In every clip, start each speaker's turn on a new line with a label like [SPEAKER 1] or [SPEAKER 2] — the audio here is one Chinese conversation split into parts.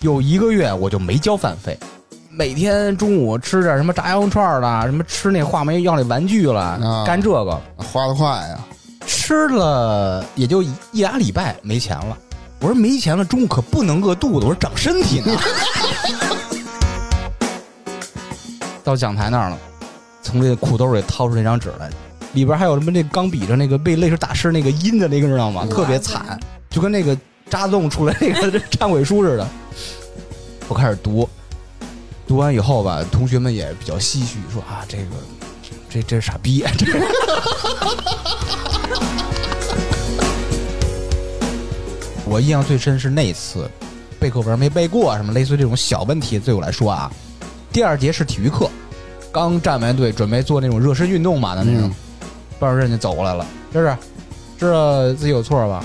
[SPEAKER 1] 有一个月我就没交饭费，每天中午吃点什么炸羊肉串儿啦，什么吃那话梅要那玩具了，
[SPEAKER 2] 啊
[SPEAKER 1] 干这个
[SPEAKER 2] 花的快呀，
[SPEAKER 1] 吃了也就一一俩礼拜没钱了。我说没钱了，中午可不能饿肚子，我说长身体呢。 到讲台那儿了，从这裤兜里掏出那张纸来，里边还有什么那钢笔上那个被泪水打湿那个印的那个，知道吗？特别惨，就跟那个扎洞出来那个 忏悔书似的。我开始读，读完以后吧，同学们也比较唏嘘，说啊，这个这这是傻逼，啊这个我印象最深是那次背课文没背过，什么类似于这种小问题，对我来说啊。第二节是体育课，刚站完队准备做那种热身运动嘛的那种，班主任就走过来了，这是知道自己有错吧？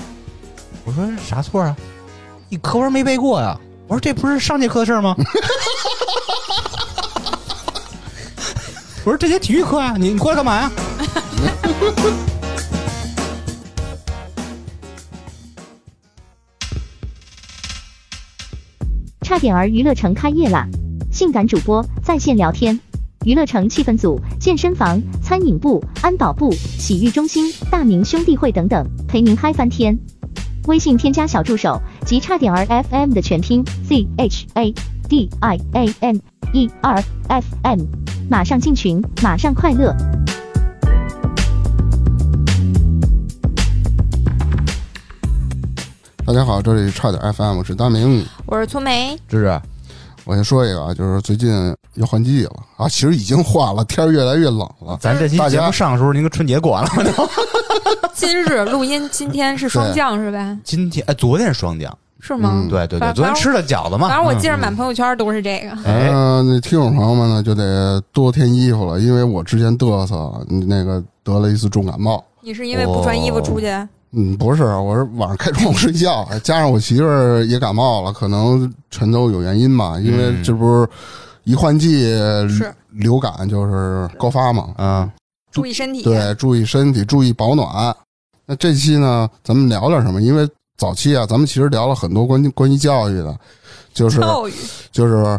[SPEAKER 1] 我说啥错啊？你课文没背过呀、我说这不是上节课的事儿吗？我说这节体育课啊，你你过来干嘛呀？
[SPEAKER 3] 差点儿娱乐城开业啦！性感主播在线聊天，娱乐城气氛组、健身房、餐饮部、安保部、洗浴中心、大明兄弟会等等，陪您嗨翻天。微信添加小助手及差点儿 FM 的全拼 Z H A D I A N E R F M，马上进群，马上快乐。
[SPEAKER 2] 大家好，这里是差点 FM，我是大明。
[SPEAKER 4] 我是粗梅，
[SPEAKER 1] 芝芝，
[SPEAKER 2] 我先说一个啊，就是最近要换季了啊，其实已经换了，天儿越来越冷了。
[SPEAKER 1] 咱这期
[SPEAKER 2] 大
[SPEAKER 1] 节
[SPEAKER 2] 家
[SPEAKER 1] 目上的时候，您跟春节过完了吗？
[SPEAKER 4] 哦今日录音，今天是霜降是吧？
[SPEAKER 1] 今天哎，昨天是双降，
[SPEAKER 4] 是吗？
[SPEAKER 2] 嗯
[SPEAKER 1] 对对对，
[SPEAKER 4] 反
[SPEAKER 1] 昨天吃的饺子
[SPEAKER 4] 反
[SPEAKER 1] 嘛，嗯
[SPEAKER 4] 正我记着满朋友圈都是这个。
[SPEAKER 1] 哎
[SPEAKER 2] 嗯、那听众朋友们呢，就得多添衣服了，因为我之前嘚瑟，那个得了一次重感冒。
[SPEAKER 4] 你是因为不穿衣服出去？
[SPEAKER 2] 嗯，不是，我是晚上开窗户睡觉，啊加上我媳妇儿也感冒了，可能全都有原因吧。因为这不是一换季
[SPEAKER 4] 是
[SPEAKER 2] 流感就是高发嘛，
[SPEAKER 1] 嗯，
[SPEAKER 4] 注意身体。
[SPEAKER 2] 对，注意身体，注意保暖。那这期呢，咱们聊点什么？因为早期啊，咱们其实聊了很多关于关于教育的，就是
[SPEAKER 4] 教育
[SPEAKER 2] 就是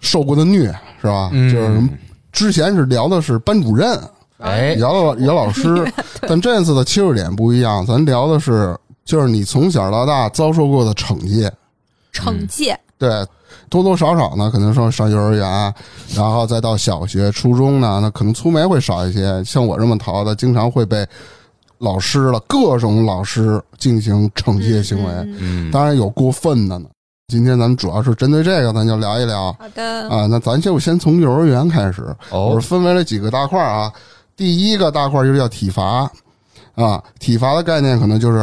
[SPEAKER 2] 受过的虐是吧？
[SPEAKER 1] 嗯
[SPEAKER 2] 就是什么之前是聊的是班主任，
[SPEAKER 1] 哎，
[SPEAKER 2] 聊到姚老 师，但这次的切入点不一样，咱聊的是就是你从小到大遭受过的惩戒，
[SPEAKER 4] 惩戒，
[SPEAKER 2] 对，多多少少呢，可能说上幼儿园，然后再到小学、初中呢，那可能粗眉会少一些，像我这么淘的，经常会被老师了各种老师进行惩戒行为，
[SPEAKER 4] 嗯嗯嗯
[SPEAKER 1] 嗯，
[SPEAKER 2] 当然有过分的呢。今天咱们主要是针对这个，咱就聊一聊
[SPEAKER 4] 好的，
[SPEAKER 2] 啊。那咱就先从幼儿园开始，我
[SPEAKER 1] 哦
[SPEAKER 2] 是，分为了几个大块儿啊。第一个大块儿就叫体罚啊，体罚的概念可能就是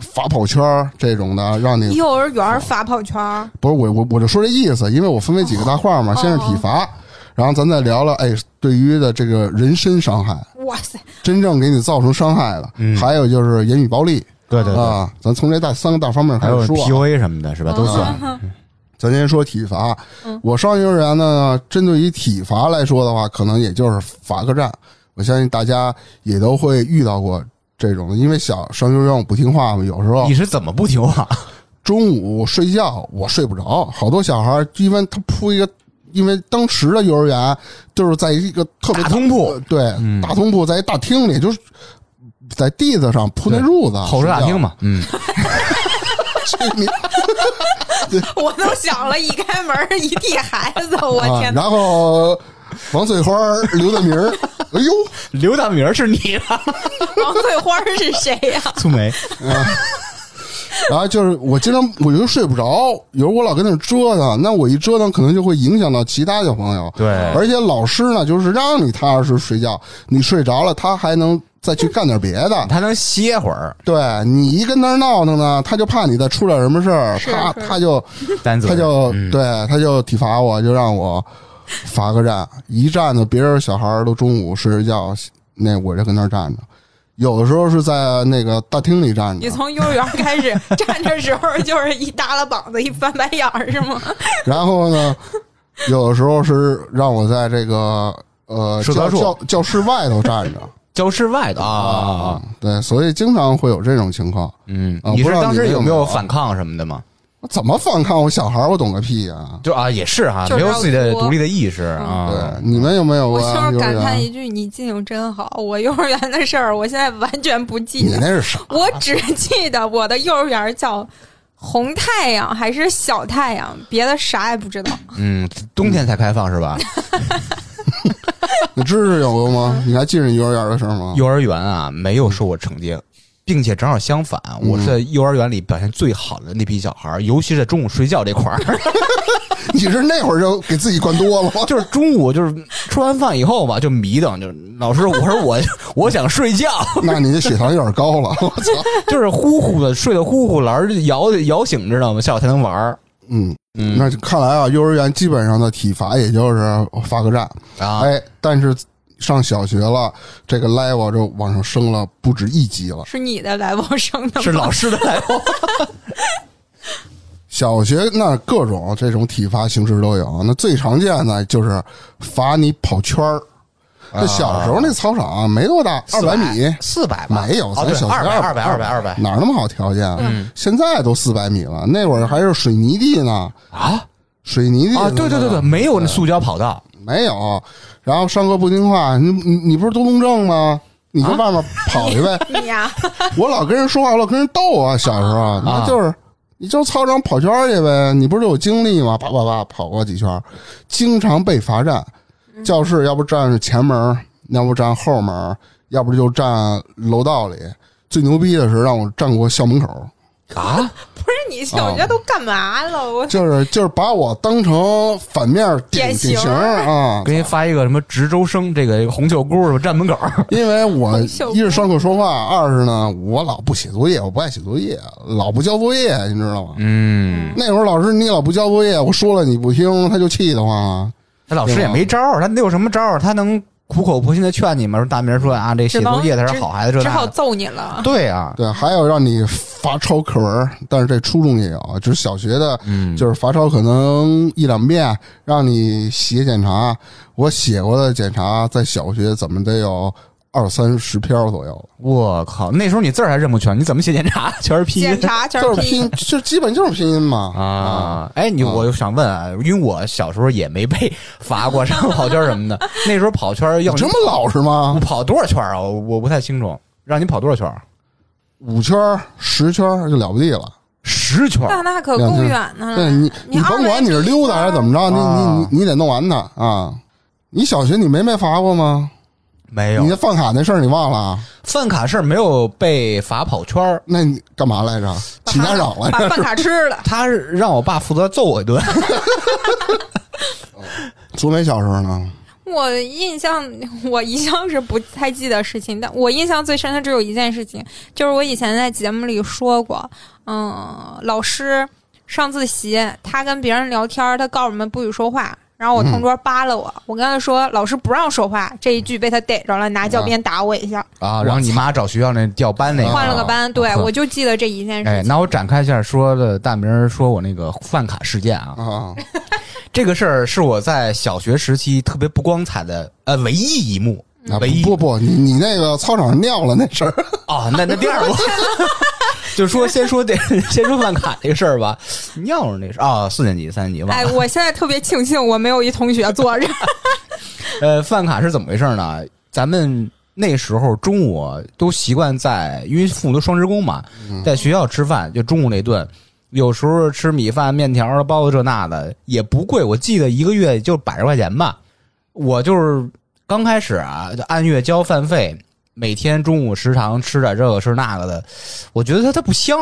[SPEAKER 2] 罚跑圈儿这种的，让你
[SPEAKER 4] 幼儿园发跑圈儿，
[SPEAKER 2] 不是我我我就说这意思，因为我分为几个大块儿嘛，
[SPEAKER 4] 哦
[SPEAKER 2] 先是体罚，然后咱再聊聊哎，对于的这个人身伤害，
[SPEAKER 4] 哇塞，
[SPEAKER 2] 真正给你造成伤害的，
[SPEAKER 1] 嗯
[SPEAKER 2] 还有就是言语暴力
[SPEAKER 1] 对对对，
[SPEAKER 2] 啊，咱从这大三个大方面开
[SPEAKER 1] 还有
[SPEAKER 2] 始说啊。
[SPEAKER 1] PUA 什么的，是吧？都算。
[SPEAKER 2] 咱先说体罚
[SPEAKER 4] 嗯，
[SPEAKER 2] 我上幼儿园呢，针对于体罚来说的话，可能也就是罚个站。我相信大家也都会遇到过这种的，因为小上幼儿园我不听话嘛，有时候
[SPEAKER 1] 你是怎么不听话？
[SPEAKER 2] 啊中午睡觉我睡不着，好多小孩儿因为他铺一个，因为当时的幼儿园就是在一个特别
[SPEAKER 1] 大通铺嗯
[SPEAKER 2] 呃对，大通铺在一大厅里，就是在地子上铺那
[SPEAKER 1] 对
[SPEAKER 2] 褥子，
[SPEAKER 1] 吼着大厅嘛，嗯，
[SPEAKER 2] 睡觉。你
[SPEAKER 4] 我都想了，一开门儿一地孩子，我
[SPEAKER 2] 啊
[SPEAKER 4] 天，哪！
[SPEAKER 2] 然后王翠花、刘大明 儿，哎呦。
[SPEAKER 1] 刘大明是你啊吧？
[SPEAKER 4] 王翠花儿是谁呀？
[SPEAKER 1] 苏梅，
[SPEAKER 2] 然后就是我经常我就睡不着，有时候我老跟那儿折腾，那我一折腾可能就会影响到其他小朋友。
[SPEAKER 1] 对
[SPEAKER 2] 而且老师呢，就是让你踏踏实实睡觉，你睡着了，他还能再去干点别的。
[SPEAKER 1] 他能歇会儿，
[SPEAKER 2] 对你一跟那儿闹腾呢，他就怕你再出点什么事儿，
[SPEAKER 4] 是
[SPEAKER 2] 他
[SPEAKER 4] 是
[SPEAKER 2] 他就
[SPEAKER 1] 单嗯子
[SPEAKER 2] 他就对他就体罚我，就让我罚个站，一站呢，别人小孩儿都中午睡着觉，那我就跟那儿站着。有的时候是在那个大厅里站着
[SPEAKER 4] 你，从幼儿园开始站着时候就是一耷拉膀子一翻白眼儿是吗？
[SPEAKER 2] 然后呢，有的时候是让我在这个呃
[SPEAKER 1] 社
[SPEAKER 2] 教
[SPEAKER 1] 团处
[SPEAKER 2] 教教室外头站着
[SPEAKER 1] 教室外的啊，
[SPEAKER 2] 对，所以经常会有这种情况。
[SPEAKER 1] 嗯
[SPEAKER 2] 啊，
[SPEAKER 1] 你
[SPEAKER 2] 不
[SPEAKER 1] 是
[SPEAKER 2] 知道
[SPEAKER 1] 当时
[SPEAKER 2] 你
[SPEAKER 1] 有
[SPEAKER 2] 有没
[SPEAKER 1] 没
[SPEAKER 2] 有
[SPEAKER 1] 有
[SPEAKER 2] 啊
[SPEAKER 1] 反抗什么的吗？
[SPEAKER 2] 我怎么反抗我小孩儿？我懂个屁呀、啊！
[SPEAKER 1] 就啊，也是哈、
[SPEAKER 4] 就是
[SPEAKER 1] 没有
[SPEAKER 4] 让
[SPEAKER 1] 自己的
[SPEAKER 4] 我
[SPEAKER 1] 独立的意识啊。
[SPEAKER 2] 对，你们有没有
[SPEAKER 4] 我
[SPEAKER 2] 过
[SPEAKER 4] 就
[SPEAKER 2] 啊
[SPEAKER 4] 是
[SPEAKER 2] 幼儿
[SPEAKER 4] 感叹一
[SPEAKER 2] 园？
[SPEAKER 4] 句：“你记性真好。”我幼儿园的事儿，我现在完全不记
[SPEAKER 2] 你
[SPEAKER 4] 得，
[SPEAKER 2] 那是啥？
[SPEAKER 4] 我只记得我的幼儿园叫红太阳还是小太阳，别的啥也不知道。
[SPEAKER 1] 嗯，冬天才开放是吧？
[SPEAKER 2] 你知识有过吗？你还记着你幼儿园的事儿 吗？
[SPEAKER 1] 幼儿园啊，没有受过惩戒，并且正好相反，我是在幼儿园里表现最好的那批小孩儿，尤其是在中午睡觉这 块儿，
[SPEAKER 2] 你是那会儿就给自己灌多了吗？
[SPEAKER 1] 就是中午就是吃完饭以后吧，就迷瞪，就是老师，我说我 我想睡觉，
[SPEAKER 2] 那你这血糖有点高了，我操！
[SPEAKER 1] 就是呼呼的睡得呼呼，老师摇摇醒，知道吗？下午才能玩儿。
[SPEAKER 2] 嗯，
[SPEAKER 1] 嗯，
[SPEAKER 2] 那就看来啊，幼儿园基本上的体罚也就是罚个站，
[SPEAKER 1] 啊，
[SPEAKER 2] 哎，但是上小学了，这个 level 就往上升了不止一级了。
[SPEAKER 4] 是你的来旺生的吗？
[SPEAKER 1] 是老师的来 报。
[SPEAKER 2] 小学那各种这种体罚形式都有，那最常见的就是罚你跑圈儿。那小时候那操场啊没多大，二百米
[SPEAKER 1] 四百吧，
[SPEAKER 2] 没有，
[SPEAKER 1] 哦
[SPEAKER 2] 咱
[SPEAKER 1] 对，
[SPEAKER 2] 小学
[SPEAKER 1] 二百
[SPEAKER 2] 百
[SPEAKER 1] 百二百二百
[SPEAKER 2] 哪儿那么好条件啊？
[SPEAKER 1] 嗯
[SPEAKER 2] 现在都四百米了，那会儿还是水泥地呢，
[SPEAKER 1] 啊
[SPEAKER 2] 水泥地
[SPEAKER 1] 啊！对对对对，啊没有那塑胶跑道，
[SPEAKER 2] 没有。然后上课不听话，你你你不是多动症吗？你
[SPEAKER 1] 啊
[SPEAKER 2] 就外面跑去 呗。
[SPEAKER 4] 你呀、
[SPEAKER 2] 我老跟人说话，我老跟人逗啊，小时候那就是。你就操场跑圈儿去呗，你不是有精力吗？叭叭叭跑过几圈儿，经常被罚站。教室要不站是前门儿，要不站后门儿，要不就站楼道里。最牛逼的是让我站过校门口儿，
[SPEAKER 1] 啊，
[SPEAKER 4] 不是你小学都干嘛了？我
[SPEAKER 2] 哦就是就是把我当成反面典
[SPEAKER 4] 典型
[SPEAKER 2] 典型儿啊，
[SPEAKER 1] 给你发一个什么值周生这个红袖箍什么站门口，
[SPEAKER 2] 因为我
[SPEAKER 4] 很秀
[SPEAKER 2] 一是上课说话，二是呢我老不写作业，我不爱写作业，老不交作业，你知道吗？
[SPEAKER 1] 嗯，
[SPEAKER 2] 那会儿老师你老不交作业，我说了你不听，他就气得
[SPEAKER 1] 嗯
[SPEAKER 2] 慌啊。
[SPEAKER 1] 那老师也没招儿，他能有什么招儿？他能苦口婆心的劝你吗？说大明儿说啊，这写作业他是好孩子，这
[SPEAKER 4] 只
[SPEAKER 1] 那
[SPEAKER 4] 好
[SPEAKER 1] 的
[SPEAKER 4] 揍你了。
[SPEAKER 1] 对啊，
[SPEAKER 2] 对，还有让你罚抄课文儿，但是这初中也有，就是小学的，
[SPEAKER 1] 嗯
[SPEAKER 2] 就是罚抄可能一两遍，让你写检查。我写过的检查在小学怎么得有二三十篇儿左右。
[SPEAKER 1] 我靠，那时候你字儿还认不全，你怎么写检查？全是拼
[SPEAKER 4] 检
[SPEAKER 1] 音。
[SPEAKER 4] 查全
[SPEAKER 2] 就是
[SPEAKER 4] 是
[SPEAKER 2] 拼，就基本就是拼音嘛。
[SPEAKER 1] 啊，哎，你
[SPEAKER 2] 啊
[SPEAKER 1] 我就想问啊，因为我小时候也没被罚过上跑圈什么 的，那时候跑圈要
[SPEAKER 2] 有这么老实吗
[SPEAKER 1] 我？跑多少圈啊？我我不太清楚，让你跑多少圈？啊
[SPEAKER 2] 五圈儿、十圈儿就了不地了。
[SPEAKER 1] 十圈
[SPEAKER 4] 那那可够远呢。
[SPEAKER 2] 对你，
[SPEAKER 4] 嗯你
[SPEAKER 2] 你甭管你是溜达还是怎么着，你
[SPEAKER 1] 啊
[SPEAKER 2] 你你你得弄完它啊！你小学你没被罚过吗？
[SPEAKER 1] 没
[SPEAKER 2] 你
[SPEAKER 1] 有
[SPEAKER 2] 那饭卡那事儿你忘了啊？
[SPEAKER 1] 饭卡事儿没有被罚跑圈儿
[SPEAKER 2] 那你干嘛来着？请家长来
[SPEAKER 4] 把
[SPEAKER 2] 着？
[SPEAKER 4] 饭卡吃了，
[SPEAKER 1] 他是让我爸负责揍我一 顿。
[SPEAKER 2] 祖美小时候呢？
[SPEAKER 4] 我印象 我一向是不太记得事情，但我印象最深的只有一件事情，就是我以前在节目里说过，嗯，老师上自习，他跟别人聊天，他告诉我们不许说话，然后我同桌扒拉我，
[SPEAKER 1] 嗯
[SPEAKER 4] 我跟他说老师不让说话，这一句被他逮着了，拿教鞭打我一下，
[SPEAKER 1] 啊，然后你妈找学校那调班那个，
[SPEAKER 4] 换了个班，对
[SPEAKER 1] 啊
[SPEAKER 4] 我就记得这一件事
[SPEAKER 1] 哎，
[SPEAKER 4] 情。
[SPEAKER 1] 那我展开一下说的大明儿说我那个饭卡事件啊，
[SPEAKER 2] 啊，
[SPEAKER 1] 这个事儿是我在小学时期特别不光彩的呃唯一一幕
[SPEAKER 4] 嗯
[SPEAKER 2] 啊，
[SPEAKER 1] 唯一
[SPEAKER 2] 不不不，你你那个操场上尿了那事儿，
[SPEAKER 1] 啊、那那第二幕， 就说先说这 先说饭卡这个事儿吧，尿着那是啊、四年级三年级忘
[SPEAKER 4] 哎，
[SPEAKER 1] 了，
[SPEAKER 4] 我现在特别庆幸我没有一同学坐着，
[SPEAKER 1] 哎呃，饭卡是怎么回事呢？咱们那时候中午都习惯在，因为父母都双职工嘛，
[SPEAKER 2] 嗯
[SPEAKER 1] 在学校吃饭，就中午那顿，有时候吃米饭、面条、包子这那的，也不贵。我记得一个月也就百来块钱吧。我就是刚开始啊，就按月交饭费，每天中午食堂吃点这个吃那个的，我觉得它它不香。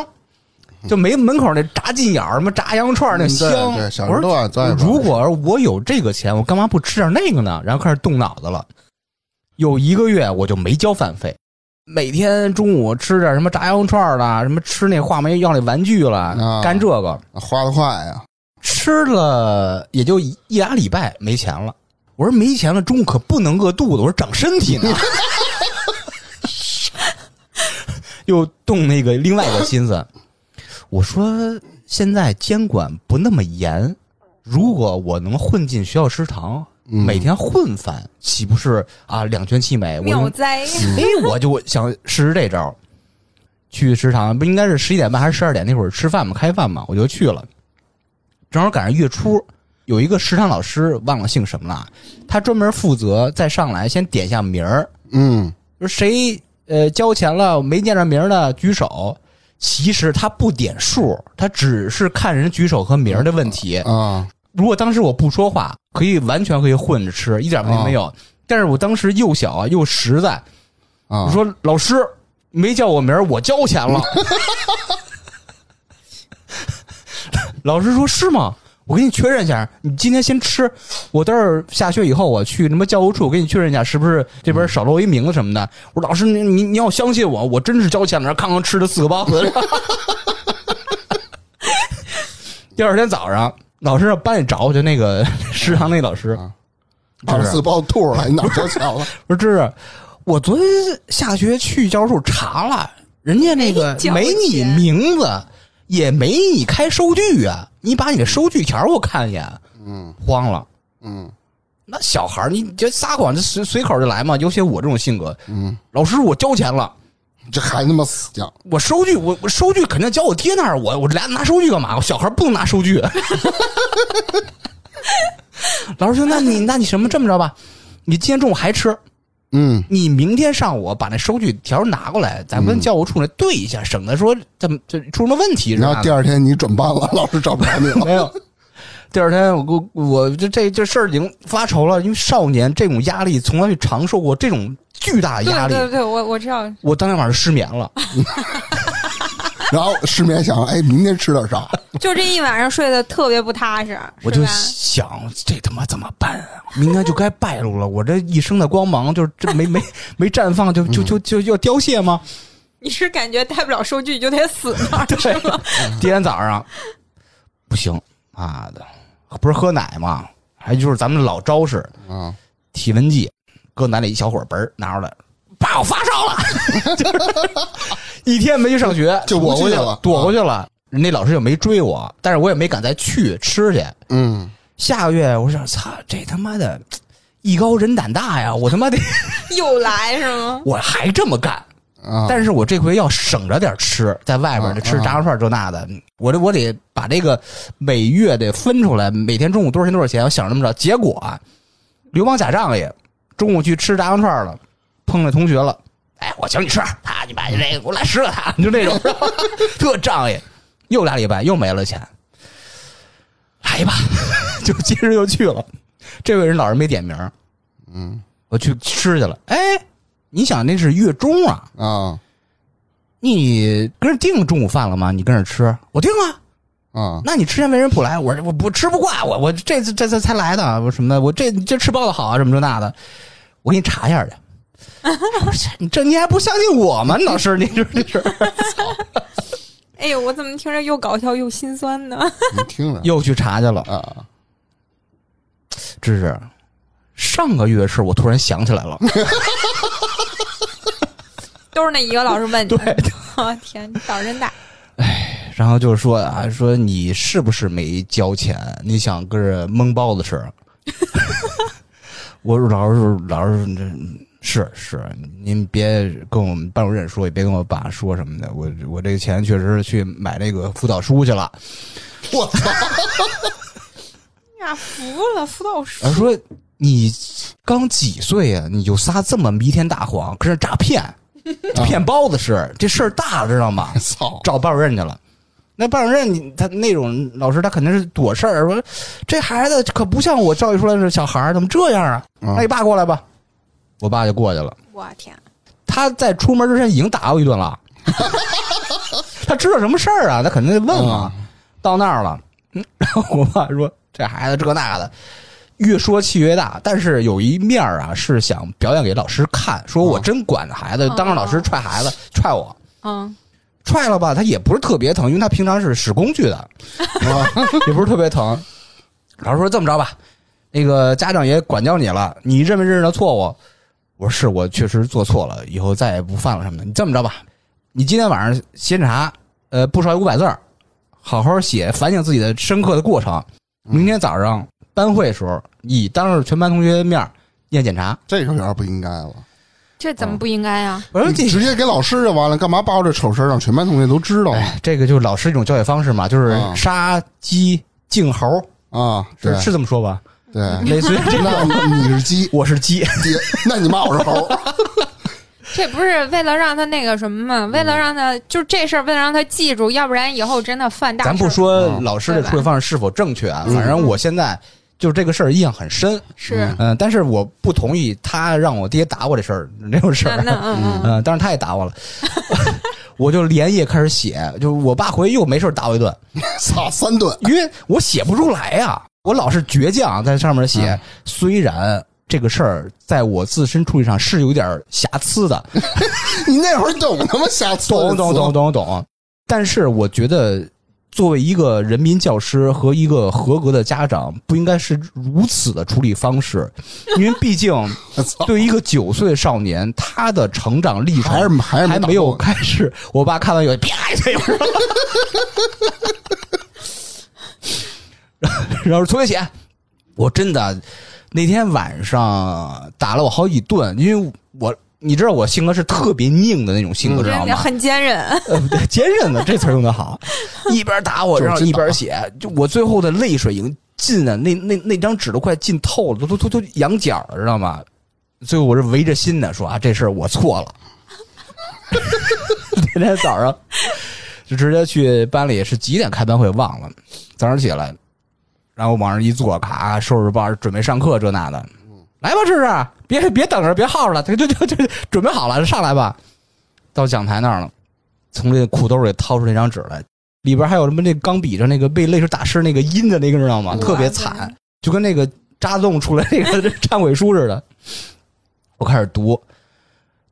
[SPEAKER 1] 就没门口那炸鸡眼儿、什么炸羊串儿那
[SPEAKER 2] 嗯对
[SPEAKER 1] 香，
[SPEAKER 2] 对小
[SPEAKER 1] 我
[SPEAKER 2] 时
[SPEAKER 1] 说
[SPEAKER 2] 候都爱在
[SPEAKER 1] 如果我有这个钱，我干嘛不吃点那个呢？然后开始动脑子了。有一个月我就没交饭费，每天中午吃点什么炸羊串了，什么吃那话梅要那玩具了，
[SPEAKER 2] 啊
[SPEAKER 1] 干这个
[SPEAKER 2] 花的快呀，
[SPEAKER 1] 吃了也就一一俩礼拜没钱了。我说没钱了，中午可不能饿肚子，我说长身体呢。 又动那个另外一个心思，我说现在监管不那么严，如果我能混进学校食堂，
[SPEAKER 2] 嗯
[SPEAKER 1] 每天混饭，岂不是啊两全其美？我
[SPEAKER 4] 妙
[SPEAKER 1] 能
[SPEAKER 4] 哉！
[SPEAKER 1] 哎，我就想试试这招儿，去食堂不应该是十一点半还是十二点那会儿吃饭嘛，开饭嘛，我就去了。正好赶上月初，有一个食堂老师忘了姓什么了，他专门负责再上来先点下名儿，
[SPEAKER 2] 嗯，
[SPEAKER 1] 说谁呃交钱了没念着名儿的举手。其实他不点数，他只是看人举手和名儿的问题。
[SPEAKER 2] 啊，
[SPEAKER 1] 如果当时我不说话，可以完全可以混着吃，一点问题没有。但是我当时又小啊又实在，
[SPEAKER 2] 啊，
[SPEAKER 1] 我说老师没叫我名儿，我交钱了。老师说是吗？我给你确认一下，你今天先吃。我待会儿下学以后，我去什么教务处，我给你确认一下，是不是这边少漏一名字什么的。我说老师，你你你要相信我，我真是交钱了，然后康康吃了四个包子。 第二天早上，老师让班里找我去，那个食堂那老师，
[SPEAKER 2] 二十四包兔了，你哪儿交钱了？
[SPEAKER 1] 不是，这是我昨天下学去教务处查了，人家那个
[SPEAKER 4] 没交
[SPEAKER 1] 没你
[SPEAKER 4] 钱
[SPEAKER 1] 名字，也没你开收据啊，你把你的收据条儿给我看一眼，嗯，慌了，
[SPEAKER 2] 嗯，
[SPEAKER 1] 那小孩儿你这撒谎，这随随口就来嘛，尤其我这种性格，嗯，老师我交钱了。
[SPEAKER 2] 这还他妈死犟，
[SPEAKER 1] 我收据，我我收据肯定交我爹那儿，我我拿拿收据干嘛？我小孩不能拿收据。 老师说：“那你那你什么这么着吧？你今天中午还吃，
[SPEAKER 2] 嗯，
[SPEAKER 1] 你明天上午把那收据条拿过来，咱们教务处那对一下，省得说这么这出什么问题是啊
[SPEAKER 2] 然
[SPEAKER 1] 吧
[SPEAKER 2] 后？第二天你转班了， 老师找不着你了，
[SPEAKER 1] 没有。第二天我我我这这这事儿已经发愁了，因为少年这种压力从来没尝受过这种巨大的
[SPEAKER 4] 对
[SPEAKER 1] 压力。
[SPEAKER 4] 对对，我我知道，
[SPEAKER 1] 我当天晚上失眠了，
[SPEAKER 2] 然后失眠想，哎，明天吃 点啥？
[SPEAKER 4] 就这一晚上睡得特别不踏实，
[SPEAKER 1] 我就是
[SPEAKER 4] 吧？
[SPEAKER 1] 想这他妈怎么办啊？明天就该败露了，我这一生的光芒就是这 没没没绽放，就
[SPEAKER 4] 嗯
[SPEAKER 1] 就就就要凋谢吗？
[SPEAKER 4] 你是感觉带不了收据就得死那 儿是吗？
[SPEAKER 1] 第二天早上啊不行，妈的，不是喝奶吗？还就是咱们老招式，
[SPEAKER 2] 啊，
[SPEAKER 1] 体温计，搁奶里一小会儿，嘣儿拿出来，爸，我发烧了， 一天没去上学，
[SPEAKER 2] 就
[SPEAKER 1] 躲过
[SPEAKER 2] 不去
[SPEAKER 1] 去
[SPEAKER 2] 了啊
[SPEAKER 1] 躲过去了。那老师就没追我，但是我也没敢再去吃去。
[SPEAKER 2] 嗯，
[SPEAKER 1] 下个月我想，操，这他妈的，艺高人胆大呀！我他妈得，
[SPEAKER 4] 又来是吗？
[SPEAKER 1] 我还这么干，
[SPEAKER 2] 啊，
[SPEAKER 1] 但是我这回要省着点吃，在外边儿
[SPEAKER 2] 啊
[SPEAKER 1] 的吃
[SPEAKER 2] 啊
[SPEAKER 1] 炸串儿这那的，我这我得把这个每月得分出来，每天中午多少钱多少钱，我想着这么着。结果啊，流氓假仗义，中午去吃炸羊串儿了，碰着同学了，哎，我请你吃，他你把这个给我来十个他， 就那种特仗义，又俩礼拜又没了钱，来吧， 就接着又去了。这位人老师没点名，嗯，我去吃去了，哎。你想那是月中啊，
[SPEAKER 2] 啊
[SPEAKER 1] 你跟人订中午饭了吗？你跟人吃？我订了。
[SPEAKER 2] 啊，
[SPEAKER 1] 那你吃前为人不来，我我不吃不惯，我我这次这次才来的，我什么的，我这这吃包子好啊，什么这那的，我给你查一下去。不是你这你还不相信我吗？你老师，你这这是
[SPEAKER 4] 哎呦，我怎么听着又搞笑又心酸呢？
[SPEAKER 2] 你听着
[SPEAKER 1] 又去查去了。
[SPEAKER 2] 啊，
[SPEAKER 1] 这是上个月的事，我突然想起来了。
[SPEAKER 4] 都是那一个老师问你，
[SPEAKER 1] 对，
[SPEAKER 4] 我 天，你胆儿真大。
[SPEAKER 1] 然后就是说啊，说你是不是没交钱？你想跟着蒙包子吃？ 我说老师，老师，这是是，您别跟我们班主任说，也别跟我爸说什么的。我我这个钱确实是去买这个辅导书去了。
[SPEAKER 2] 我操，
[SPEAKER 4] 你俩服了，辅导
[SPEAKER 1] 然
[SPEAKER 4] 师
[SPEAKER 1] 后说你刚几岁啊，你就撒这么弥天大谎，跟着诈 骗，骗包子吃，这事儿大知道吗？
[SPEAKER 2] 操，
[SPEAKER 1] 找班主任去了。那班主任你他那种老师，他肯定是躲事儿，说这孩子可不像我教育出来的小孩儿，怎么这样啊？
[SPEAKER 2] 嗯
[SPEAKER 1] 那你爸过来吧，我爸就过去了。
[SPEAKER 4] 我天，
[SPEAKER 1] 他在出门之前已经打我一顿 了，他知道什么事儿啊？他肯定得问
[SPEAKER 2] 嗯
[SPEAKER 1] 啊。到那儿了，嗯然后我爸说这孩子这那的，越说气越大。但是有一面儿啊，是想表演给老师看，说我真管着孩子，当着老师踹孩子，踹我。
[SPEAKER 4] 嗯，
[SPEAKER 1] 踹了吧，他也不是特别疼，因为他平常是使工具的，啊也不是特别疼。老师说这么着吧，那个家长也管教你了，你认没认识到错误？我说是我确实做错了，以后再也不犯了什么的。你这么着吧，你今天晚上先查，呃，不少于五百字儿，好好写，反省自己的深刻的过程。明天早上班会的时候，以当着全班同学面儿念检查。
[SPEAKER 2] 这个有点不应该了。
[SPEAKER 4] 这怎么不应该啊 呀？
[SPEAKER 1] 我说
[SPEAKER 2] 你
[SPEAKER 1] 嗯这
[SPEAKER 2] 直接给老师就完了，干嘛
[SPEAKER 1] 哎
[SPEAKER 2] 扒我这丑事儿让全班同学都知道啊？
[SPEAKER 1] 哎，这个就是老师一种教育方式嘛，就是
[SPEAKER 2] 啊
[SPEAKER 1] 杀鸡净猴儿，
[SPEAKER 2] 啊，对
[SPEAKER 1] 是是这么说吧？
[SPEAKER 2] 对，
[SPEAKER 1] 类似于这
[SPEAKER 2] 那
[SPEAKER 1] 个，，
[SPEAKER 2] 你是鸡
[SPEAKER 1] 我是鸡，
[SPEAKER 2] 爹，那你骂我是猴，
[SPEAKER 4] 这不是为了让他那个什么吗？为了让他就这事儿，为了让他记住，要不然以后真的犯大事。
[SPEAKER 1] 咱不说老师的处理方式是否正确啊，反正我现在就是这个事儿印象很深。
[SPEAKER 4] 是，
[SPEAKER 1] 嗯，但是我不同意他让我爹打我这事儿 那种事
[SPEAKER 4] 那
[SPEAKER 1] 儿。
[SPEAKER 4] 那嗯嗯，
[SPEAKER 1] 嗯，但是他也打我了， 我就连夜开始写，就是我爸回去又没事儿打我一顿，
[SPEAKER 2] 操三顿，
[SPEAKER 1] 因为我写不出来呀、我老是倔强在上面写。
[SPEAKER 2] 嗯
[SPEAKER 1] 虽然这个事儿在我自身处理上是有点儿瑕疵的，
[SPEAKER 2] 你那会儿懂他妈瞎
[SPEAKER 1] 懂懂懂懂懂，但是我觉得作为一个人民教师和一个合格的家长，不应该是如此的处理方式，因为毕竟
[SPEAKER 2] 我操，
[SPEAKER 1] 对于一个九岁少年，他的成长历程
[SPEAKER 2] 还是还是
[SPEAKER 1] 还
[SPEAKER 2] 打
[SPEAKER 1] 没有
[SPEAKER 2] 动
[SPEAKER 1] 开始。我爸看到有啪一腿，然后 然后说重新写。我真的那天晚上打了我好几顿，因为我你知道我性格是特别拧的那种性格，
[SPEAKER 2] 嗯
[SPEAKER 1] 知道
[SPEAKER 4] 真的
[SPEAKER 1] 吗？
[SPEAKER 4] 很坚韧。
[SPEAKER 1] 呃，不对， 坚韧的这词儿用的 好，一边打我，
[SPEAKER 2] 就是
[SPEAKER 1] 然后
[SPEAKER 2] 真
[SPEAKER 1] 一
[SPEAKER 2] 打
[SPEAKER 1] 边写，就我最后的泪水已经进了，那那那张纸都快浸透了，都都都都羊角了，知道吗？最后我是围着心的说啊，这事儿我错了。 那天早上就直接去班里，是几点开班会忘了，早上起来，然后往上一坐，咔收拾包，准备上课这那的。来吧，试试，别别等着，别耗着了， 就就就就准备好了，上来吧。到讲台那儿了，从这裤兜里掏出那张纸来，里边还有什么那钢笔上那个被泪水打湿那个印的那个，知道吗？
[SPEAKER 4] 哇
[SPEAKER 1] 特别惨，就跟那个扎洞出来那个 忏悔书似的。我开始读，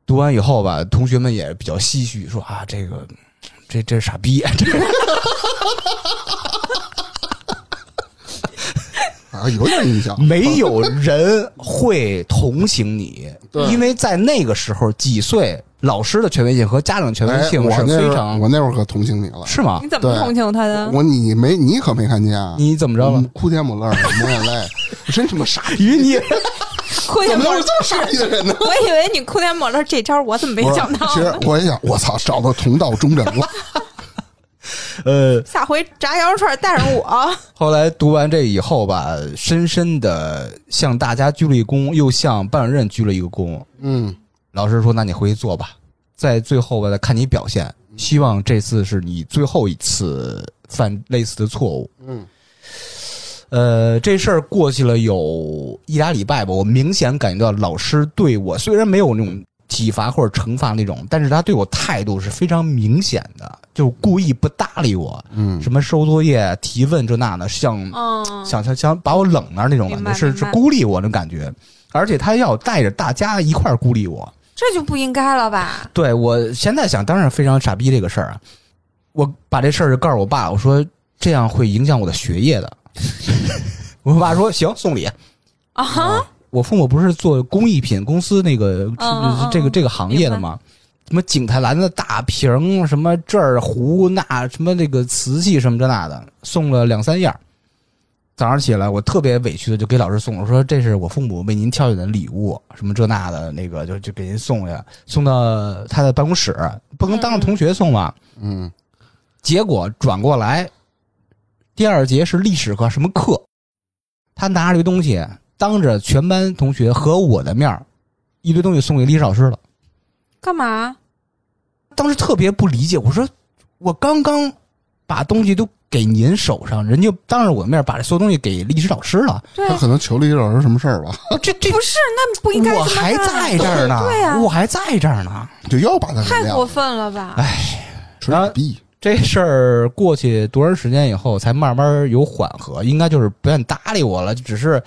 [SPEAKER 1] 读完以后吧，同学们也比较唏嘘，说啊，这个这这傻逼，这个
[SPEAKER 2] 啊，有点印 象，，
[SPEAKER 1] 没有人会同情你
[SPEAKER 2] 对
[SPEAKER 1] 因为在那个时候几岁，老师的权威性和家长的权
[SPEAKER 2] 哎
[SPEAKER 1] 威性
[SPEAKER 2] 我
[SPEAKER 1] 是
[SPEAKER 2] 那
[SPEAKER 1] 非
[SPEAKER 2] 会儿
[SPEAKER 1] 常
[SPEAKER 2] 我那会儿可同情你了，
[SPEAKER 1] 是吗
[SPEAKER 4] 你？怎么
[SPEAKER 2] 对
[SPEAKER 4] 同情他的？
[SPEAKER 2] 我你没你可没看见啊，
[SPEAKER 1] 你怎么着了
[SPEAKER 2] 嗯？哭天抹泪儿抹眼 泪，我真他妈傻，
[SPEAKER 1] 与你
[SPEAKER 4] 哭
[SPEAKER 2] 怎
[SPEAKER 4] 天
[SPEAKER 2] 么
[SPEAKER 4] 抹
[SPEAKER 2] 会有这么傻逼的人呢？
[SPEAKER 4] 我以为你哭天抹泪这招，我怎么没
[SPEAKER 2] 不是
[SPEAKER 4] 想到
[SPEAKER 2] 其实
[SPEAKER 4] 呢？
[SPEAKER 2] 我也想，我操，找到同道中人 了，
[SPEAKER 1] 呃，
[SPEAKER 4] 下回炸羊肉串带上我，
[SPEAKER 1] 后来读完这以后吧，深深的向大家鞠了一躬，又向班主任鞠了一个躬。
[SPEAKER 2] 嗯，
[SPEAKER 1] 老师说：“那你回去做吧，在最后吧，再看你表现。
[SPEAKER 2] 嗯
[SPEAKER 1] 希望这次是你最后一次犯类似的错误。”
[SPEAKER 2] 嗯，
[SPEAKER 1] 呃，这事儿过去了有一俩礼拜吧，我明显感觉到老师呃对我虽然没有那种体罚或者惩罚那种，但是他对我态度是非常明显的，就是故意不搭理我，
[SPEAKER 2] 嗯，
[SPEAKER 1] 什么收作业、提问这那的，像
[SPEAKER 4] 嗯，
[SPEAKER 1] 想想想把我冷那儿那种感
[SPEAKER 4] 哦明
[SPEAKER 1] 觉，
[SPEAKER 4] 白
[SPEAKER 1] 是
[SPEAKER 4] 明
[SPEAKER 1] 是
[SPEAKER 4] 白
[SPEAKER 1] 孤立我那种感觉，而且他要带着大家一块儿孤立我。
[SPEAKER 4] 这就不应该了吧？
[SPEAKER 1] 对我现在想，当然非常傻逼这个事儿啊，我把这事儿告诉我爸，我说这样会影响我的学业的。 我爸说行，送礼。
[SPEAKER 4] 啊哈，
[SPEAKER 1] 我父母不是做工艺品公司那个
[SPEAKER 4] 嗯嗯嗯
[SPEAKER 1] 这个这个行业的吗？什么景泰蓝的大瓶，什么这儿壶那什么那个瓷器什么这那的，送了两三样儿。早上起来，我特别委屈的就给老师送，我说这是我父母为您挑选的礼物，什么这那的，那个就就给您送去，送到他的办公室，不能
[SPEAKER 4] 嗯
[SPEAKER 1] 当着同学送嘛。
[SPEAKER 2] 嗯，
[SPEAKER 1] 结果转过来，第二节是历史课，什么课？他拿着这个东西，当着全班同学和我的面儿一堆东西送给历史老师了。
[SPEAKER 4] 干嘛？
[SPEAKER 1] 当时特别不理解，我说我刚刚把东西都给您手上，人家当着我面把这所有东西给历史老师了，
[SPEAKER 4] 对，
[SPEAKER 2] 他可能求了一老师什么事儿吧，
[SPEAKER 1] 这这
[SPEAKER 4] 不是，那不应该这
[SPEAKER 1] 我
[SPEAKER 4] 么
[SPEAKER 1] 还
[SPEAKER 4] 干啊
[SPEAKER 1] 在这儿呢，
[SPEAKER 4] 对啊呀
[SPEAKER 1] 我还在这儿呢。
[SPEAKER 2] 就又把他给
[SPEAKER 4] 太
[SPEAKER 2] 晾
[SPEAKER 4] 过
[SPEAKER 2] 了，
[SPEAKER 4] 分了吧？
[SPEAKER 2] 吹逼，
[SPEAKER 1] 这事儿过去多长时间以后，才慢慢有缓和，应该就是不愿搭理我了，只是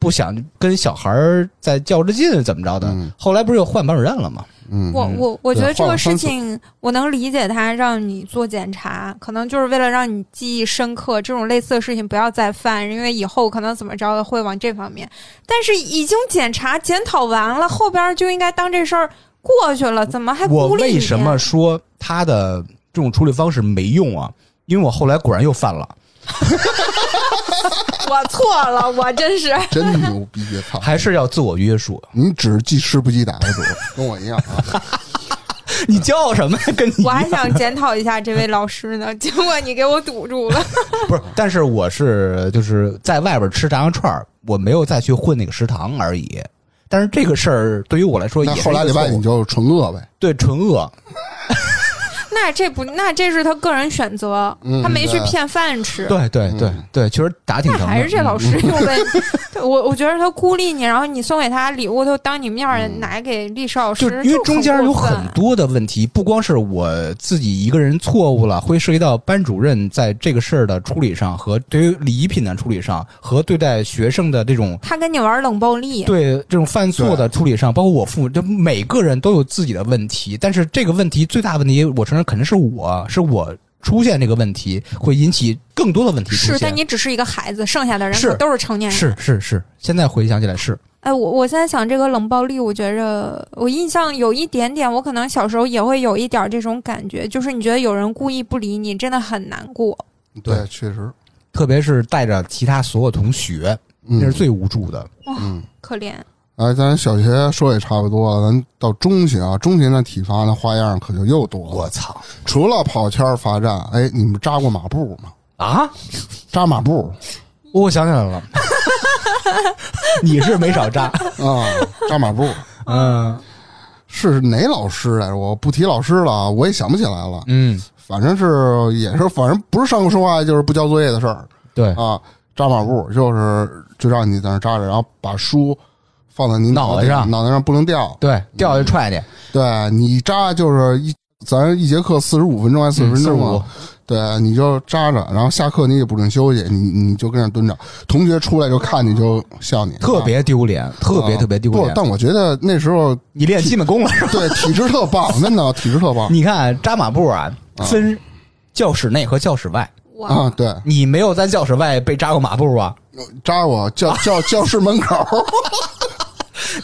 [SPEAKER 1] 不想跟小孩儿再较着劲，怎么着的。
[SPEAKER 2] 嗯
[SPEAKER 1] 后来不是又换班主任了吗？
[SPEAKER 2] 嗯，
[SPEAKER 4] 我我我觉
[SPEAKER 2] 对
[SPEAKER 4] 得这
[SPEAKER 2] 换
[SPEAKER 4] 个
[SPEAKER 2] 了
[SPEAKER 4] 事
[SPEAKER 2] 三次
[SPEAKER 4] 情，我能理解他让你做检查，可能就是为了让你记忆深刻，这种类似的事情不要再犯，因为以后可能怎么着的会往这方面。但是已经检查检讨完了，后边就应该当这事儿过去了，怎么还
[SPEAKER 1] 我
[SPEAKER 4] 孤立你？
[SPEAKER 1] 为什么说他的这种处理方式没用啊？因为我后来果然又犯了，
[SPEAKER 4] 我错了，我真是
[SPEAKER 2] 真牛逼，啊操！
[SPEAKER 1] 还是要自我约束。
[SPEAKER 2] 你只是记吃不记打的主，跟我一样啊。
[SPEAKER 1] 你骄傲什么呀？跟你
[SPEAKER 4] 我还想检讨一下这位老师呢，结果你给我堵住了。
[SPEAKER 1] 不是，但是我是就是在外边吃炸羊串儿，我没有再去混那个食堂而已。但是这个事儿对于我来说也
[SPEAKER 2] 那
[SPEAKER 1] 是一个
[SPEAKER 2] 后来礼拜
[SPEAKER 1] 错误
[SPEAKER 2] 你就纯饿呗，
[SPEAKER 1] 对纯饿，
[SPEAKER 4] 那这不，那这是他个人选择，
[SPEAKER 2] 嗯
[SPEAKER 4] 他没去
[SPEAKER 2] 对
[SPEAKER 4] 骗饭吃。
[SPEAKER 1] 对对对对，确实打挺
[SPEAKER 4] 那
[SPEAKER 1] 疼的。
[SPEAKER 4] 还是这老师
[SPEAKER 1] 嗯
[SPEAKER 4] 有问题， 对我我觉得他孤立你，然后你送给他礼物，他就当你面儿拿给历史老
[SPEAKER 1] 嗯就
[SPEAKER 4] 师，
[SPEAKER 1] 因为中间有
[SPEAKER 4] 很
[SPEAKER 1] 很
[SPEAKER 4] 过分
[SPEAKER 1] 多的问题，不光是我自己一个人错误了，会涉及到班主任在这个事儿的处理上和对于礼仪品的处理上和对待学生的这种
[SPEAKER 4] 他跟你玩冷暴力，
[SPEAKER 1] 对这种犯错的处理上，包括我父母，就每个人都有自己的问题。但是这个问题最大问题，我承认肯定是我是我出现这个问题，会引起更多的问题出
[SPEAKER 4] 是，
[SPEAKER 1] 现
[SPEAKER 4] 但。你只是一个孩子，剩下的人
[SPEAKER 1] 是
[SPEAKER 4] 可都是成年人。
[SPEAKER 1] 是是是，现在回想起来是，
[SPEAKER 4] 哎，我我现在想这个冷暴力，我觉着我印象有一点点，我可能小时候也会有一点这种感觉，就是你觉得有人故意不理你，真的很难过。
[SPEAKER 1] 对
[SPEAKER 2] 对，确实，
[SPEAKER 1] 特别是带着其他所有同学，那
[SPEAKER 2] 嗯
[SPEAKER 1] 是最无助的。
[SPEAKER 2] 嗯。
[SPEAKER 4] 可怜，
[SPEAKER 2] 哎，咱小学说也差不多了，咱到中学啊，中学那体罚那花样可就又多了。
[SPEAKER 1] 操
[SPEAKER 2] 除了跑圈儿罚站，哎，你们扎过马步吗？
[SPEAKER 1] 啊！
[SPEAKER 2] 扎 马步
[SPEAKER 1] 我想起来了， 你是没少扎，
[SPEAKER 2] 啊，扎马步
[SPEAKER 1] 嗯
[SPEAKER 2] 是哪老师来着？我不提老师了啊，我也想不起来了。
[SPEAKER 1] 嗯，
[SPEAKER 2] 反正是也是，反正不是上课说话就是不交作业的事儿
[SPEAKER 1] 对，
[SPEAKER 2] 啊。扎马步就是就让你在那儿扎着，然后把书放在你
[SPEAKER 1] 脑袋
[SPEAKER 2] 袋
[SPEAKER 1] 上
[SPEAKER 2] 脑袋上不能掉。
[SPEAKER 1] 对，掉下去踹去，
[SPEAKER 2] 对你扎就是一，咱一节课四十五分钟还是四十分
[SPEAKER 1] 嗯四
[SPEAKER 2] 钟
[SPEAKER 1] 五
[SPEAKER 2] 啊？对，你就扎着，然后下课你也不准休息，你你就跟那儿蹲着，同学出来就看你就笑你，
[SPEAKER 1] 特别丢脸，特别
[SPEAKER 2] 啊
[SPEAKER 1] 特别丢
[SPEAKER 2] 不
[SPEAKER 1] 脸。
[SPEAKER 2] 但我觉得那 时候
[SPEAKER 1] 你练基本功了是吧？
[SPEAKER 2] 对体质特棒，真的体质特棒
[SPEAKER 1] 你看扎马步啊，分教室内和教室外。
[SPEAKER 4] 我、
[SPEAKER 2] 啊！对，
[SPEAKER 1] 你没有在教室外被扎过马步啊吧？
[SPEAKER 2] 扎我教教教室门口，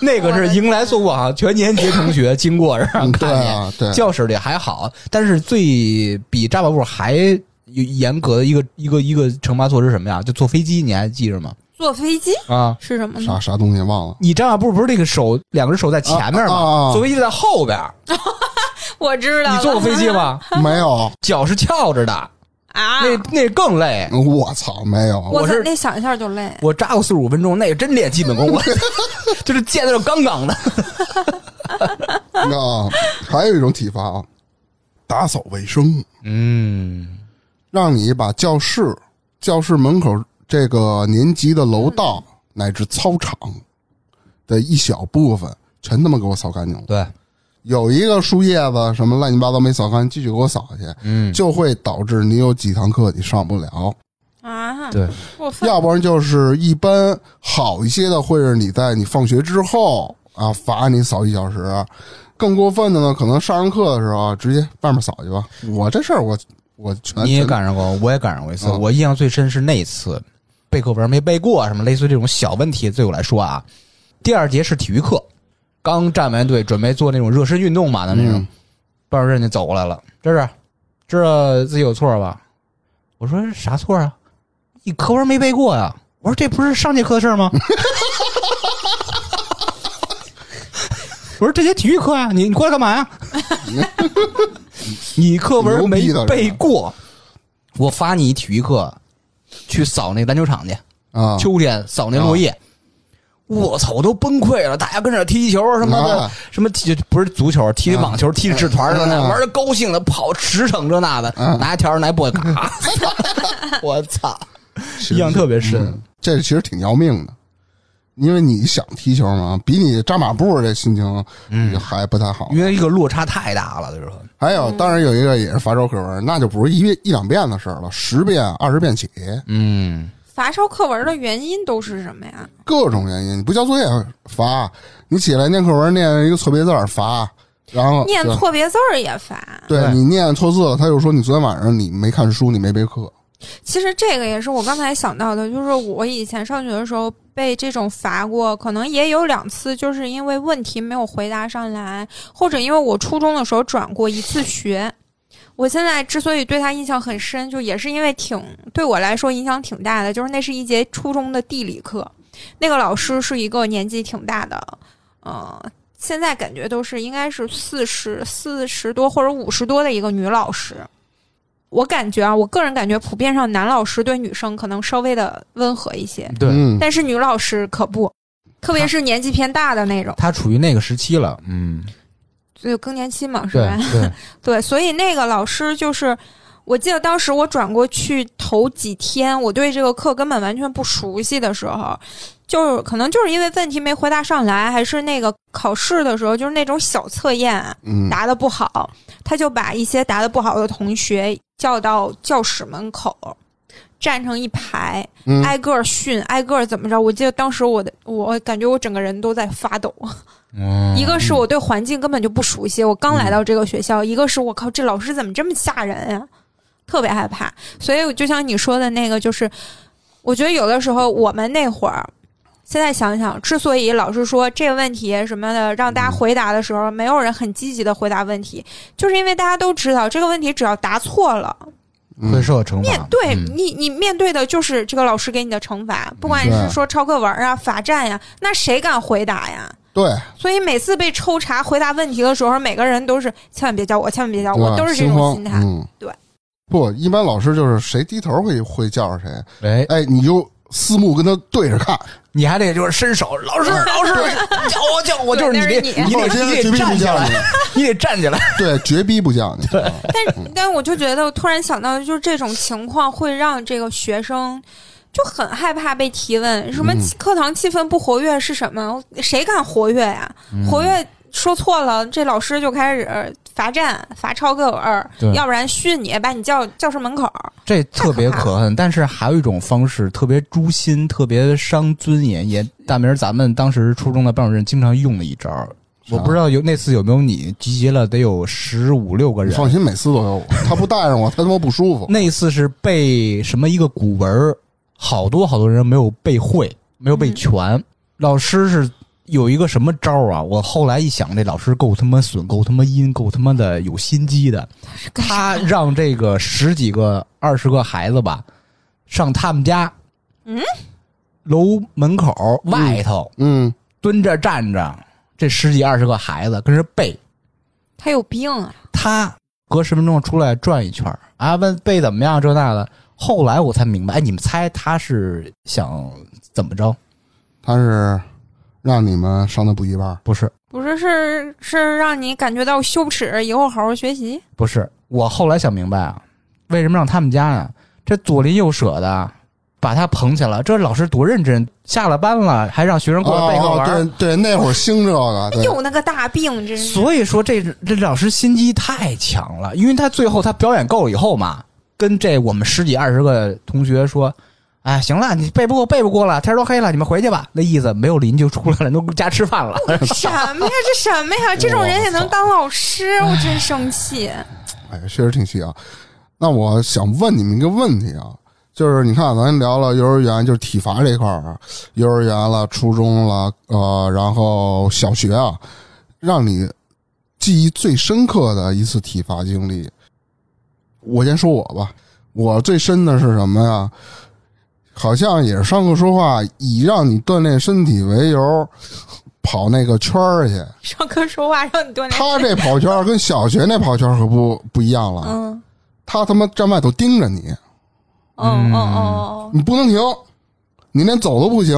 [SPEAKER 1] 那个是迎来送往，全年级同学经过让
[SPEAKER 2] 嗯对
[SPEAKER 1] 看
[SPEAKER 2] 啊，
[SPEAKER 1] 见。
[SPEAKER 2] 对，
[SPEAKER 1] 教室里还好，但是最比扎马步还严格的一个一个一个惩罚措施是什么呀？就坐飞机，你还记着吗？
[SPEAKER 4] 坐飞机
[SPEAKER 1] 啊，
[SPEAKER 4] 是什么呢
[SPEAKER 2] 啥？啥东西忘了
[SPEAKER 1] 你扎马步不是那个手两只手在前面
[SPEAKER 2] 啊啊
[SPEAKER 1] 吗？
[SPEAKER 2] 啊
[SPEAKER 1] 坐飞机在后边儿，
[SPEAKER 4] 我知道了，
[SPEAKER 1] 你坐过飞机吗？
[SPEAKER 2] 没有？
[SPEAKER 1] 啊脚是翘着的，
[SPEAKER 4] 啊？
[SPEAKER 1] 那那更累。
[SPEAKER 2] 我操，没有，
[SPEAKER 4] 我
[SPEAKER 1] 我
[SPEAKER 4] 操
[SPEAKER 1] 是
[SPEAKER 4] 那想一下就累。
[SPEAKER 1] 我扎过四十五分钟，那个真练基本功了，就是腱子肉杠杠的。
[SPEAKER 2] 你知道吗啊还有一种体罚啊，打扫卫生。
[SPEAKER 1] 嗯，
[SPEAKER 2] 让你把教室、教室门口这个年级的楼道、乃至操场的一小部分，全他妈给我扫干净了。
[SPEAKER 1] 对，
[SPEAKER 2] 有一个树叶子什么乱七八糟没扫干净，继续给我扫下去，
[SPEAKER 1] 嗯，
[SPEAKER 2] 就会导致你有几堂课你上不了。
[SPEAKER 4] 啊，
[SPEAKER 1] 对，
[SPEAKER 4] 过分
[SPEAKER 2] 要不然就是一般好一些的，会是你在你放学之后啊罚你扫一小时。更过分的呢，可能上完课的时候直接外面扫去吧。我这事儿我我全
[SPEAKER 1] 你也
[SPEAKER 2] 全
[SPEAKER 1] 赶上过，我也赶上过一次。
[SPEAKER 2] 嗯
[SPEAKER 1] 我印象最深是那一次，背课文没背过，什么类似于这种小问题，对我来说啊，第二节是体育课，刚站完队准备做那种热身运动嘛的那种，
[SPEAKER 2] 嗯
[SPEAKER 1] 班主任就走过来了，这是知道自己有错吧？我说啥错啊？你课文没背过呀、我说这不是上节课的事儿吗？ 我说这节体育课呀、你你过来干嘛呀？ 你课文没
[SPEAKER 2] 啊
[SPEAKER 1] 背过，我罚你体育课去扫那篮球场去，
[SPEAKER 2] 啊
[SPEAKER 1] 秋天扫那落叶。我操！我都崩溃了，大家跟这踢球什么的，
[SPEAKER 2] 啊
[SPEAKER 1] 什么踢不是足球，踢网球，踢纸团儿的，
[SPEAKER 2] 嗯嗯
[SPEAKER 1] 玩的高兴的，跑驰骋这那的，
[SPEAKER 2] 啊
[SPEAKER 1] 拿一条儿拿一簸箕嘎，我操！印象特别深。
[SPEAKER 2] 这其实挺要命的，因为你想踢球嘛，比你扎马步这心情
[SPEAKER 1] 嗯，
[SPEAKER 2] 还不太好。
[SPEAKER 1] 因为这个落差太大了，就是说
[SPEAKER 2] 还有，
[SPEAKER 1] 嗯
[SPEAKER 2] 当然有一个也是罚抄课文，那就不是一遍一两遍的事儿了，十遍、二十遍起，
[SPEAKER 1] 嗯，
[SPEAKER 4] 罚抄课文的原因都是什么呀？
[SPEAKER 2] 各种原因。你不交作业罚，你起来念课文念一个错别字儿罚，然
[SPEAKER 1] 哦
[SPEAKER 2] 后
[SPEAKER 4] 念
[SPEAKER 1] 啊
[SPEAKER 4] 错别字儿也罚。
[SPEAKER 2] 对
[SPEAKER 1] 对
[SPEAKER 2] 对你念错字了，他就说你昨天晚上你没看书，你没备课。
[SPEAKER 4] 其实这个也是我刚才想到的，就是我以前上学的时候被这种罚过，可能也有两次，就是因为问题没有回答上来，或者因为我初中的时候转过一次学。我现在之所以对他印象很深，就也是因为挺对我来说影响挺大的，就是那是一节初中的地理课，那个老师是一个年纪挺大的，呃，现在感觉都是应该是四十四十多或者五十多的一个女老师。我感觉啊，我个人感觉普遍上男老师对女生可能稍微的温和一些，
[SPEAKER 1] 对，
[SPEAKER 2] 嗯，
[SPEAKER 4] 但是女老师可不，特别是年纪偏大的那种，
[SPEAKER 1] 他处于那个时期了，嗯，
[SPEAKER 4] 就更年期嘛，是
[SPEAKER 1] 对
[SPEAKER 4] 吧？
[SPEAKER 1] 对，
[SPEAKER 4] 对，所以那个老师就是，我记得当时我转过去头几天，我对这个课根本完全不熟悉的时候，就是可能就是因为问题没回答上来，还是那个考试的时候，就是那种小测验
[SPEAKER 2] 嗯
[SPEAKER 4] 答的不好，他就把一些答的不好的同学叫到教室门口。站成一排，
[SPEAKER 2] 嗯，
[SPEAKER 4] 挨个儿训，挨个儿怎么着？我记得当时我的，我感觉我整个人都在发抖。
[SPEAKER 1] 嗯
[SPEAKER 4] 一个是我对环境根本就不熟悉，我刚来到这个学校；一个是我靠，这老师怎么这么吓人呀、特别害怕。所以我就像你说的那个，就是我觉得有的时候我们那会儿，现在想想，之所以老师说这个问题什么的，让大
[SPEAKER 1] 嗯
[SPEAKER 4] 家回答的时候，没有人很积极的回答问题，就是因为大家都知道这个问题只要答错了，
[SPEAKER 2] 嗯
[SPEAKER 1] 会受惩
[SPEAKER 4] 面
[SPEAKER 1] 罚，
[SPEAKER 4] 对
[SPEAKER 1] 嗯
[SPEAKER 4] 你，你面对的就是这个老师给你的惩罚，不管你
[SPEAKER 2] 对
[SPEAKER 4] 是说抄课文啊、罚站呀、那谁敢回答呀？
[SPEAKER 2] 对，
[SPEAKER 4] 所以每次被抽查回答问题的时候，每个人都是千万别叫我，千万别叫
[SPEAKER 2] 对
[SPEAKER 4] 我，
[SPEAKER 2] 吧
[SPEAKER 4] 都是这
[SPEAKER 2] 心
[SPEAKER 4] 种
[SPEAKER 2] 慌
[SPEAKER 4] 心态。
[SPEAKER 2] 嗯，
[SPEAKER 4] 对。
[SPEAKER 2] 不，一般老师就是谁低头会会叫上谁，
[SPEAKER 1] 哎，
[SPEAKER 2] 哎，你就四目跟他对着看，
[SPEAKER 1] 你还得就是伸手，老师老师叫我叫我，就是
[SPEAKER 4] 嗯对
[SPEAKER 1] 你
[SPEAKER 4] 那
[SPEAKER 1] 得你
[SPEAKER 4] 是你
[SPEAKER 2] 放心，
[SPEAKER 1] 得
[SPEAKER 2] 绝
[SPEAKER 1] 你得
[SPEAKER 2] 逼不
[SPEAKER 1] 站起
[SPEAKER 2] 叫
[SPEAKER 1] 来
[SPEAKER 2] 你，，
[SPEAKER 1] 你得站起来，
[SPEAKER 2] 对，绝逼不叫你，啊
[SPEAKER 4] 但但我就觉得，我突然想到，就是这种情况会让这个学生就很害怕被提问。什么
[SPEAKER 2] 嗯
[SPEAKER 4] 课堂气氛不活跃是什么？谁敢活跃呀、
[SPEAKER 2] 嗯
[SPEAKER 4] 活跃说错了，这老师就开始罚站、罚抄课
[SPEAKER 1] 对
[SPEAKER 4] 文，要不然训你，把你叫教室门口。
[SPEAKER 1] 这特别可恨，但是还有一种方式特别诛心，特别伤尊严，也大明儿咱们当时初中的班主任经常用的一招儿。我不知道有那次有没有你集结了得有十五六个
[SPEAKER 2] 你
[SPEAKER 1] 人，
[SPEAKER 2] 放心，每次都有我，他不带上我，他他妈不舒服，
[SPEAKER 1] 那一次是背什么一个古文儿，好多好多人没有背会，没有背全。老师是有一个什么招儿啊？我后来一想，这老师够他妈损，够他妈阴，够他妈的有心机的。他让这个十几个、二十个孩子吧，上他们家，
[SPEAKER 4] 嗯，
[SPEAKER 1] 楼门口外头、
[SPEAKER 2] 嗯，
[SPEAKER 1] 蹲着站着，这十几二十个孩子跟着背。
[SPEAKER 4] 他有病啊！
[SPEAKER 1] 他隔十分钟出来转一圈儿啊，问背怎么样这那的。后来我才明白，哎，你们猜他是想怎么着？
[SPEAKER 2] 他是让你们上的补习班，
[SPEAKER 1] 不是，
[SPEAKER 4] 不是，是是让你感觉到羞耻，以后好好学习。
[SPEAKER 1] 不是，我后来想明白啊，为什么让他们家呀？这左邻右舍的把他捧起来，这老师多认真，下了班了还让学生过来背课
[SPEAKER 2] 哦
[SPEAKER 1] 文儿。
[SPEAKER 2] 哦对对，那会儿兴这个，对，
[SPEAKER 4] 有那个大病，真是。
[SPEAKER 1] 所以说这这老师心机太强了，因为他最后他表演够了以后嘛，跟这我们十几二十个同学说，哎，行了，你背不过背不过了，天都黑了，你们回去吧。那意思没有邻居出来了，都家吃饭了。
[SPEAKER 4] 什么呀？这什么呀？这种人也能当老师，我真生气。
[SPEAKER 2] 哎，确实挺细啊。那我想问你们一个问题啊，就是你看咱聊了幼儿园，就是体罚这块儿啊，幼儿园了、初中了，呃，然后小学啊，让你记忆最深刻的一次体罚经历，我先说我吧。我最深的是什么呀？好像也是上课说话，以让你锻炼身体为由，跑那个圈儿去。
[SPEAKER 4] 上课说话让你锻炼。
[SPEAKER 2] 他这跑圈儿跟小学那跑圈儿可不不一样了。
[SPEAKER 4] 嗯
[SPEAKER 2] 他他妈站外头盯着你，
[SPEAKER 4] 哦哦哦
[SPEAKER 2] 你不能停，你连走都不行，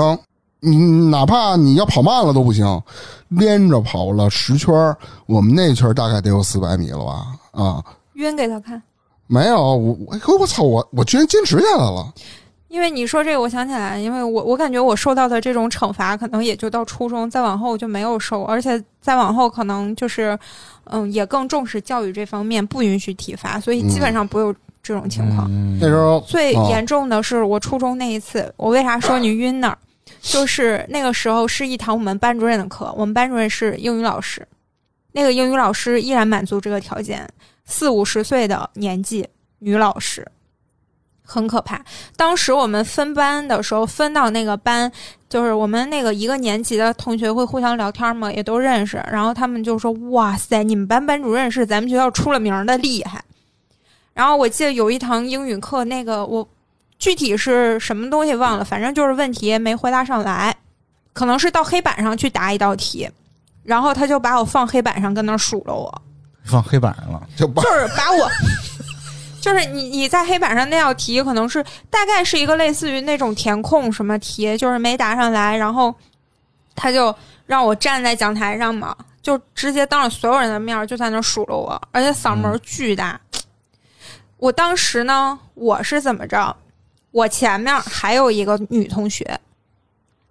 [SPEAKER 2] 你哪怕你要跑慢了都不行，连着跑了十圈儿，我们那圈儿大概得有四百米了吧？啊，
[SPEAKER 4] 哦，晕给他看。
[SPEAKER 2] 没有，我哎我我操，我我居然坚持下来了，
[SPEAKER 4] 因为你说这个，我想起来，因为我我感觉我受到的这种惩罚，可能也就到初中，再往后我就没有受，而且再往后可能就是，嗯，也更重视教育这方面，不允许体罚，所以基本上不会有这种情况。
[SPEAKER 2] 那时候
[SPEAKER 4] 最
[SPEAKER 2] 哦
[SPEAKER 4] 严重的是我初中那一次，我为啥说你晕那儿？就是那个时候是一堂我们班主任的课，我们班主任是英语老师，那个英语老师依然满足这个条件，四五十岁的年纪女老师，很可怕。当时我们分班的时候，分到那个班，就是我们那个一个年级的同学会互相聊天嘛，也都认识，然后他们就说：“哇塞，你们班班主任是咱们学校出了名儿的厉害。”然后我记得有一堂英语课，那个我具体是什么东西忘了，反正就是问题没回答上来，可能是到黑板上去答一道题。然后他就把我放黑板上，跟那儿数落我，
[SPEAKER 1] 放黑板上了，
[SPEAKER 2] 就把
[SPEAKER 4] 就是把我，就是你你在黑板上那道题可能是大概是一个类似于那种填空什么题，就是没答上来，然后他就让我站在讲台上嘛，就直接当着所有人的面儿就在那儿数落我，而且嗓门儿巨大。我当时呢，我是怎么着？我前面还有一个女同学，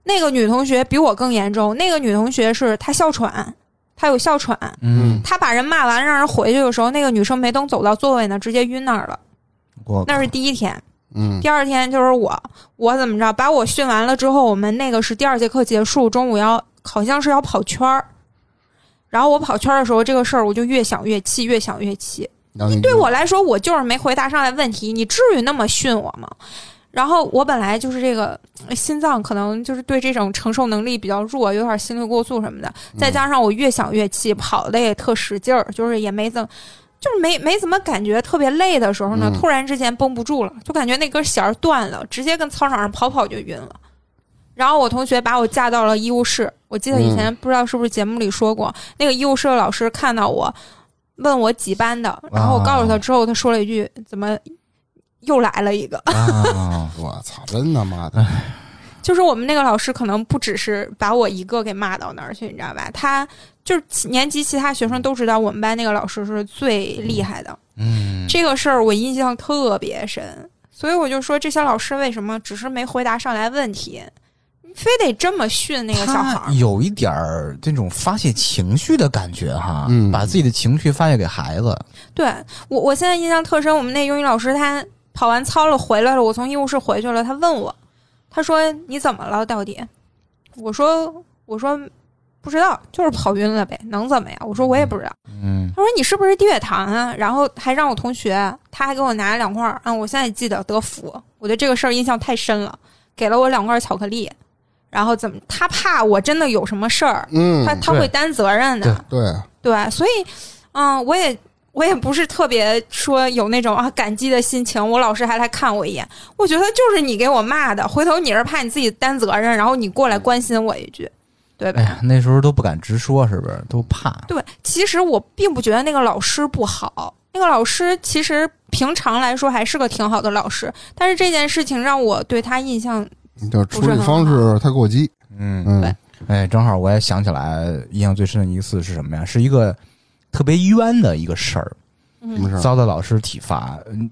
[SPEAKER 4] 那个女同学比我更严重。那个女同学是她哮喘，她有哮喘，
[SPEAKER 1] 嗯，
[SPEAKER 4] 他把人骂完，让人回去的时候，那个女生没等走到座位呢，直接晕那儿了。
[SPEAKER 1] 我
[SPEAKER 4] 那是第一天，
[SPEAKER 2] 嗯
[SPEAKER 4] 第二天就是我，我怎么着把我训完了之后，我们那个是第二节课结束，中午要好像是要跑圈儿。然后我跑圈儿的时候，这个事儿我就越想越气，越想越气。
[SPEAKER 2] 让你
[SPEAKER 4] 对我来说，我就是没回答上来问题，你至于那么训我吗？然后我本来就是这个呃心脏可能就是对这种承受能力比较弱，有点心率过速什么的，再加上我越想越气，跑的也特使劲儿，就是也没怎么，就是没没怎么感觉特别累的时候呢，
[SPEAKER 2] 嗯
[SPEAKER 4] 突然之间绷不住了，就感觉那根弦儿断了，直接跟操场上跑跑就晕了。然后我同学把我架到了医务室，我记得以前不知道是不是节目里说过，那个医务室的老师看到我，问我几班的，然后我告
[SPEAKER 1] 啊
[SPEAKER 4] 诉他之后，他说了一句：“怎么又来了一个
[SPEAKER 1] 啊，
[SPEAKER 2] 我操，真他妈的！？”
[SPEAKER 4] 就是我们那个老师可能不只是把我一个给骂到那儿去，你知道吧？他就是其年级其他学生都知道我们班那个老师是最厉害的，
[SPEAKER 1] 嗯，
[SPEAKER 4] 这个事儿我印象特别深，所以我就说这些老师为什么只是没回答上来问题，非得这么训那个小孩
[SPEAKER 1] 他
[SPEAKER 4] 儿？
[SPEAKER 1] 有一点儿这种发泄情绪的感觉哈，
[SPEAKER 2] 嗯
[SPEAKER 1] 把自己的情绪发泄给孩子，
[SPEAKER 4] 对我，我现在印象特深，我们那英语老师他跑完操了回来了，我从医务室回去了，他问我，他说你怎么了到底？我说我说不知道，就是跑晕了呗，能怎么样？我说我也不知道。
[SPEAKER 1] 嗯
[SPEAKER 4] 他说你是不是低血糖啊？然后还让我同学，他还给我拿了两块儿，嗯，我现在记得德芙，我对这个事儿印象太深了，给了我两块巧克力。然后怎么？他怕我真的有什么事儿，
[SPEAKER 2] 嗯，
[SPEAKER 4] 他他会
[SPEAKER 1] 对
[SPEAKER 4] 担责任的
[SPEAKER 1] 对。
[SPEAKER 2] 对，
[SPEAKER 4] 对，所以，嗯，我也我也不是特别说有那种啊感激的心情。我老师还来看我一眼，我觉得就是你给我骂的，回头你是怕你自己担责任，然后你过来关心我一句，对吧？
[SPEAKER 1] 哎呀，那时候都不敢直说，是不是？都怕。
[SPEAKER 4] 对，其实我并不觉得那个老师不好，那个老师其实平常来说还是个挺好的老师，但是这件事情让我对他印象，
[SPEAKER 2] 你就处理方式太过激。
[SPEAKER 1] 嗯，
[SPEAKER 2] 嗯
[SPEAKER 4] 对
[SPEAKER 1] 哎，正好我也想起来，印象最深的一次是什么呀？是一个特别冤的一个事儿，
[SPEAKER 2] 什么
[SPEAKER 4] 嗯
[SPEAKER 2] 事儿？
[SPEAKER 1] 遭到老师体罚。嗯，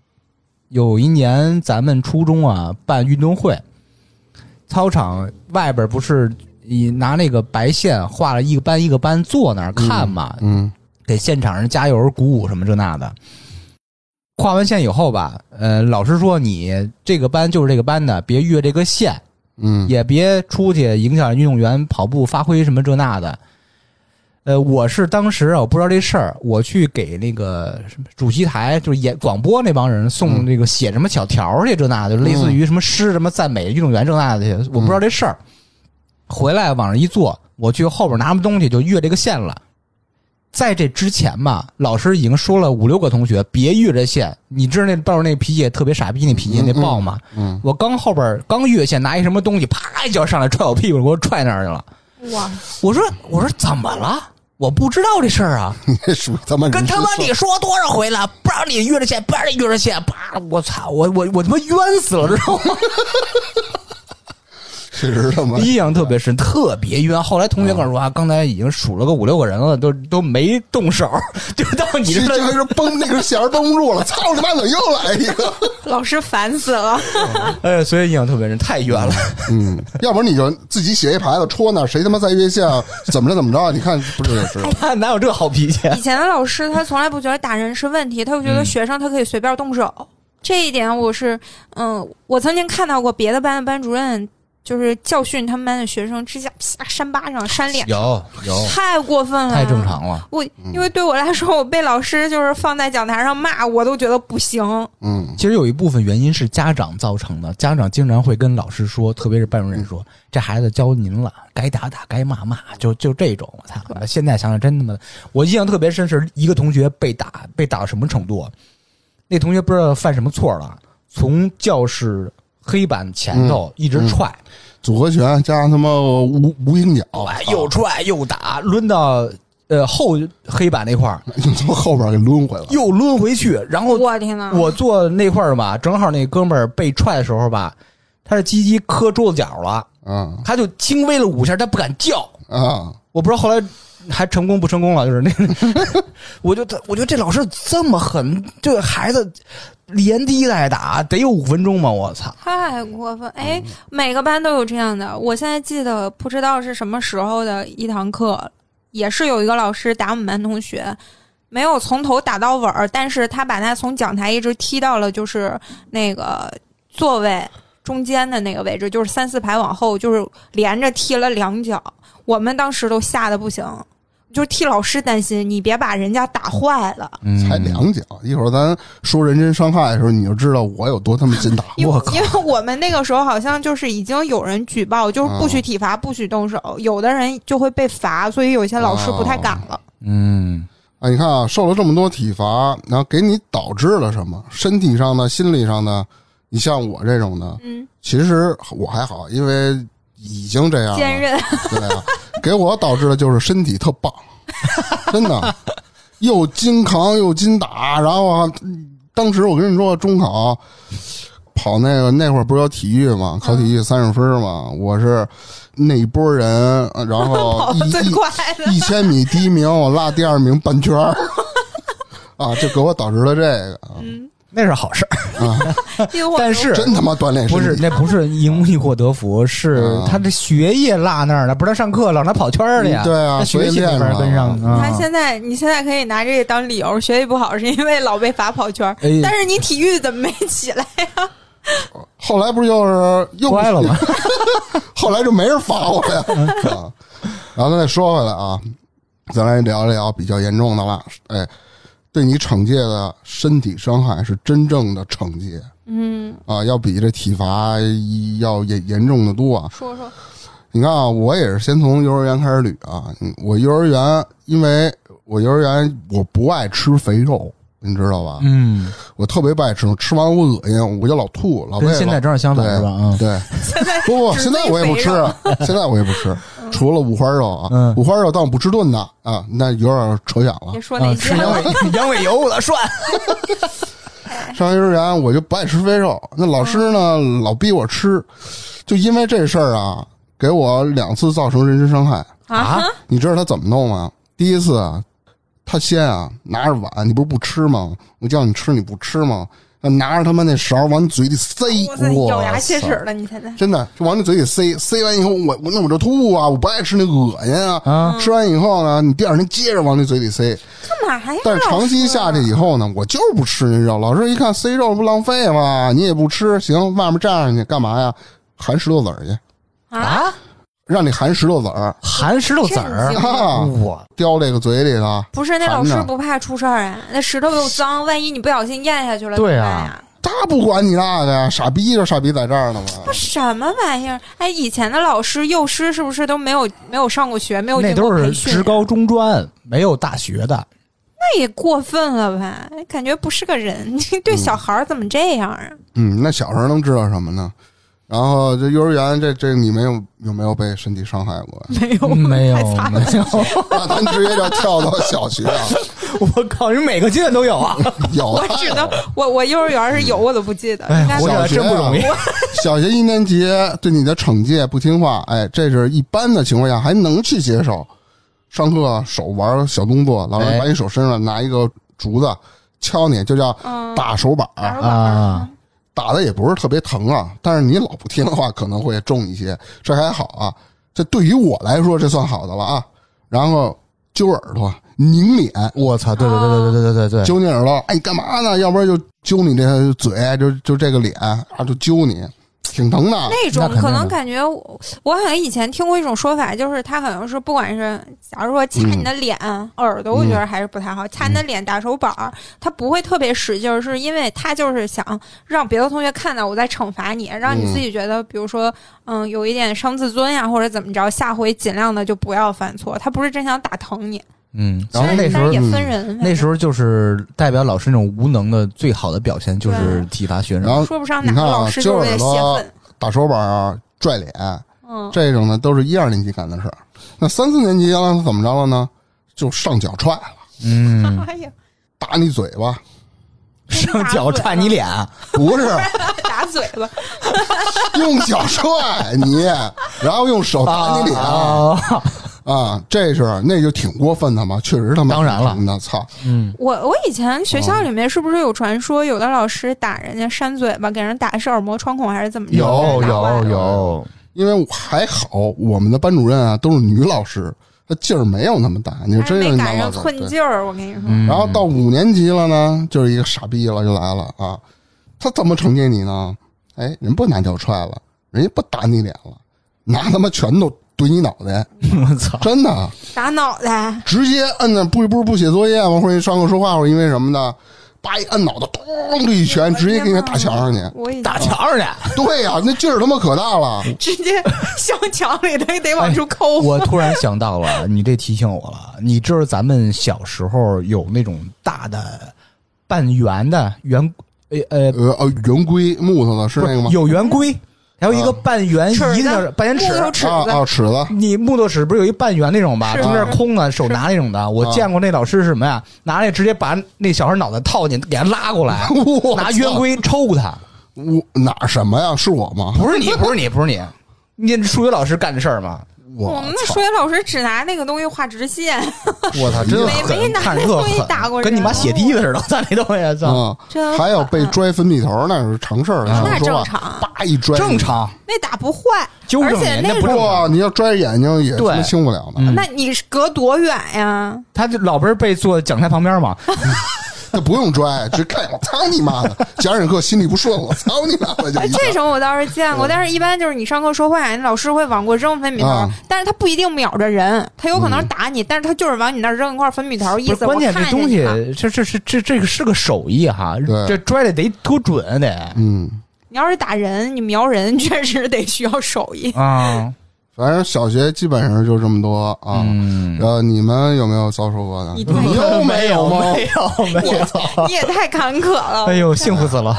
[SPEAKER 1] 有一年咱们初中啊办运动会，操场外边不是以拿那个白线画了一个班一个班坐那儿看嘛，
[SPEAKER 2] 嗯
[SPEAKER 1] 给现场人加油鼓舞什么这那的。画完线以后吧，呃，老师说你这个班就是这个班的，别越这个线，
[SPEAKER 2] 嗯，
[SPEAKER 1] 也别出去影响运动员跑步发挥什么这那的。呃，我是当时啊，我不知道这事儿，我去给那个什么主席台，就是演广播那帮人送
[SPEAKER 2] 嗯
[SPEAKER 1] 那个写什么小条儿去这那的，就类似于什么诗什么赞美运动员这那的去，
[SPEAKER 2] 嗯
[SPEAKER 1] 我不知道这事儿。回来往上一坐，我去后边拿什么东西就越这个线了。在这之前吧，老师已经说了五六个同学别越这线。你知道那抱着那脾气也特别傻逼，那脾气
[SPEAKER 2] 嗯
[SPEAKER 1] 那爆吗？
[SPEAKER 2] 嗯
[SPEAKER 1] 我刚后边刚越线，拿一什么东西，啪一脚上来踹我屁股，给我踹那儿去了。
[SPEAKER 4] 哇，
[SPEAKER 1] 我说我说怎么了？我不知道这事儿啊，
[SPEAKER 2] 你这属于他妈
[SPEAKER 1] 跟他妈你说多少回了，不让你越着线，不让你越着线，啪！我操，我我我他妈冤死了，知道 吗？
[SPEAKER 2] 确实他妈
[SPEAKER 1] 印象特别深，特别冤。后来同学跟我说啊，刚才已经数了个五六个人了，都都没动手，就到你
[SPEAKER 2] 这
[SPEAKER 1] 这
[SPEAKER 2] 这还
[SPEAKER 1] 儿。
[SPEAKER 2] 是绷那个弦儿绷不住了，操你妈怎么又来一个？
[SPEAKER 4] 老师烦死了。
[SPEAKER 1] 哎，所以印象特别深，太冤了。
[SPEAKER 2] 嗯， 要不然你就自己写一牌子戳那儿，谁他妈在越线啊怎么着怎么着？你看不是也是？
[SPEAKER 1] 哪有这好脾气？啊
[SPEAKER 4] 以前的老师他从来不觉得打人是问题，他就觉
[SPEAKER 1] 嗯
[SPEAKER 4] 得学生他可以随便动手。这一点我是，嗯，我曾经看到过别的班的班主任就是教训他们班的学生，直接啪扇巴掌、扇脸，
[SPEAKER 1] 有有，
[SPEAKER 4] 太过分了，
[SPEAKER 1] 太正。常嗯了。
[SPEAKER 4] 我因为对我来说，我被老师就是放在讲台上骂，我都觉得不行。
[SPEAKER 2] 嗯，
[SPEAKER 1] 其实有一部分原因是家长造成的，家长经常会跟老师说，特别是班主任说，这孩子教您了，该打打，该骂骂，就就这种。我操！现在想想，真他妈的，我印象特别深，是一个同学被打，被打到什么程度啊？那同学不知道犯什么错了，从教室黑板前头一直踹，
[SPEAKER 2] 组合拳加他妈无无影脚，啊
[SPEAKER 1] 哎又踹又打，抡到呃后黑板那块儿
[SPEAKER 2] 又从后边给抡回来，
[SPEAKER 1] 又抡回去，然后
[SPEAKER 4] 我天呐，
[SPEAKER 1] 我坐那块儿吧，正好那哥们儿被踹的时候吧，他的鸡鸡磕桌子角了，
[SPEAKER 2] 啊
[SPEAKER 1] 他就轻微了五下，他不敢叫。
[SPEAKER 2] 啊！
[SPEAKER 1] 我不知道后来还成功不成功了，就是那， 我就我觉得这老师这么狠，这个孩子连踢带打，得有五分钟吧？我操！
[SPEAKER 4] 太过分！哎，每个班都有这样的。我现在记得不知道是什么时候的一堂课，也是有一个老师打我们班同学，没有从头打到尾儿，但是他把他从讲台一直踢到了就是那个座位中间的那个位置， 就是三四排往后，就是连着踢了两脚。我们当时都吓得不行，就是替老师担心，你别把人家打坏了。
[SPEAKER 1] 嗯
[SPEAKER 2] 才两脚，一会儿咱说人身伤害的时候，你就知道我有多他妈劲大。
[SPEAKER 4] 因为
[SPEAKER 2] 我靠！
[SPEAKER 4] 因为我们那个时候好像就是已经有人举报，就是
[SPEAKER 2] 哦
[SPEAKER 4] 不许体罚，不许动手，有的人就会被罚，所以有些老师不
[SPEAKER 2] 哦
[SPEAKER 4] 太敢了。
[SPEAKER 1] 嗯，
[SPEAKER 2] 啊，你看啊，受了这么多体罚，然后给你导致了什么？身体上的、心理上的。你像我这种的，
[SPEAKER 4] 嗯，
[SPEAKER 2] 其实我还好，因为已经这样了。
[SPEAKER 4] 坚韧，
[SPEAKER 2] 对啊，给我导致的就是身体特 棒，真的，又筋扛又筋打。然后啊，当时我跟你说，中考跑那个那会儿不是有体育嘛，考体育三十分嘛，我是那一波人，呃然后
[SPEAKER 4] 跑
[SPEAKER 2] 一
[SPEAKER 4] 得最
[SPEAKER 2] 一
[SPEAKER 4] 快的。
[SPEAKER 2] 一千米第一名，我落第二名半圈儿， 啊，就给我导致了这个
[SPEAKER 4] 嗯，
[SPEAKER 1] 那是好事儿，
[SPEAKER 2] 啊，
[SPEAKER 4] 因为我
[SPEAKER 1] 但是
[SPEAKER 2] 真他妈锻炼身
[SPEAKER 1] 不是
[SPEAKER 2] 体。
[SPEAKER 1] 那不是因祸得福，是
[SPEAKER 2] 啊
[SPEAKER 1] 他这学业落那儿了，不是他上课老让他跑圈儿了呀，
[SPEAKER 2] 嗯对啊
[SPEAKER 1] 他学习没法跟上
[SPEAKER 2] 所以练
[SPEAKER 1] 啊。
[SPEAKER 4] 他现在，你现在可以拿这个当理由，学习不好是因为老被罚跑圈儿，
[SPEAKER 2] 嗯
[SPEAKER 1] 哎
[SPEAKER 4] 但是你体育怎么没起来？
[SPEAKER 2] 后来不是又是又
[SPEAKER 1] 乖了吧？
[SPEAKER 2] 后来就没人罚我 了呀。啊，然后咱再说回来啊，咱来聊一聊比较严重的了。哎，对你惩戒的身体伤害是真正的惩戒
[SPEAKER 4] 嗯，
[SPEAKER 2] 啊，要比这体罚要严严重的多啊。
[SPEAKER 4] 说说，
[SPEAKER 2] 你看啊，我也是先从幼儿园开始捋啊。嗯我幼儿园，因为我幼儿园我不爱吃肥肉，你知道吧？
[SPEAKER 1] 嗯，
[SPEAKER 2] 我特别不爱吃，吃完我恶心，我就老吐，老胃
[SPEAKER 1] 跟
[SPEAKER 2] 老
[SPEAKER 1] 现在正好相反是吧？啊，
[SPEAKER 2] 对，
[SPEAKER 4] 现在
[SPEAKER 2] 不不，
[SPEAKER 4] 只
[SPEAKER 2] 现在
[SPEAKER 4] 自己
[SPEAKER 2] 我也不
[SPEAKER 4] 肥
[SPEAKER 2] 吃啊
[SPEAKER 4] 肉，嗯
[SPEAKER 2] 现在我也不 吃，除了五花肉啊，
[SPEAKER 1] 嗯
[SPEAKER 2] 五花肉，但我不吃炖的啊，那有点扯远了
[SPEAKER 4] 别。说那
[SPEAKER 1] 啊
[SPEAKER 4] 些
[SPEAKER 1] 吃
[SPEAKER 4] 了
[SPEAKER 1] 羊尾羊尾油了， 涮。
[SPEAKER 2] 上幼儿园我就不爱吃肥肉，那老师呢
[SPEAKER 4] 嗯
[SPEAKER 2] 老逼我吃，就因为这事儿啊，给我两次造成人身伤害。
[SPEAKER 1] 啊
[SPEAKER 4] 啊，
[SPEAKER 2] 你知道他怎么弄吗？第一次啊，他先啊拿着碗，你不是不吃吗？我叫你吃你不吃吗？他拿着他妈那勺往你嘴里塞，
[SPEAKER 4] 哇塞，咬牙切齿
[SPEAKER 2] 哎哇塞
[SPEAKER 4] 了，你现在
[SPEAKER 2] 真的就往你嘴里塞，塞完以后我我那我就吐啊，我不爱吃那恶心啊。
[SPEAKER 1] 啊
[SPEAKER 2] 吃完以后呢，你第二天接着往你嘴里
[SPEAKER 4] 哎
[SPEAKER 2] 塞，
[SPEAKER 4] 干嘛呀？
[SPEAKER 2] 但是长期下去以后呢，我就是不吃那肉。老师一看塞肉不浪费吗？你也不吃，行，外面站上去干嘛呀？含石头子儿去，
[SPEAKER 4] 啊，
[SPEAKER 1] 啊，
[SPEAKER 2] 让你含石头子儿
[SPEAKER 1] 含石头子儿
[SPEAKER 4] 震，惊
[SPEAKER 2] 啊，
[SPEAKER 1] 我
[SPEAKER 2] 叼这个嘴里了。
[SPEAKER 4] 不是，那老
[SPEAKER 2] 烦
[SPEAKER 4] 师
[SPEAKER 2] 呢
[SPEAKER 4] 不怕出事儿啊？那石头又脏，万一你不小心咽下去了，
[SPEAKER 1] 对
[SPEAKER 4] 怎
[SPEAKER 1] 啊
[SPEAKER 4] 么办呀？
[SPEAKER 2] 他不管你那个呀，傻逼就傻逼在这儿呢嘛。
[SPEAKER 4] 什么玩意儿？哎，以前的老师、幼师是不是都没有没有上过学，没有
[SPEAKER 1] 那
[SPEAKER 4] 经过
[SPEAKER 1] 都是
[SPEAKER 4] 培训
[SPEAKER 1] 职高中专，没有大学的。
[SPEAKER 4] 那也过分了吧？感觉不是个人， 你对小孩儿怎么这样啊？
[SPEAKER 2] 嗯，那小时候能知道什么呢？然后这幼儿园这这你没有有没有被身体伤害过？
[SPEAKER 4] 没有，
[SPEAKER 1] 嗯没有
[SPEAKER 4] 太惨
[SPEAKER 1] 没
[SPEAKER 4] 了。
[SPEAKER 1] 有，
[SPEAKER 2] 那咱直接就跳到小学啊，
[SPEAKER 1] 我靠，你每个阶段都有 啊！
[SPEAKER 2] 有
[SPEAKER 4] 我只能我我幼儿园是有，我都不记得，应该
[SPEAKER 1] 哎活
[SPEAKER 4] 没
[SPEAKER 1] 着
[SPEAKER 4] 有
[SPEAKER 1] 还真不容易。
[SPEAKER 2] 小学一年级对你的惩戒不听话，哎，这是一般的情况下还能去接受。上课手玩小动作，老师
[SPEAKER 1] 哎
[SPEAKER 2] 把你手伸上，拿一个竹子敲你，就叫
[SPEAKER 4] 嗯
[SPEAKER 2] 打手板儿，
[SPEAKER 4] 玩玩
[SPEAKER 1] 啊
[SPEAKER 2] 打的也不是特别疼啊。但是你老不听的话，可能会重一些，这还好啊。这对于我来说，这算好的了啊。然后揪耳朵、拧脸，
[SPEAKER 1] 哎我操，对对对对对对对对，
[SPEAKER 2] 揪你耳朵，哎，你干嘛呢？要不然就揪你这嘴，就就这个脸啊，就揪你，挺疼的。
[SPEAKER 4] 那种
[SPEAKER 1] 那肯定
[SPEAKER 4] 可能
[SPEAKER 1] 的
[SPEAKER 4] 感觉我，我好像以前听过一种说法，就是他好像是不管是假如说掐你
[SPEAKER 1] 嗯
[SPEAKER 4] 的脸、耳朵，我觉得还是不太好。掐你的脸、打手板儿，他不会特别使劲儿，是因为他就是想让别的同学看到我在惩罚你，让
[SPEAKER 1] 嗯
[SPEAKER 4] 你自己觉得，比如说，嗯，有一点伤自尊呀，或者怎么着，下回尽量的就不要犯错。他不是真想打疼你，
[SPEAKER 1] 嗯，其
[SPEAKER 2] 然后
[SPEAKER 1] 实那时候
[SPEAKER 4] 但也分人，
[SPEAKER 1] 那时候就是嗯代表老师那种无能的最好的表现，就是体罚学
[SPEAKER 2] 然
[SPEAKER 1] 生。
[SPEAKER 2] 后
[SPEAKER 4] 说不上
[SPEAKER 2] 你
[SPEAKER 4] 哪个
[SPEAKER 2] 看
[SPEAKER 4] 老
[SPEAKER 2] 啊，
[SPEAKER 4] 师
[SPEAKER 2] 揪
[SPEAKER 4] 就是为
[SPEAKER 2] 耳
[SPEAKER 4] 了泄
[SPEAKER 2] 朵
[SPEAKER 4] 愤，、
[SPEAKER 2] 打手板儿、拽脸，
[SPEAKER 4] 嗯，
[SPEAKER 2] 这种呢都是一二年级干的事儿。那三四年级要让他怎么着了呢？就上脚踹了，
[SPEAKER 1] 嗯，
[SPEAKER 4] 哎呀，
[SPEAKER 2] 打你嘴巴，
[SPEAKER 1] 上脚踹你 脸，
[SPEAKER 2] 不是
[SPEAKER 4] 打嘴巴，
[SPEAKER 2] 用脚踹你，然后用手打你脸啊
[SPEAKER 1] 啊！
[SPEAKER 2] 这是那就挺过分的嘛，确实他妈
[SPEAKER 1] 当然了
[SPEAKER 2] 那操，
[SPEAKER 1] 嗯，
[SPEAKER 4] 我我以前学
[SPEAKER 1] 哦
[SPEAKER 4] 校里面是不是有传说，有的老师打人家扇嘴巴，给人打视耳膜穿孔还是怎么着？
[SPEAKER 1] 有
[SPEAKER 4] 打坏了
[SPEAKER 1] 有有，
[SPEAKER 2] 因为我还好我们的班主任啊都是女老师，她劲儿没有那么大，你
[SPEAKER 4] 还
[SPEAKER 2] 就是真
[SPEAKER 4] 哎没
[SPEAKER 2] 是男
[SPEAKER 4] 赶
[SPEAKER 2] 老
[SPEAKER 4] 上
[SPEAKER 2] 师
[SPEAKER 4] 寸
[SPEAKER 2] 对
[SPEAKER 4] 劲儿，我跟你说，
[SPEAKER 1] 嗯
[SPEAKER 2] 然后到五年级了呢，就是一个傻逼了，就来了啊！他怎么惩戒你呢？哎，人不拿脚踹了，人家不打你脸了，拿他妈拳头怼你脑袋，
[SPEAKER 1] 我 操，
[SPEAKER 2] 真的，啊
[SPEAKER 4] 打脑袋，
[SPEAKER 2] 直接摁那不不不写作业吗？或者你上课说话，或者因为什么的，叭一摁脑袋，咚这一拳，直接给你打墙上 去。
[SPEAKER 4] 我已经
[SPEAKER 1] 打墙上去！
[SPEAKER 2] 对呀、那劲儿他妈可大了。
[SPEAKER 4] 直接向墙里得得往出抠。
[SPEAKER 1] 我突然想到了，你这提醒我了。你知道咱们小时候有那种大的半圆的圆，呃呃，
[SPEAKER 2] 呃呃，圆规木头的是
[SPEAKER 1] 不
[SPEAKER 2] 那个吗？
[SPEAKER 1] 有圆规，还有一个
[SPEAKER 2] 啊
[SPEAKER 1] 半圆
[SPEAKER 4] 尺
[SPEAKER 1] 一
[SPEAKER 4] 子
[SPEAKER 1] 个叫半圆尺
[SPEAKER 4] 木，头尺
[SPEAKER 2] 啊
[SPEAKER 4] 子，
[SPEAKER 2] 啊，尺子
[SPEAKER 1] 你木头尺不是有一半圆那种吧，
[SPEAKER 4] 是
[SPEAKER 1] 中间空的，手拿那种的。我见过那老师是什么呀？拿那直接把那小孩脑袋套进，给他拉过 来
[SPEAKER 2] 我，
[SPEAKER 1] 拿
[SPEAKER 2] 操
[SPEAKER 1] 圆规抽他。
[SPEAKER 2] 我哪什么呀？是我吗？
[SPEAKER 1] 不是你，不是你，不是你， 你数学老师干的事儿吗？
[SPEAKER 4] 我们的数学老师只拿那个东西画直线，
[SPEAKER 1] 我操，真的
[SPEAKER 4] 没
[SPEAKER 1] 狠
[SPEAKER 4] 没，拿
[SPEAKER 1] 看着
[SPEAKER 4] 那
[SPEAKER 1] 特
[SPEAKER 4] 东西打
[SPEAKER 1] 狠，
[SPEAKER 4] 过人啊
[SPEAKER 1] 跟你妈血滴子似的，咱那东西，操，
[SPEAKER 2] 啊，
[SPEAKER 4] 真
[SPEAKER 2] 还有
[SPEAKER 4] 狠
[SPEAKER 2] 被拽分泌头那是常事儿，
[SPEAKER 1] 啊
[SPEAKER 4] 那
[SPEAKER 2] 说
[SPEAKER 4] 正
[SPEAKER 2] 话
[SPEAKER 4] 常，
[SPEAKER 2] 叭一拽，
[SPEAKER 1] 正。常。
[SPEAKER 4] 那打不坏，
[SPEAKER 1] 纠
[SPEAKER 4] 而
[SPEAKER 1] 正
[SPEAKER 4] 且
[SPEAKER 1] 你
[SPEAKER 4] 那
[SPEAKER 1] 那不
[SPEAKER 4] 种
[SPEAKER 1] 正
[SPEAKER 2] 哇，
[SPEAKER 1] 常。
[SPEAKER 2] 啊你要拽眼睛也他
[SPEAKER 1] 对
[SPEAKER 2] 妈轻不了呢，
[SPEAKER 1] 嗯
[SPEAKER 4] 那你是隔多远呀？
[SPEAKER 1] 他就老不是被坐讲台旁边嘛，
[SPEAKER 2] 那不用拽，直看我操你妈的！讲讲课心里不顺，我操你妈的就
[SPEAKER 4] 哎，
[SPEAKER 2] 一下
[SPEAKER 4] 这种我倒是见
[SPEAKER 1] 嗯
[SPEAKER 4] 过，但是一般就是你上课说话，那老师会往过扔粉笔头
[SPEAKER 2] 啊，
[SPEAKER 4] 但是他不一定秒着人，他有可能打你，但是他就是往你那儿扔一块粉笔头，
[SPEAKER 1] 嗯
[SPEAKER 4] 意
[SPEAKER 1] 不是
[SPEAKER 4] 思
[SPEAKER 1] 关键
[SPEAKER 4] 我
[SPEAKER 1] 这
[SPEAKER 4] 看见
[SPEAKER 1] 东
[SPEAKER 4] 你
[SPEAKER 1] 西
[SPEAKER 4] 了，
[SPEAKER 1] 这这是这这个是个手艺哈，
[SPEAKER 2] 对
[SPEAKER 1] 这拽的得多准得
[SPEAKER 2] 嗯，
[SPEAKER 4] 你要是打人，你瞄人 确实得需要手艺。
[SPEAKER 1] 啊，
[SPEAKER 2] 反正小学基本上就这么多啊。
[SPEAKER 1] 嗯
[SPEAKER 2] 然后你们有没有遭受过呢？
[SPEAKER 4] 你
[SPEAKER 2] 你 又
[SPEAKER 1] 没
[SPEAKER 2] 有吗？
[SPEAKER 1] 没有，没有。
[SPEAKER 4] 你也太坎坷了，
[SPEAKER 1] 哦哎呦，幸福死 了！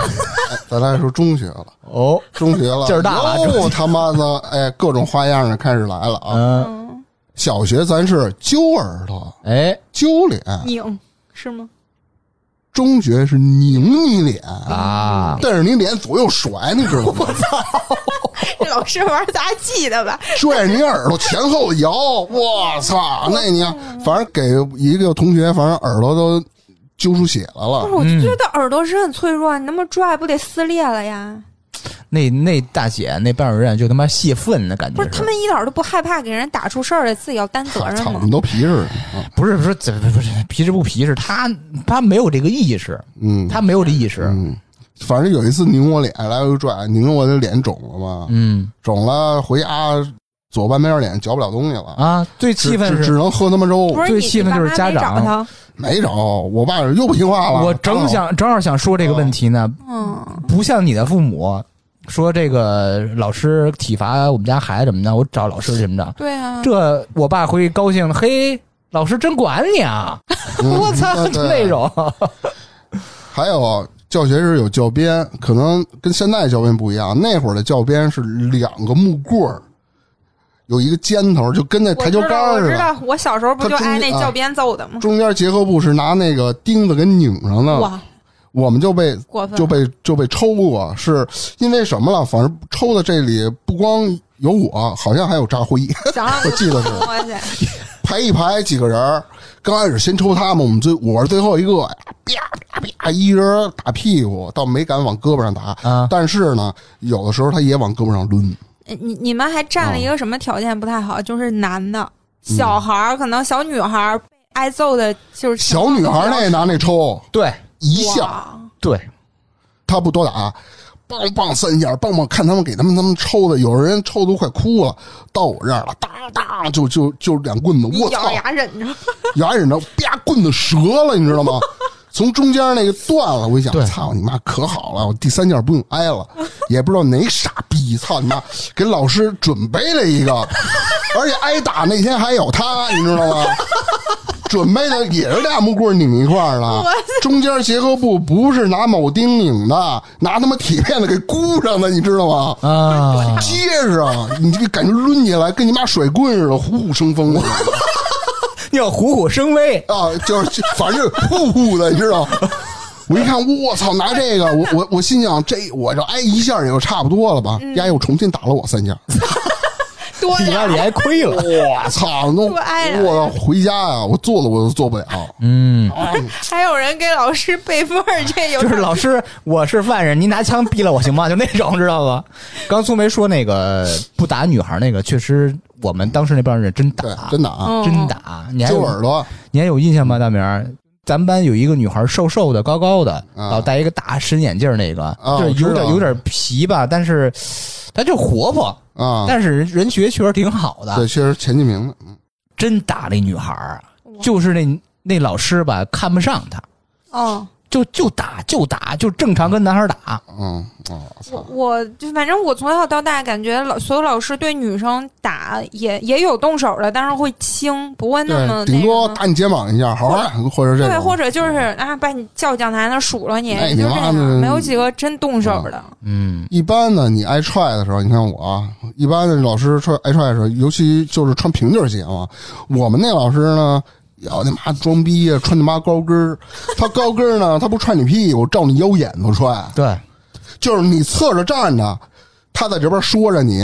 [SPEAKER 2] 咱来说中学 了，
[SPEAKER 1] 哦，
[SPEAKER 2] 中学了，
[SPEAKER 1] 劲儿大了中
[SPEAKER 2] 又
[SPEAKER 1] 学
[SPEAKER 2] 他妈的哎，各种花样的开始来了啊！
[SPEAKER 1] 嗯，
[SPEAKER 4] 嗯，
[SPEAKER 2] 小学咱是揪耳朵、
[SPEAKER 1] 哎
[SPEAKER 2] 揪脸，
[SPEAKER 4] 拧是吗？
[SPEAKER 2] 中学是拧你脸
[SPEAKER 1] 啊，
[SPEAKER 2] 但是你脸左右甩，你知道吗？
[SPEAKER 4] 这老师玩杂技的吧？
[SPEAKER 2] 拽着你耳朵前后摇，我操！那你反正给一个同学，反正耳朵都揪出血来
[SPEAKER 4] 不
[SPEAKER 2] 了
[SPEAKER 1] 哦
[SPEAKER 4] 是，。我
[SPEAKER 1] 嗯
[SPEAKER 4] 就觉得耳朵是很脆弱，你那么拽不得撕裂了呀？
[SPEAKER 1] 那那大姐那班主任就他妈泄愤的感觉
[SPEAKER 4] 不是，他们一点都不害怕给人打出事儿来，自己要担责任
[SPEAKER 2] 操，
[SPEAKER 4] 吗
[SPEAKER 2] 你？都皮嗯实。
[SPEAKER 1] 不是不是怎不是皮实不皮实，他他没有这个意识，
[SPEAKER 2] 嗯，
[SPEAKER 1] 他没有这意识，
[SPEAKER 2] 嗯，反正有一次拧我脸，来回拽，拧我的脸肿了嘛，
[SPEAKER 1] 嗯
[SPEAKER 2] 肿了回家左半边脸嚼不了东西了，
[SPEAKER 1] 啊，最气
[SPEAKER 2] 只
[SPEAKER 1] 愤
[SPEAKER 2] 只只
[SPEAKER 1] 是
[SPEAKER 2] 能喝他妈粥
[SPEAKER 4] 不。是
[SPEAKER 1] 最
[SPEAKER 4] 你，
[SPEAKER 1] 气愤
[SPEAKER 4] 你爸
[SPEAKER 1] 就是
[SPEAKER 4] 妈
[SPEAKER 1] 家
[SPEAKER 4] 没
[SPEAKER 1] 长
[SPEAKER 4] 找他，
[SPEAKER 2] 没找我爸又不听话了。
[SPEAKER 1] 我正想正好想说这个问题呢，
[SPEAKER 4] 嗯，
[SPEAKER 1] 不像你的父母说这个老师体罚我们家孩子怎么的，我找老师怎么着，
[SPEAKER 4] 对
[SPEAKER 2] 嗯
[SPEAKER 4] 啊，
[SPEAKER 1] 这我爸回去高兴了，嘿，老师真管你啊！
[SPEAKER 2] 嗯
[SPEAKER 1] 我操，
[SPEAKER 2] 对
[SPEAKER 1] 就
[SPEAKER 2] 对
[SPEAKER 1] 那种，
[SPEAKER 2] 还有教学是有教鞭，可能跟现在教鞭不一样。那会儿的教鞭是两个木棍儿，有一个尖头，就跟那
[SPEAKER 4] 我
[SPEAKER 2] 台
[SPEAKER 4] 知
[SPEAKER 2] 球
[SPEAKER 4] 道，
[SPEAKER 2] 杆儿似
[SPEAKER 4] 我知
[SPEAKER 2] 的。
[SPEAKER 4] 道，我小时候不就
[SPEAKER 2] 他中啊
[SPEAKER 4] 挨那教鞭揍的吗？
[SPEAKER 2] 中间结合部是拿那个钉子给拧上的，
[SPEAKER 4] 哇，
[SPEAKER 2] 我们就被
[SPEAKER 4] 过
[SPEAKER 2] 嗯
[SPEAKER 4] 分
[SPEAKER 2] 就被就被抽过，是因为什么了？反正抽的这里不光有我，好像还有扎辉，
[SPEAKER 4] 想 让
[SPEAKER 2] 我记得是
[SPEAKER 4] 我去，
[SPEAKER 2] 排一排几个人儿，刚开始先抽他们，我们最我是最后一个呀，啪啪啪，一人打屁股，倒没敢往胳膊上打
[SPEAKER 1] 啊
[SPEAKER 2] 但是呢，有的时候他也往胳膊上抡，
[SPEAKER 4] 你你们还
[SPEAKER 2] 嗯
[SPEAKER 4] 占了一个什么条件不太好？就是男的小孩儿，可能小女孩儿被挨揍的，就是
[SPEAKER 2] 小女孩儿那也拿那抽
[SPEAKER 1] 对
[SPEAKER 2] 一下，
[SPEAKER 4] 哇
[SPEAKER 1] 对，
[SPEAKER 2] 他不多打，梆梆三下，梆梆看他们给他们他们抽的，有人抽都快哭了，到我这儿了，当当就就就两棍子，
[SPEAKER 4] 你
[SPEAKER 2] 我操
[SPEAKER 4] 咬，牙忍着，
[SPEAKER 2] 牙忍着，啪，棍子折了，你知道吗？ 从中间那个断了，我一想
[SPEAKER 1] 对，
[SPEAKER 2] 操你妈，可好了，我第三件不用挨了，也不知道哪傻逼，操你妈，给老师准备了一个，而且挨打那天还有他，你知道吗？准备的也是俩木棍拧一块儿的，中间结合部不是拿铆钉拧的，拿他妈铁片子给箍上的，你知道吗？
[SPEAKER 1] 啊，
[SPEAKER 2] 结实，你这个感觉抡起来跟你妈甩棍似的，虎虎生风的
[SPEAKER 1] 要虎虎生威。
[SPEAKER 2] 啊，就是就反正呼呼的，你知道。我一看，我操，拿这个，我我我心想，这我这挨一下也就差不多了
[SPEAKER 4] 嗯
[SPEAKER 2] 吧？丫又重新打了我三下，
[SPEAKER 4] 多
[SPEAKER 1] 你让
[SPEAKER 4] 呀
[SPEAKER 1] 你还亏 了，
[SPEAKER 2] 我操，那
[SPEAKER 4] 多挨了
[SPEAKER 2] 我回家呀、我坐了我都坐不了。
[SPEAKER 1] 嗯，
[SPEAKER 4] 还有人给老师备份
[SPEAKER 2] 啊
[SPEAKER 4] 儿，这有
[SPEAKER 1] 就是
[SPEAKER 4] 点
[SPEAKER 1] 老师，我是犯人，您拿枪毙了我行吗？就那种，知道 吧？刚苏梅说那个不打女孩那个，确实我们当时那帮人真
[SPEAKER 2] 对
[SPEAKER 1] 打，，
[SPEAKER 2] 真的啊，
[SPEAKER 4] 嗯
[SPEAKER 1] 真打。你还
[SPEAKER 2] 揪
[SPEAKER 1] 有
[SPEAKER 2] 耳朵，啊
[SPEAKER 1] 你还有印象吗，大明儿？咱们班有一个女孩，瘦瘦的，高高的，
[SPEAKER 2] 啊
[SPEAKER 1] 老戴一个大深眼镜，那个就
[SPEAKER 2] 啊
[SPEAKER 1] 是
[SPEAKER 2] 我
[SPEAKER 1] 有
[SPEAKER 2] 知道
[SPEAKER 1] 点有点皮吧，但是她就活泼，
[SPEAKER 2] 啊，
[SPEAKER 1] 但是人学确实挺好的。
[SPEAKER 2] 对，确实前几名的，
[SPEAKER 1] 真打那女孩儿，
[SPEAKER 4] 嗯
[SPEAKER 1] 就是那那老师吧看不上她，
[SPEAKER 4] 哦。
[SPEAKER 1] 就就打就打，就正常跟男孩儿打。
[SPEAKER 2] 嗯，哦，
[SPEAKER 4] 我
[SPEAKER 2] 操，
[SPEAKER 4] 我就反正我从小到大感觉老所有老师对女生打也也有动手的，但是会轻，不会那么
[SPEAKER 2] 对，顶多
[SPEAKER 4] 那个
[SPEAKER 2] 打你肩膀一下，好好干，或者这
[SPEAKER 4] 对，
[SPEAKER 2] 种，
[SPEAKER 4] 或者就是啊，把你叫讲台那数落你，
[SPEAKER 2] 哎
[SPEAKER 4] 就
[SPEAKER 2] 你
[SPEAKER 4] 这
[SPEAKER 2] 妈
[SPEAKER 4] 样，
[SPEAKER 2] 的啊
[SPEAKER 4] 没有几个真动手的。
[SPEAKER 1] 嗯，
[SPEAKER 2] 一般呢，你挨踹的时候，你看我啊，一般的老师踹挨踹的时候，尤其就是穿平底鞋嘛。我们那老师呢，要你妈装逼呀，穿你妈高跟儿。他高跟儿呢，他不踹你屁股，照你腰眼子踹，
[SPEAKER 1] 对，
[SPEAKER 2] 就是你侧着站着。他在这边说着你，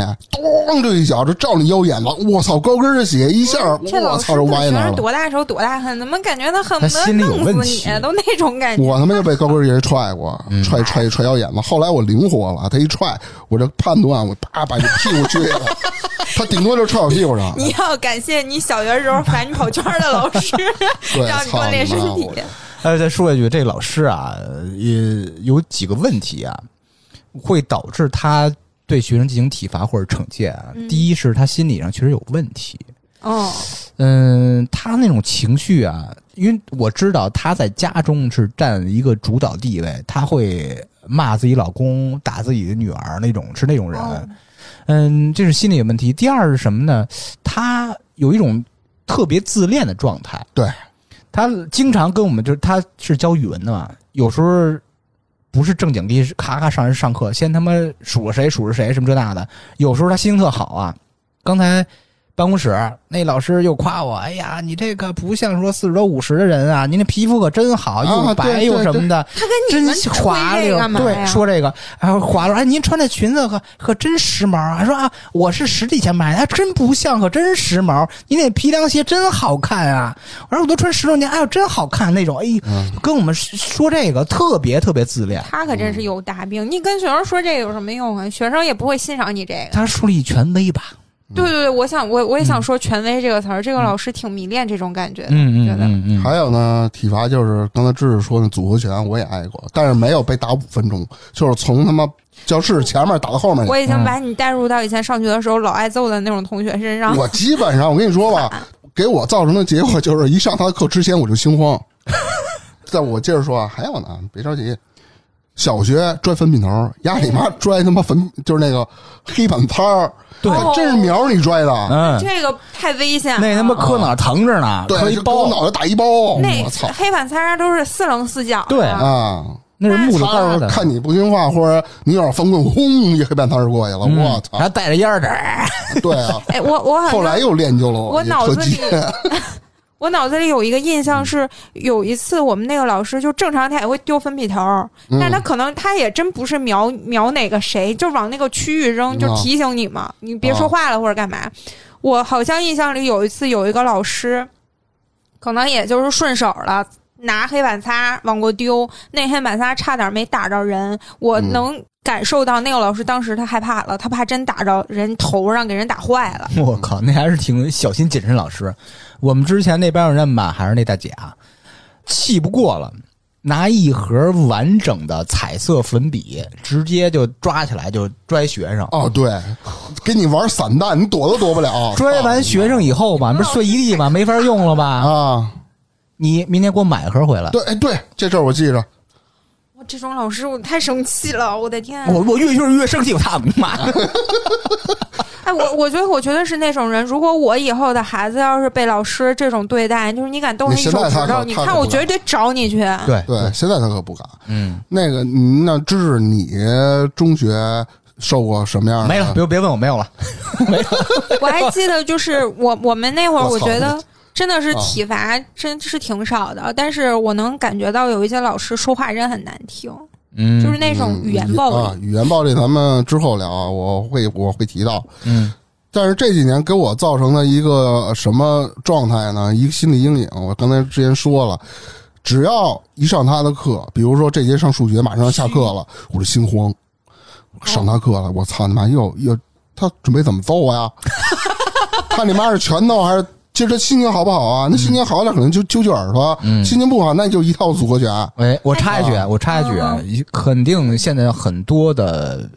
[SPEAKER 2] 咚这一脚就照你腰眼子，我操！高跟儿的鞋一下，
[SPEAKER 4] 这
[SPEAKER 2] 我
[SPEAKER 4] 老师
[SPEAKER 2] 操，就
[SPEAKER 4] 对
[SPEAKER 2] 歪啊
[SPEAKER 4] 学
[SPEAKER 2] 那儿
[SPEAKER 4] 生
[SPEAKER 2] 了。
[SPEAKER 4] 多大仇多大恨，怎么感觉他恨不
[SPEAKER 1] 他
[SPEAKER 4] 得
[SPEAKER 1] 心里有
[SPEAKER 4] 弄死
[SPEAKER 1] 问
[SPEAKER 4] 你啊
[SPEAKER 1] 题，
[SPEAKER 4] 都那种感觉。
[SPEAKER 2] 我他妈就被高跟儿鞋踹 过，
[SPEAKER 4] 嗯
[SPEAKER 2] 踹踹踹腰眼子。后来我灵活了，他一踹，我这判断，我啪把你屁股撅 了，他顶多就踹我屁股上。
[SPEAKER 4] 你要感谢你小学时候罚你跑圈 的老师，
[SPEAKER 2] 对
[SPEAKER 4] 让你
[SPEAKER 2] 操
[SPEAKER 4] 锻炼身
[SPEAKER 2] 你妈
[SPEAKER 4] 体
[SPEAKER 2] 我。
[SPEAKER 1] 呃，再说一句，这老师啊，也有几个问题啊，会导致他对学生进行体罚或者惩戒啊。
[SPEAKER 4] 嗯
[SPEAKER 1] 第一是他心理上确实有问题，
[SPEAKER 4] 嗯
[SPEAKER 1] 嗯，他那种情绪啊，因为我知道他在家中是占一个主导地位，他会骂自己老公、打自己的女儿那种，是那种人。
[SPEAKER 4] 哦
[SPEAKER 1] 嗯，这是心理有问题。第二是什么呢？他有一种特别自恋的状态。
[SPEAKER 2] 对，
[SPEAKER 1] 他经常跟我们就是他是教语文的嘛，有时候不是正经地咔咔上人上课，先他妈数着谁数着谁什么这那的。有时候他心情特好啊，刚才。办公室那老师又夸我，哎呀，你这个不像说四十多五十的人啊，您这皮肤可真好，
[SPEAKER 2] 啊
[SPEAKER 1] 又白
[SPEAKER 2] 对
[SPEAKER 1] 又
[SPEAKER 2] 对
[SPEAKER 1] 什么的，
[SPEAKER 4] 他跟你
[SPEAKER 1] 真
[SPEAKER 4] 们吹
[SPEAKER 1] 滑
[SPEAKER 4] 这
[SPEAKER 1] 溜
[SPEAKER 4] 干，嘛呀
[SPEAKER 1] 对，说这个，然后滑溜，哎，您穿这裙子可可真时髦啊！说啊，我是十几钱买的，还真不像，可真时髦。您那皮凉鞋真好看啊！我说我都穿十多年，哎呦，真好看那种。哎呦，跟我们说这个特别特别自恋。
[SPEAKER 4] 他可真
[SPEAKER 2] 嗯
[SPEAKER 4] 是有大病。你跟学生说这个有什么用啊？学生也不会欣赏你这个。
[SPEAKER 1] 他树立权威吧？
[SPEAKER 2] 嗯
[SPEAKER 4] 对对对，我想我我也想说“权威”这个词儿，这个老师挺迷恋这种感觉的。
[SPEAKER 1] 嗯
[SPEAKER 4] 觉得
[SPEAKER 1] 嗯嗯
[SPEAKER 2] 还有呢，体罚就是刚才知识说那组合拳，我也挨过，但是没有被打五分钟，就是从他妈教室前面打到后面去。
[SPEAKER 4] 我已经把你带入到以前上学的时候老挨揍的那种同学身上。
[SPEAKER 2] 我基本上，我跟你说 吧，给我造成的结果就是，一上他的课之前我就心慌。 但我接着说啊，还有呢，别着急。小学拽粉笔头，丫你妈拽他妈粉，就是那个黑板擦儿，
[SPEAKER 1] 对
[SPEAKER 2] 还真是苗你拽的，
[SPEAKER 1] 嗯嗯，
[SPEAKER 4] 这啊个太危险了。
[SPEAKER 1] 那他妈磕哪儿疼着呢，磕
[SPEAKER 2] 对，
[SPEAKER 1] 一
[SPEAKER 2] 就给我
[SPEAKER 1] 包，
[SPEAKER 2] 脑袋打一包，我操
[SPEAKER 4] 那黑板擦都是四棱四角的。
[SPEAKER 1] 对嗯
[SPEAKER 2] 啊！
[SPEAKER 1] 那是木头
[SPEAKER 2] 他要
[SPEAKER 1] 疙
[SPEAKER 2] 是
[SPEAKER 1] 瘩。
[SPEAKER 2] 看你不听话，或者你有点翻滚，轰一黑板擦就过去了，
[SPEAKER 1] 嗯
[SPEAKER 2] 我操！
[SPEAKER 1] 还带着烟儿的，嗯
[SPEAKER 2] 对 啊，
[SPEAKER 4] 哎，我我好像
[SPEAKER 2] 后来又练就了
[SPEAKER 4] 我
[SPEAKER 2] 一
[SPEAKER 4] 脑
[SPEAKER 2] 特
[SPEAKER 4] 子里
[SPEAKER 2] 技，
[SPEAKER 4] 我脑子里有一个印象是，有一次我们那个老师就正常他也会丢粉笔头儿，
[SPEAKER 2] 嗯
[SPEAKER 4] 但他可能他也真不是瞄瞄哪个谁，就往那个区域扔，
[SPEAKER 2] 嗯
[SPEAKER 4] 就提醒你嘛，你别说话了或者干嘛。我好像印象里有一次有一个老师，可能也就是顺手了。拿黑板擦往过丢，那黑板擦差点没打着人，我
[SPEAKER 2] 嗯
[SPEAKER 4] 能感受到那个老师当时他害怕了，他怕真打着人头上，给人打坏了。
[SPEAKER 1] 我靠，那还是挺小心谨慎。老师，我们之前那班主任吧，还是那大姐啊，气不过了，拿一盒完整的彩色粉笔，直接就抓起来就拽学生。
[SPEAKER 2] 哦，对，给你玩散弹，你躲都躲不了。
[SPEAKER 1] 拽完学生以后吧，不是碎一地吗？没法用了吧？
[SPEAKER 2] 啊，
[SPEAKER 1] 你明天给我买一盒回来。
[SPEAKER 2] 对，哎，对，这事儿我记着，
[SPEAKER 4] 我这种老师我太生气了，我的天、啊！
[SPEAKER 1] 我我越越越生气，我操你妈！
[SPEAKER 4] 哎，我我觉得我觉得是那种人，如果我以后的孩子要是被老师这种对待，就是你敢动
[SPEAKER 2] 你
[SPEAKER 4] 一手
[SPEAKER 2] 现在
[SPEAKER 4] 指
[SPEAKER 2] 他
[SPEAKER 4] 头，
[SPEAKER 2] 可
[SPEAKER 4] 你
[SPEAKER 2] 他
[SPEAKER 4] 看
[SPEAKER 2] 可
[SPEAKER 4] 我
[SPEAKER 2] 不
[SPEAKER 4] 绝对得找你去。
[SPEAKER 1] 对，
[SPEAKER 2] 对，现在他可不敢。
[SPEAKER 1] 嗯，
[SPEAKER 2] 那个，嗯那芝芝，你中学受过什么样的？
[SPEAKER 1] 没了，别别问我没有了。
[SPEAKER 4] 我还记得，就是我我们那会儿，
[SPEAKER 2] 我
[SPEAKER 4] 我
[SPEAKER 2] 操
[SPEAKER 4] 觉得真的是
[SPEAKER 2] 啊
[SPEAKER 4] 体罚真是挺少的，但是我能感觉到有一些老师说话真很难听，
[SPEAKER 1] 嗯，
[SPEAKER 4] 就是那种语言暴
[SPEAKER 2] 啊
[SPEAKER 4] 力。，
[SPEAKER 2] 语言暴力咱们之后聊啊，我会我会提到。
[SPEAKER 1] 嗯，
[SPEAKER 2] 但是这几年给我造成的一个呃什么状态呢？一个心理阴影。我刚才之前说了，只要一上他的课，比如说这节上数学，马上要下课了，我就心慌，上他课了，我操你妈！又又他准备怎么揍我呀？他你妈是拳头还是？其实他心情好不好啊？那心情好点，可能就揪揪耳朵；
[SPEAKER 1] 嗯
[SPEAKER 2] 心情不好，那就一套组合拳。
[SPEAKER 1] 喂，我插一句啊，
[SPEAKER 2] 哎
[SPEAKER 1] 我插一句啊
[SPEAKER 4] 嗯，
[SPEAKER 1] 一肯定现在有很多的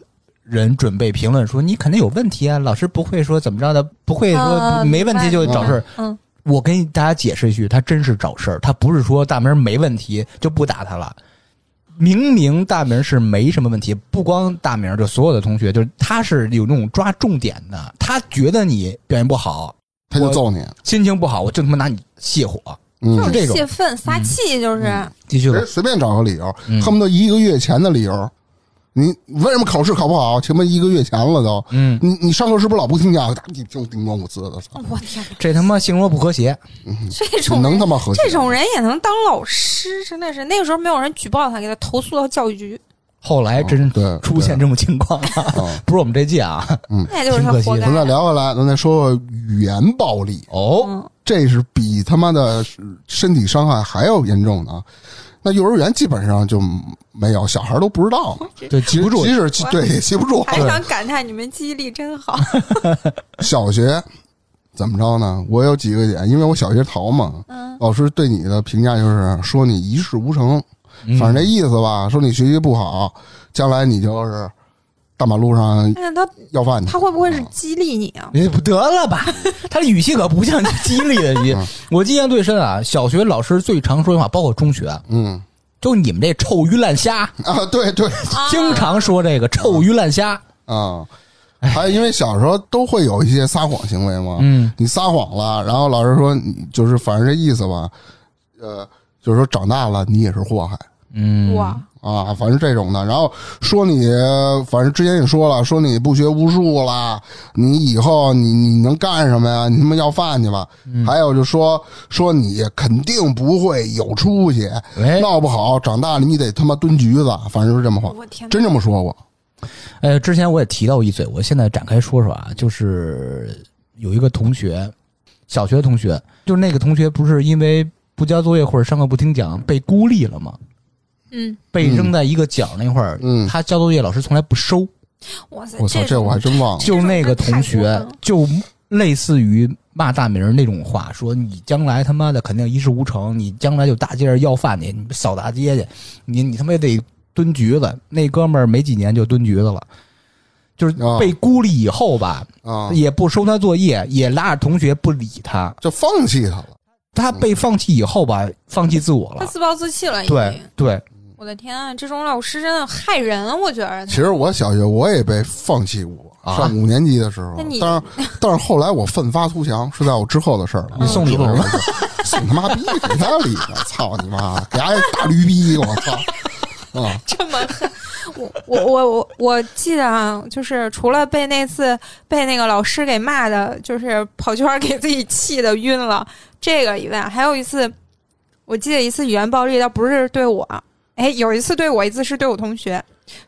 [SPEAKER 1] 人准备评论说你肯定有问题啊，老师不会说怎么着的，不会
[SPEAKER 4] 啊
[SPEAKER 1] 说没问题就找事儿。
[SPEAKER 4] 嗯，
[SPEAKER 1] 我跟大家解释一句，他真是找事儿，他不是说大明没问题就不打他了。明明大明是没什么问题，不光大明，就所有的同学，就是他是有那种抓重点的，他觉得你表现不好，
[SPEAKER 2] 他就
[SPEAKER 1] 我
[SPEAKER 2] 揍你。
[SPEAKER 1] 心情不好，我就他妈拿你泄火。
[SPEAKER 2] 嗯，
[SPEAKER 4] 就
[SPEAKER 1] 这
[SPEAKER 4] 是
[SPEAKER 1] 种
[SPEAKER 4] 泄愤撒气，就是
[SPEAKER 1] 继续吧
[SPEAKER 2] 人，随便找个理由，
[SPEAKER 1] 嗯
[SPEAKER 2] 恨不得一个月前的理由。你为什么考试考不好？他妈一个月前了都。
[SPEAKER 1] 嗯，
[SPEAKER 2] 你你上课是不是老不听讲？你就叮咣五四的，操！
[SPEAKER 4] 哦我天，
[SPEAKER 1] 这他妈性格不和谐，
[SPEAKER 4] 这种
[SPEAKER 2] 嗯能
[SPEAKER 4] 人
[SPEAKER 2] 他妈和谐？
[SPEAKER 4] 这种人也能当老师，真的是那个时候没有人举报他，给他投诉到教育局，
[SPEAKER 1] 后来真
[SPEAKER 2] 哦对
[SPEAKER 1] 出现这种情况 了，
[SPEAKER 2] 啊！
[SPEAKER 1] 不是我们这届啊，
[SPEAKER 4] 那就是他活该
[SPEAKER 2] 咱。再聊回来，咱再说说语言暴力，
[SPEAKER 1] 哦，
[SPEAKER 4] 嗯，
[SPEAKER 2] 这是比他妈的身体伤害还要严重的。那幼儿园基本上就没有，小孩都不知道，
[SPEAKER 1] 对，记不住
[SPEAKER 2] 即，使对也记不住。
[SPEAKER 4] 还想感叹你们记忆力真好。
[SPEAKER 2] 小学怎么着呢？我有几个点，因为我小学逃嘛，
[SPEAKER 4] 嗯
[SPEAKER 2] 老师对你的评价就是说你一事无成，
[SPEAKER 1] 嗯
[SPEAKER 2] 反正这意思吧，说你学习不好，将来你就是大马路上
[SPEAKER 4] 那哎他
[SPEAKER 2] 要饭去。
[SPEAKER 4] 他会不会是激励你啊？
[SPEAKER 1] 你不得了吧？ 他的语气可不像你激励的语气。我印象最深啊，小学老师最常说的话，包括中学，
[SPEAKER 2] 嗯
[SPEAKER 1] 就你们这臭鱼烂虾，
[SPEAKER 2] 啊， 对对
[SPEAKER 1] 经
[SPEAKER 4] 啊
[SPEAKER 1] 常说这个臭鱼烂虾。
[SPEAKER 2] 啊，还有因为小时候都会有一些撒谎行为嘛，
[SPEAKER 1] 嗯
[SPEAKER 2] 你撒谎了，然后老师说你就是反正这意思吧，呃，就是说长大了你也是祸害。
[SPEAKER 1] 嗯，
[SPEAKER 4] 哇，
[SPEAKER 2] 啊，反正这种的，然后说你，反正之前也说了，说你不学无术啦，你以后你你能干什么呀？你他妈要饭去吧。还有就说说你肯定不会有出息，
[SPEAKER 1] 哎
[SPEAKER 2] 闹不好长大了你得他妈蹲局子，反正就是这么话，
[SPEAKER 4] 我天哪，
[SPEAKER 2] 真这么说过。
[SPEAKER 1] 呃，之前我也提到一嘴，我现在展开说说啊，就是有一个同学，小学同学，就是那个同学不是因为不交作业或者上课不听讲被孤立了吗？
[SPEAKER 4] 嗯，
[SPEAKER 1] 被扔在一个角那块儿，
[SPEAKER 2] 嗯
[SPEAKER 1] 他交作业老师从来不收，
[SPEAKER 4] 哇塞，
[SPEAKER 2] 我操，这
[SPEAKER 4] 种
[SPEAKER 2] 我还真忘了。
[SPEAKER 1] 就那个同
[SPEAKER 4] 这种人太过
[SPEAKER 1] 学
[SPEAKER 4] 分了
[SPEAKER 1] 就类似于骂大名儿那种话，说你将来他妈的肯定一事无成，你将来就大街上要饭去，你扫大街去，你你他妈也得蹲局子。那哥们儿没几年就蹲局子了，就是
[SPEAKER 2] 啊
[SPEAKER 1] 被孤立以后吧，
[SPEAKER 2] 啊，
[SPEAKER 1] 也不收他作业，也拉着同学不理他。
[SPEAKER 2] 就放弃他了。
[SPEAKER 1] 他被
[SPEAKER 2] 嗯
[SPEAKER 1] 放弃以后吧，放弃自我
[SPEAKER 4] 他
[SPEAKER 1] 了。
[SPEAKER 4] 自暴自弃了，已
[SPEAKER 1] 对
[SPEAKER 4] 经。
[SPEAKER 1] 对，
[SPEAKER 4] 我的天啊，这种老师真的害人，啊我觉得。
[SPEAKER 2] 其实我小学我也被放弃过，
[SPEAKER 1] 啊
[SPEAKER 2] 上五年级的时候
[SPEAKER 4] 那你，
[SPEAKER 2] 但 是但是后来我奋发图强，是在我之后的事儿了。
[SPEAKER 1] 你送礼了吗
[SPEAKER 2] 我知道我是？ 送他妈逼，给他礼的，操你妈的，给他一大驴逼，我操！啊，
[SPEAKER 4] 这么狠。我我我我我记得啊，就是除了被那次被那个老师给骂的，就是跑圈儿给自己气的晕了这个以外，还有一次，我记得一次语言暴力，倒不是对我，哎，有一次对我，一次是对我同学。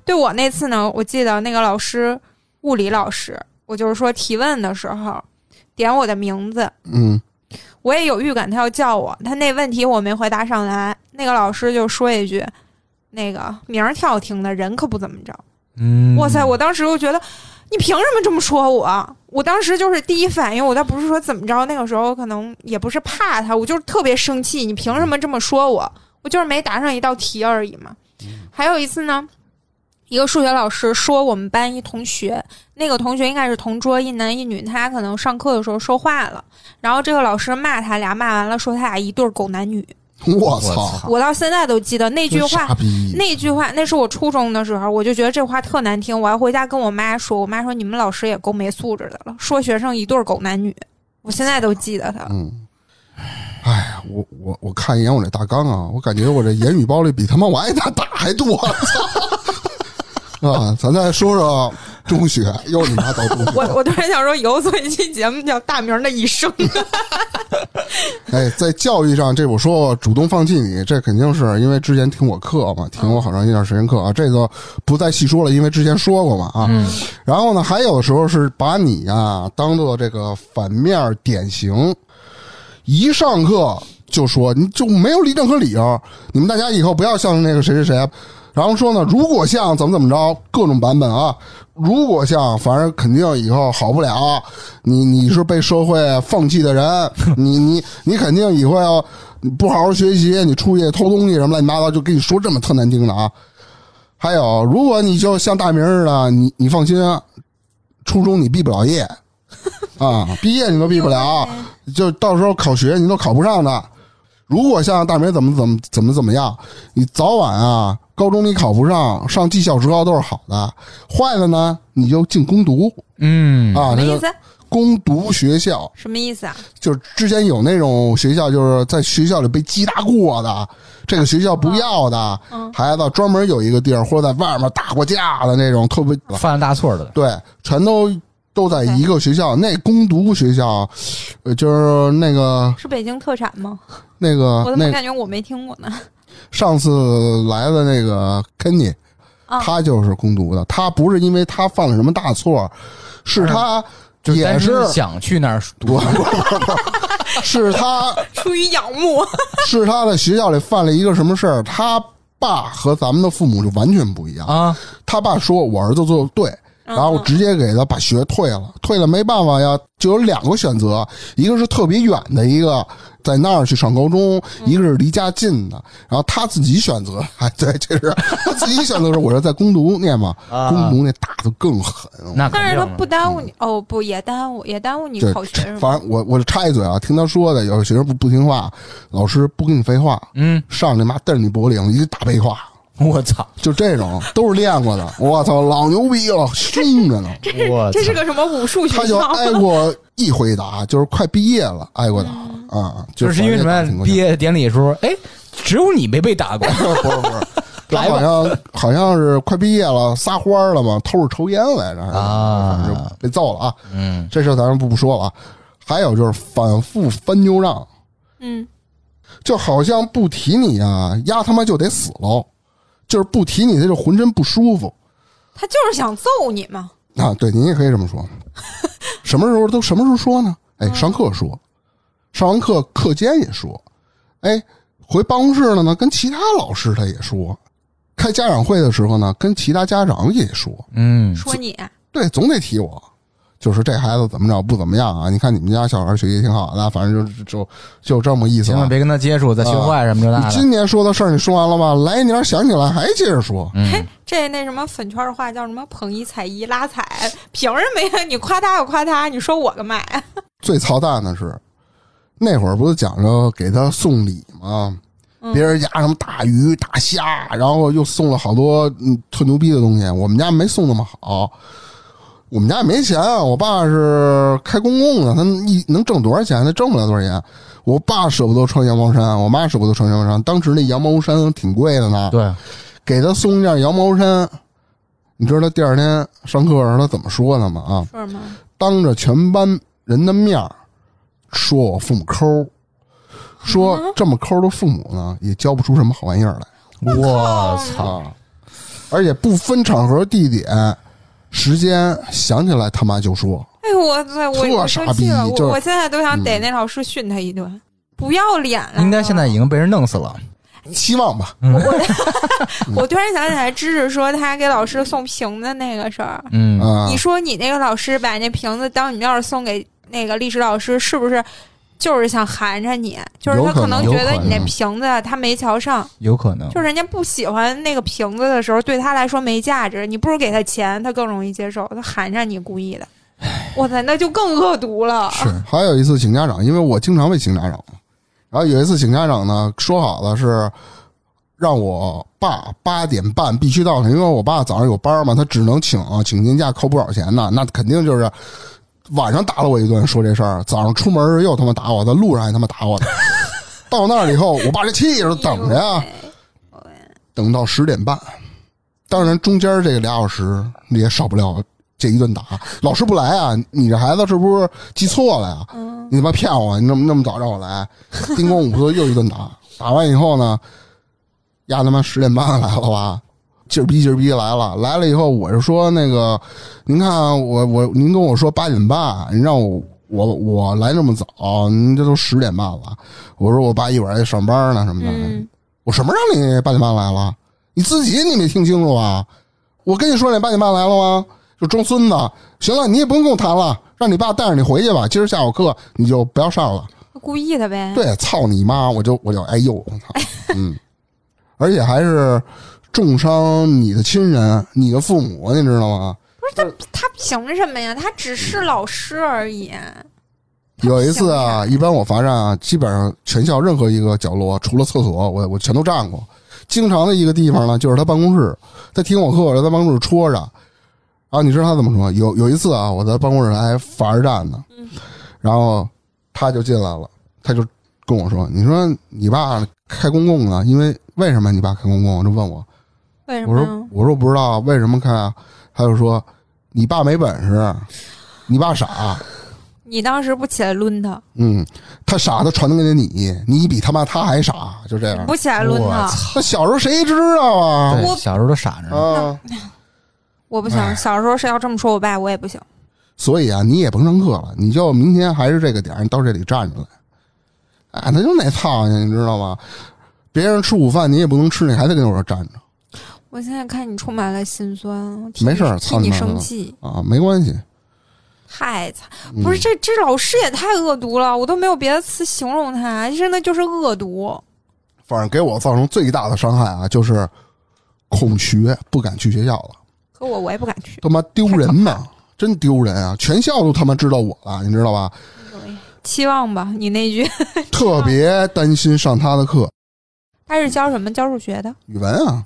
[SPEAKER 4] 对我那次呢，我记得那个老师，物理老师，我就是说提问的时候点我的名字，
[SPEAKER 2] 嗯
[SPEAKER 4] 我也有预感他要叫我，他那问题我没回答上来，那个老师就说一句：“那个名儿挺好听的，人可不怎么着。
[SPEAKER 1] 嗯
[SPEAKER 4] 哇塞！我当时就觉得，你凭什么这么说我？我当时就是第一反应，我倒不是说怎么着，那个时候可能也不是怕他，我就是特别生气，你凭什么这么说我？我就是没答上一道题而已嘛。还有一次呢，一个数学老师说我们班一同学，那个同学应该是同桌，一男一女，他可能上课的时候说话了，然后这个老师骂他俩，骂完了说他俩一对儿狗男女。
[SPEAKER 2] 我
[SPEAKER 1] 我
[SPEAKER 2] 操，
[SPEAKER 1] 操
[SPEAKER 4] 我到现在都记得那句
[SPEAKER 2] 真
[SPEAKER 4] 话
[SPEAKER 2] 啊傻，逼！
[SPEAKER 4] 那句话，那是我初中的时候，我就觉得这话特难听，我还回家跟我妈说，我妈说你们老师也够没素质的了，说学生一对儿狗男女，我现在都记得他。
[SPEAKER 2] 嗯，哎，我我我看一眼我这大纲啊，我感觉我这言语暴力比他妈我挨打打还多。操 啊，咱再说说中学，又你妈到中学
[SPEAKER 4] 我 我突然想说，以后做一期节目叫《大明的一生》，
[SPEAKER 2] 哎，在教育上，这我说过主动放弃你，这肯定是因为之前听我课嘛，听我好长一段时间课啊，这个不再细说了，因为之前说过嘛啊。然后呢，还有的时候是把你啊当做这个反面典型，一上课就说你就没有任何理由，你们大家以后不要像那个谁谁谁。然后说呢，如果像怎么怎么着，各种版本啊，如果像，反正肯定以后好不了。你你是被社会放弃的 人，你你你肯定以后要不好好学习，你出去偷东西什么乱七八糟，就跟你说这么特难听的啊。还有，如果你就像大明似的，你你放心，初中你毕不了 业啊，毕业你都毕不了，就到时候考学你都考不上的。如果像大明怎么怎么怎么怎么样，你早晚啊，高中你考不上，上技校、职高都是好的。坏了呢，你就进攻读
[SPEAKER 1] 嗯
[SPEAKER 2] 啊，
[SPEAKER 4] 什么
[SPEAKER 2] 这
[SPEAKER 4] 意
[SPEAKER 2] 个
[SPEAKER 4] 思？
[SPEAKER 2] 攻读学校，
[SPEAKER 4] 什么意思啊？
[SPEAKER 2] 就是之前有那种学校，就是在学校里被击打过的，这个学校不要的、
[SPEAKER 4] 嗯
[SPEAKER 2] 孩子，专门有一个地儿，或者在外面打过架的那种，特别
[SPEAKER 1] 犯了大错的，
[SPEAKER 2] 对，全都都在一个学校。那攻读学校，呃，就是那个
[SPEAKER 4] 是北京特产吗？
[SPEAKER 2] 那
[SPEAKER 4] 我
[SPEAKER 2] 个
[SPEAKER 4] 怎么
[SPEAKER 2] 啊那
[SPEAKER 4] 感觉我没听过呢？
[SPEAKER 2] 上次来的那个 Kenny，、
[SPEAKER 4] 啊
[SPEAKER 2] 他就是攻读的，他不是因为他犯了什么大错，是他
[SPEAKER 1] 就
[SPEAKER 2] 也
[SPEAKER 1] 单
[SPEAKER 2] 哎是
[SPEAKER 1] 纯想去那儿读
[SPEAKER 2] 不，是 他
[SPEAKER 4] 出于仰慕，
[SPEAKER 2] 是他在学校里犯了一个什么事儿，他爸和咱们的父母就完全不一样。
[SPEAKER 1] 啊，
[SPEAKER 2] 他爸说我儿子做的对，
[SPEAKER 4] 嗯
[SPEAKER 2] 然后我直接给他把学退了，退了没办法呀，就有两个选择，一个是特别远的一个在那儿去上高中，一个是离家近的，然后他自己选择， 哎，对，这是他自己选择是我是在攻读念嘛，
[SPEAKER 1] 啊
[SPEAKER 2] 攻读那打的更狠，
[SPEAKER 1] 那肯
[SPEAKER 4] 但是
[SPEAKER 1] 定
[SPEAKER 4] 他
[SPEAKER 1] 的
[SPEAKER 4] 不耽误你，
[SPEAKER 2] 嗯
[SPEAKER 4] 哦，不也耽误，也耽误你
[SPEAKER 2] 对
[SPEAKER 4] 考学是吗？
[SPEAKER 2] 反正我我插一嘴啊，听他说的，有的学生不不听话，老师不跟你废话，
[SPEAKER 1] 嗯，
[SPEAKER 2] 上来妈瞪着你脖领，一大背胯。
[SPEAKER 1] 我操，
[SPEAKER 2] 就这种都是练过 的，我操，老牛逼了，凶着呢。
[SPEAKER 1] 我
[SPEAKER 4] 这是个什么武术
[SPEAKER 2] 他
[SPEAKER 4] 学
[SPEAKER 2] 就哎
[SPEAKER 4] 校？
[SPEAKER 2] 挨过一回打，就是快毕业了挨过打
[SPEAKER 4] 嗯
[SPEAKER 2] 啊，
[SPEAKER 1] 就是是因为什
[SPEAKER 2] 反正也打
[SPEAKER 1] 么？
[SPEAKER 2] 挺
[SPEAKER 1] 毕业典礼的时候，哎，只有你没被打过，
[SPEAKER 2] 过不是不是，他
[SPEAKER 1] 来吧
[SPEAKER 2] 好像好像是快毕业了，撒欢儿了嘛，偷着抽烟来着
[SPEAKER 1] 啊
[SPEAKER 2] 反正就被揍了啊。
[SPEAKER 1] 嗯，
[SPEAKER 2] 这事儿咱们不不说了啊。还有就是反复翻旧账，
[SPEAKER 4] 嗯，
[SPEAKER 2] 就好像不提你啊，丫他妈就得死喽，就是不提你他就浑身不舒服。
[SPEAKER 4] 他就是想揍你嘛。
[SPEAKER 2] 啊，对，您也可以这么 说。什么时候都什么时候说呢？
[SPEAKER 1] 嗯
[SPEAKER 2] 哎，上课说，上完课课间也说，哎，回办公室了呢，跟其他老师他也说，开家长会的时候呢，跟其他家长也说，
[SPEAKER 1] 嗯，
[SPEAKER 4] 说你啊
[SPEAKER 2] 对，总得提我，就是这孩子怎么着不怎么样啊？你看你们家小孩学习挺好的，反正就就就这么意思、
[SPEAKER 1] 千
[SPEAKER 2] 啊
[SPEAKER 1] 万。别跟他接触，再学坏什么这
[SPEAKER 2] 你
[SPEAKER 1] 那的，
[SPEAKER 2] 今年说的事儿你说完了吧？来年想起来还接着说，
[SPEAKER 1] 嗯，
[SPEAKER 4] 这那什么粉圈话叫什么捧一踩一拉踩，凭什么呀？你夸他就夸他，你说我干嘛呀？
[SPEAKER 2] 最操蛋的是，那会儿不是讲着给他送礼吗？别人家什么大鱼大虾，然后又送了好多嗯特牛逼的东西，我们家没送那么好。我们家也没钱，啊我爸是开公共的，他一能挣多少钱？他挣不了多少钱。我爸舍不得穿羊毛衫，我妈舍不得穿羊毛衫。当时那羊毛衫挺贵的呢，
[SPEAKER 1] 对，
[SPEAKER 2] 给他送一件羊毛衫。你知道他第二天上课的时候他怎么说的吗？啊，
[SPEAKER 4] 说什么？
[SPEAKER 2] 当着全班人的面儿说我父母抠，说这么抠的父母呢，也教不出什么好玩意儿
[SPEAKER 1] 我
[SPEAKER 2] 来
[SPEAKER 1] 操，
[SPEAKER 2] 啊！而且不分场合、地点、时间，想起来他妈就说。
[SPEAKER 4] 哎呦我操！我
[SPEAKER 2] 特
[SPEAKER 4] 我
[SPEAKER 2] 傻
[SPEAKER 4] 生气了，
[SPEAKER 2] 逼就是嗯
[SPEAKER 4] 我我现在都想逮那老师训他一顿，不要脸了。
[SPEAKER 1] 应该现在已经被人弄死了，
[SPEAKER 2] 希望吧，
[SPEAKER 1] 嗯
[SPEAKER 4] 我突然想起来，芝芝说他给老师送瓶子那个事儿，
[SPEAKER 1] 嗯，
[SPEAKER 2] 啊
[SPEAKER 4] 你，说你那个老师把那瓶子当饮料送给那个历史老师，是不是就是想含着你？就是他
[SPEAKER 2] 有可能
[SPEAKER 4] 能觉得
[SPEAKER 2] 有
[SPEAKER 4] 你
[SPEAKER 2] 可
[SPEAKER 4] 那
[SPEAKER 2] 能
[SPEAKER 4] 瓶子他没瞧上，
[SPEAKER 1] 有可
[SPEAKER 2] 嗯
[SPEAKER 1] 能
[SPEAKER 4] 就是人家不喜欢那个瓶子的时候，对他来说没价值。你不如给他钱，他更容易接受。他含着你故意的，哇塞，那就更恶毒了。
[SPEAKER 1] 是
[SPEAKER 2] 还有一次请家长，因为我经常被请家长嘛，然后有一次请家长呢，说好了是让我爸八点半必须到，因为我爸早上有班嘛，他只能请啊请年假，扣不少钱呢。那肯定就是晚上打了我一顿，说这事儿，早上出门又他妈打我，在路上还他妈打我的。到那儿以后，我爸这气着等着呀，
[SPEAKER 4] 哎
[SPEAKER 2] 等到十点半。当然，中间这个俩小时你也少不了这一顿打。老师不来啊，你这孩子是不是记错了呀、你他妈骗我！你那么那么早让我来，叮咣五四又一顿打。打完以后呢，丫他妈十点半来了吧，劲儿逼劲儿逼来了。来了以后，我是说那个，您看啊我我您跟我说八点半，您让我我我来那么早，您这都十点半了。我说我爸一会儿还得上班呢什么的。
[SPEAKER 4] 嗯，
[SPEAKER 2] 我什么让你八点半来了？你自己你没听清楚啊？我跟你说你八点半来了吗？就装孙子。行了，你也不用跟我谈了，让你爸带着你回去吧。今儿下午课你就不要上了。
[SPEAKER 4] 故意的呗。
[SPEAKER 2] 对，操你妈！我就我就哎呦，我操，嗯，而且还是重伤你的亲人，你的父母，你知道吗？
[SPEAKER 4] 他凭什么呀？他只是老师而已。啊
[SPEAKER 2] 有一次啊，一般我罚站啊，基本上全校任何一个角落，除了厕所，我我全都站过。经常的一个地方呢，就是他办公室，他听我课，我就在办公室戳着。然后你知道他怎么说？有有一次啊，我在办公室还罚着站呢，
[SPEAKER 4] 嗯
[SPEAKER 2] 然后他就进来了，他就跟我说：“你说你爸开公共啊？因为为什么你爸开公共？”就问我，
[SPEAKER 4] 啊为什
[SPEAKER 2] 我说
[SPEAKER 4] 么呀？
[SPEAKER 2] 我说不知道为什么开啊？他就说：“你爸没本事，你爸傻。”
[SPEAKER 4] 你当时不起来抡他，
[SPEAKER 2] 嗯，他傻，他传的给你，你比他妈他还傻，就这样。
[SPEAKER 4] 不起来抡他
[SPEAKER 1] 我，
[SPEAKER 2] 那小时候谁知道啊？
[SPEAKER 1] 对，
[SPEAKER 4] 我
[SPEAKER 1] 小时候都傻着呢。
[SPEAKER 2] 啊，
[SPEAKER 4] 我不行。小时候是要这么说我爸，我也不行。
[SPEAKER 2] 所以啊，你也甭上课了，你就明天还是这个点儿，你到这里站着来。啊，他就那操性，你知道吗？别人吃午饭，你也不能吃，你还得跟我这儿站着
[SPEAKER 4] 我现在看你充满了心酸，我替
[SPEAKER 2] 没
[SPEAKER 4] 你
[SPEAKER 2] 事儿
[SPEAKER 4] 替
[SPEAKER 2] 操你
[SPEAKER 4] 你
[SPEAKER 2] 妈
[SPEAKER 4] 生
[SPEAKER 2] 的
[SPEAKER 4] 气，
[SPEAKER 2] 啊，没关系。
[SPEAKER 4] 太惨！
[SPEAKER 2] 嗯
[SPEAKER 4] 不是这这老师也太恶毒了，我都没有别的词形容他，真的就是恶毒。
[SPEAKER 2] 反正给我造成最大的伤害啊，就是恐学，不敢去学校了。
[SPEAKER 4] 可我我也不敢去。
[SPEAKER 2] 他妈丢人呐，真丢人啊！全校都他妈知道我了，你知道 吧？
[SPEAKER 4] 期望吧，你那句
[SPEAKER 2] 特别担心上他的课，
[SPEAKER 4] 他是教什么？教数学的？
[SPEAKER 2] 语文啊，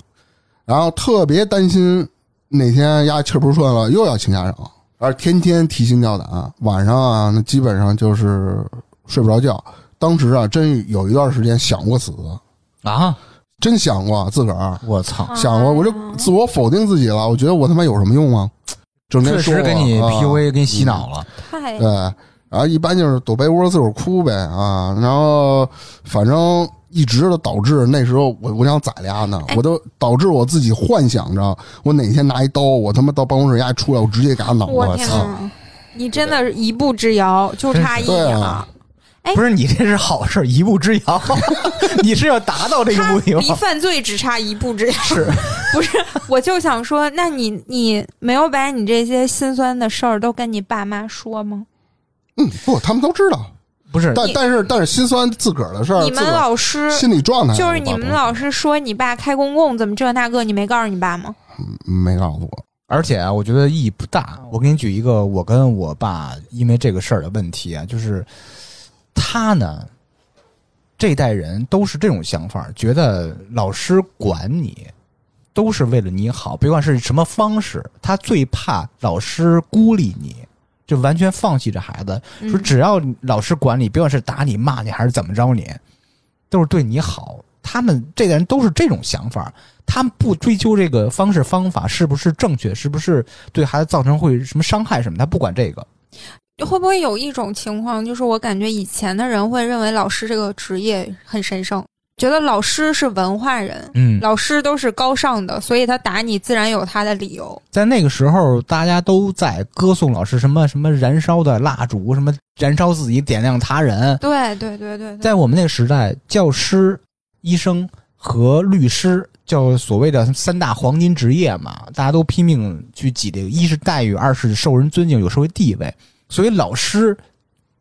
[SPEAKER 2] 然后特别担心哪天丫气儿不顺了又要请家长，而天天提心吊胆，晚上啊那基本上就是睡不着觉。当时啊，真有一段时间想过死，
[SPEAKER 1] 啊！
[SPEAKER 2] 真想过自个儿
[SPEAKER 1] 我操，
[SPEAKER 2] 哦
[SPEAKER 4] 啊
[SPEAKER 2] 想过，我就自我否定自己了。我觉得我他妈有什么用啊？整天
[SPEAKER 1] 确
[SPEAKER 2] 说
[SPEAKER 1] 实
[SPEAKER 2] 我
[SPEAKER 1] 给你
[SPEAKER 2] 啊
[SPEAKER 1] PUA，给你洗脑了。
[SPEAKER 4] 太
[SPEAKER 2] 对，然后一般就是躲被窝自个儿哭呗啊，然后反正一直都导致那时候我我想宰了丫呢，
[SPEAKER 4] 哎
[SPEAKER 2] 我都导致我自己幻想着我哪天拿一刀，我他妈到办公室丫出来，我直接给他脑
[SPEAKER 4] 我
[SPEAKER 2] 了，
[SPEAKER 4] 天
[SPEAKER 2] 操！
[SPEAKER 4] 哪！你真的是一步之遥，就差一
[SPEAKER 2] 对
[SPEAKER 4] 秒。
[SPEAKER 2] 啊
[SPEAKER 4] 哎
[SPEAKER 1] 不是你这是好事，一步之 遥，你是要达到这个
[SPEAKER 4] 他
[SPEAKER 1] 目的
[SPEAKER 4] 离
[SPEAKER 1] 吗？
[SPEAKER 4] 犯罪只差一步之遥，
[SPEAKER 1] 是
[SPEAKER 4] 不是？我就想说，那你你没有把你这些心酸的事儿都跟你爸妈说吗？
[SPEAKER 2] 嗯， 不，他们都知道，
[SPEAKER 1] 不是
[SPEAKER 2] 但
[SPEAKER 4] 你
[SPEAKER 2] 但是但是心酸自个儿的事儿，
[SPEAKER 4] 你
[SPEAKER 2] 呃自
[SPEAKER 4] 们
[SPEAKER 2] 个儿
[SPEAKER 4] 老师
[SPEAKER 2] 心理状态
[SPEAKER 4] 就是你们
[SPEAKER 2] 我爸
[SPEAKER 4] 老师说你爸开公共怎么这那个，你没告诉你爸吗？
[SPEAKER 2] 不嗯没告诉我，
[SPEAKER 1] 而且啊，我觉得意义不大。我给你举一个我跟我爸因为这个事儿的问题啊，就是他呢，这代人都是这种想法，觉得老师管你都是为了你好，别管是什么方式，他最怕老师孤立你。就完全放弃这孩子，说只要老师管你，别管是打你、骂你还是怎么着你，都是对你好。他们这代人都是这种想法，他们不追究这个方式方法是不是正确，是不是对孩子造成会什么伤害什么，他不管这个。
[SPEAKER 4] 会不会有一种情况，就是我感觉以前的人会认为老师这个职业很神圣，觉得老师是文化人，
[SPEAKER 1] 嗯，
[SPEAKER 4] 老师都是高尚的，所以他打你自然有他的理由。
[SPEAKER 1] 在那个时候，大家都在歌颂老师什么什么燃烧的蜡烛，什么燃烧自己点亮他人。
[SPEAKER 4] 对对对对对，
[SPEAKER 1] 在我们那个时代，教师、医生和律师叫所谓的三大黄金职业嘛，大家都拼命去挤这个，一是待遇，二是受人尊敬，有社会地位。所以老师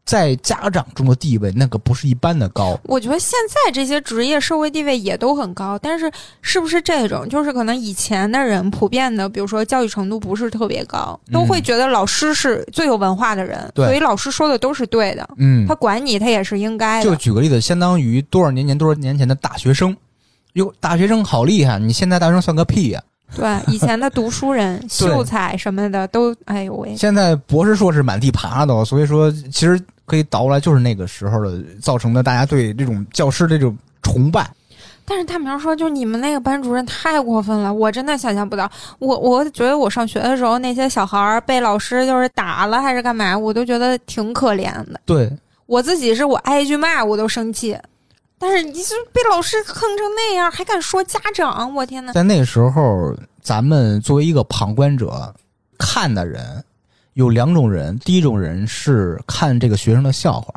[SPEAKER 1] 在家长中的地位那可不是一般的高。
[SPEAKER 4] 我觉得现在这些职业社会地位也都很高，但是是不是这种，就是可能以前的人普遍的，比如说教育程度不是特别高，都会
[SPEAKER 1] 嗯
[SPEAKER 4] 觉得老师是最有文化的人，
[SPEAKER 1] 对
[SPEAKER 4] 所以老师说的都是对的，
[SPEAKER 1] 嗯
[SPEAKER 4] 他，管你他也是应该
[SPEAKER 1] 就
[SPEAKER 4] 的。
[SPEAKER 1] 举个例子，相当于多少年前多少年前的大学生，哟，大学生好厉害，你现在大学生算个屁呀、
[SPEAKER 4] 对，以前的读书人、秀才什么的都，哎呦喂，
[SPEAKER 1] 现在博士硕士满地爬都，所以说其实可以倒过来，就是那个时候的造成的大家对这种教师的这种崇拜。
[SPEAKER 4] 但是大明说，就你们那个班主任太过分了，我真的想象不到。我我觉得我上学的时候，那些小孩儿被老师就是打了还是干嘛，我都觉得挺可怜的。
[SPEAKER 1] 对，
[SPEAKER 4] 我自己是我挨一句骂我都生气，但是你是被老师坑成那样，还敢说家长？我天呐！
[SPEAKER 1] 在那个时候，咱们作为一个旁观者看的人，有两种人，第一种人是看这个学生的笑话。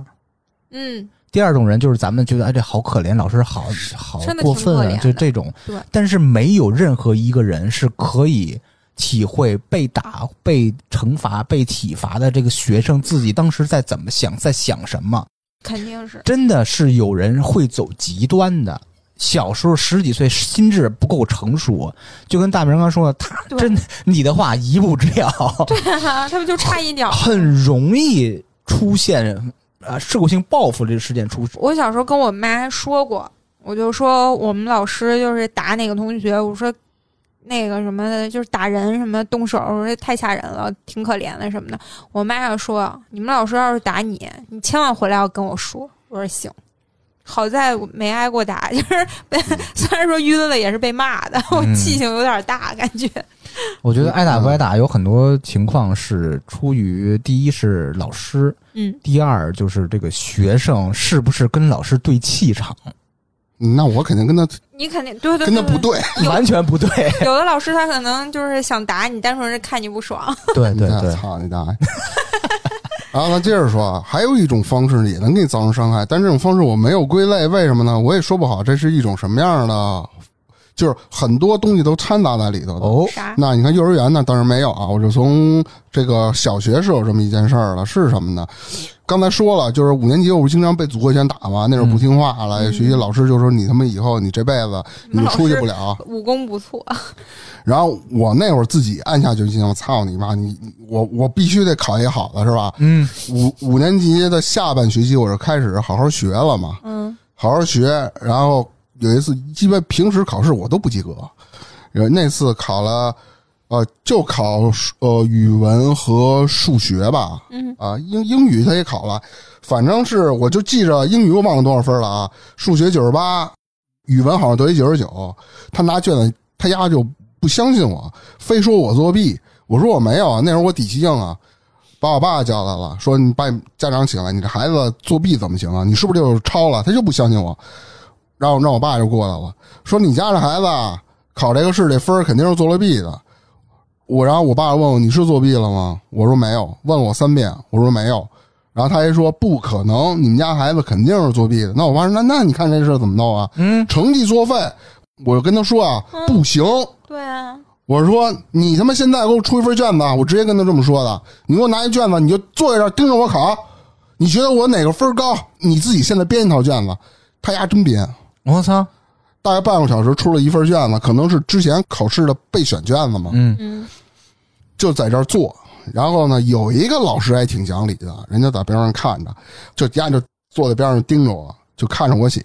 [SPEAKER 4] 嗯，
[SPEAKER 1] 第二种人就是咱们觉得哎，这好可怜，老师好好
[SPEAKER 4] 真的
[SPEAKER 1] 过
[SPEAKER 4] 挺
[SPEAKER 1] 分
[SPEAKER 4] 可怜
[SPEAKER 1] 啊，
[SPEAKER 4] 的
[SPEAKER 1] 就这种。
[SPEAKER 4] 对
[SPEAKER 1] 但是没有任何一个人是可以体会被打、被惩罚、被体罚的这个学生自己当时在怎么想，在想什么。
[SPEAKER 4] 肯定是。
[SPEAKER 1] 真的是有人会走极端的。小时候十几岁，心智不够成熟，就跟大明刚说的，他
[SPEAKER 4] 对
[SPEAKER 1] 真你的话一步之遥，
[SPEAKER 4] 他们就差一点儿。
[SPEAKER 1] 很容易出现啊事故性报复这个事件出
[SPEAKER 4] 我小时候跟我妈说过，我就说我们老师就是打哪个同学，我说那个什么就是打人什么动手，我说太吓人了，挺可怜的什么的。我妈就说你们老师要是打你，你千万回来要跟我说。我说行。好在我没挨过打，就是被 虽然说晕了，也是被骂的，我
[SPEAKER 1] 嗯
[SPEAKER 4] 气性有点大，感觉。
[SPEAKER 1] 我觉得挨打不挨打有很多情况是出于第一是老师，
[SPEAKER 4] 嗯，
[SPEAKER 1] 第二就是这个学生是不是跟老师对气场，
[SPEAKER 2] 那我肯定跟他
[SPEAKER 4] 你肯定对对
[SPEAKER 2] 跟
[SPEAKER 4] 对
[SPEAKER 2] 他不
[SPEAKER 4] 对，
[SPEAKER 2] 对，
[SPEAKER 4] 有
[SPEAKER 1] 完全不对。
[SPEAKER 4] 有的老师他可能就是想打你，单纯是看你不爽。
[SPEAKER 1] 对
[SPEAKER 2] 你看操你大爷！ 然后咱接着说啊，还有一种方式也能给你造成伤害，但这种方式我没有归类，为什么呢？我也说不好，这是一种什么样的，就是很多东西都掺杂在里头的。
[SPEAKER 1] 哦，
[SPEAKER 4] 啥？
[SPEAKER 2] 那你看幼儿园呢？当然没有啊，我就从这个小学是有这么一件事儿了，是什么呢？刚才说了，就是五年级我经常被祖国拳打嘛，那时
[SPEAKER 1] 嗯
[SPEAKER 2] 候不听话了，学习老师就说你他妈以后你这辈子你就出去不了。
[SPEAKER 4] 武功不错，
[SPEAKER 2] 然后我那会儿自己暗下决心，我操你妈，你你我我必须得考一好的，是吧？
[SPEAKER 1] 嗯，
[SPEAKER 2] 五五年级的下半学期，我就开始好好学了嘛，
[SPEAKER 4] 嗯，
[SPEAKER 2] 好好学。然后有一次，基本平时考试我都不及格，呃那次考了，呃，就考数呃语文和数学吧，
[SPEAKER 4] 嗯
[SPEAKER 2] 啊，英英语他也考了，反正是我就记着英语我忘了多少分了啊，数学九十八，语文好像得一九十九，他拿卷子他丫就不相信我，非说我作弊，我说我没有啊，那时候我底气硬啊。把我爸叫来了，说你把你家长请来，你这孩子作弊怎么行啊？你是不是就抄了？他就不相信我，然后让我爸就过来了，说你家这孩子啊考这个试这分儿肯定是作了弊的。我然后我爸问我你是作弊了吗？我说没有，问了我三遍，我说没有。然后他还说不可能，你们家孩子肯定是作弊的。那我爸说那那你看这事儿怎么弄啊？
[SPEAKER 1] 嗯，
[SPEAKER 2] 成绩作废，我就跟他说啊不行，
[SPEAKER 4] 对啊，
[SPEAKER 2] 我说你他妈现在给我出一份卷子啊，我直接跟他这么说的。你给我拿一卷子，你就坐在这儿盯着我考。你觉得我哪个分儿高？你自己现在编一套卷子，他丫真编，
[SPEAKER 1] 我操，
[SPEAKER 2] 大概半个小时出了一份卷子，可能是之前考试的备选卷子嘛。
[SPEAKER 1] 嗯
[SPEAKER 4] 嗯，
[SPEAKER 2] 就在这儿坐。然后呢，有一个老师还挺讲理的，人家在边上看着，就家就坐在边上盯着我，就看着我写，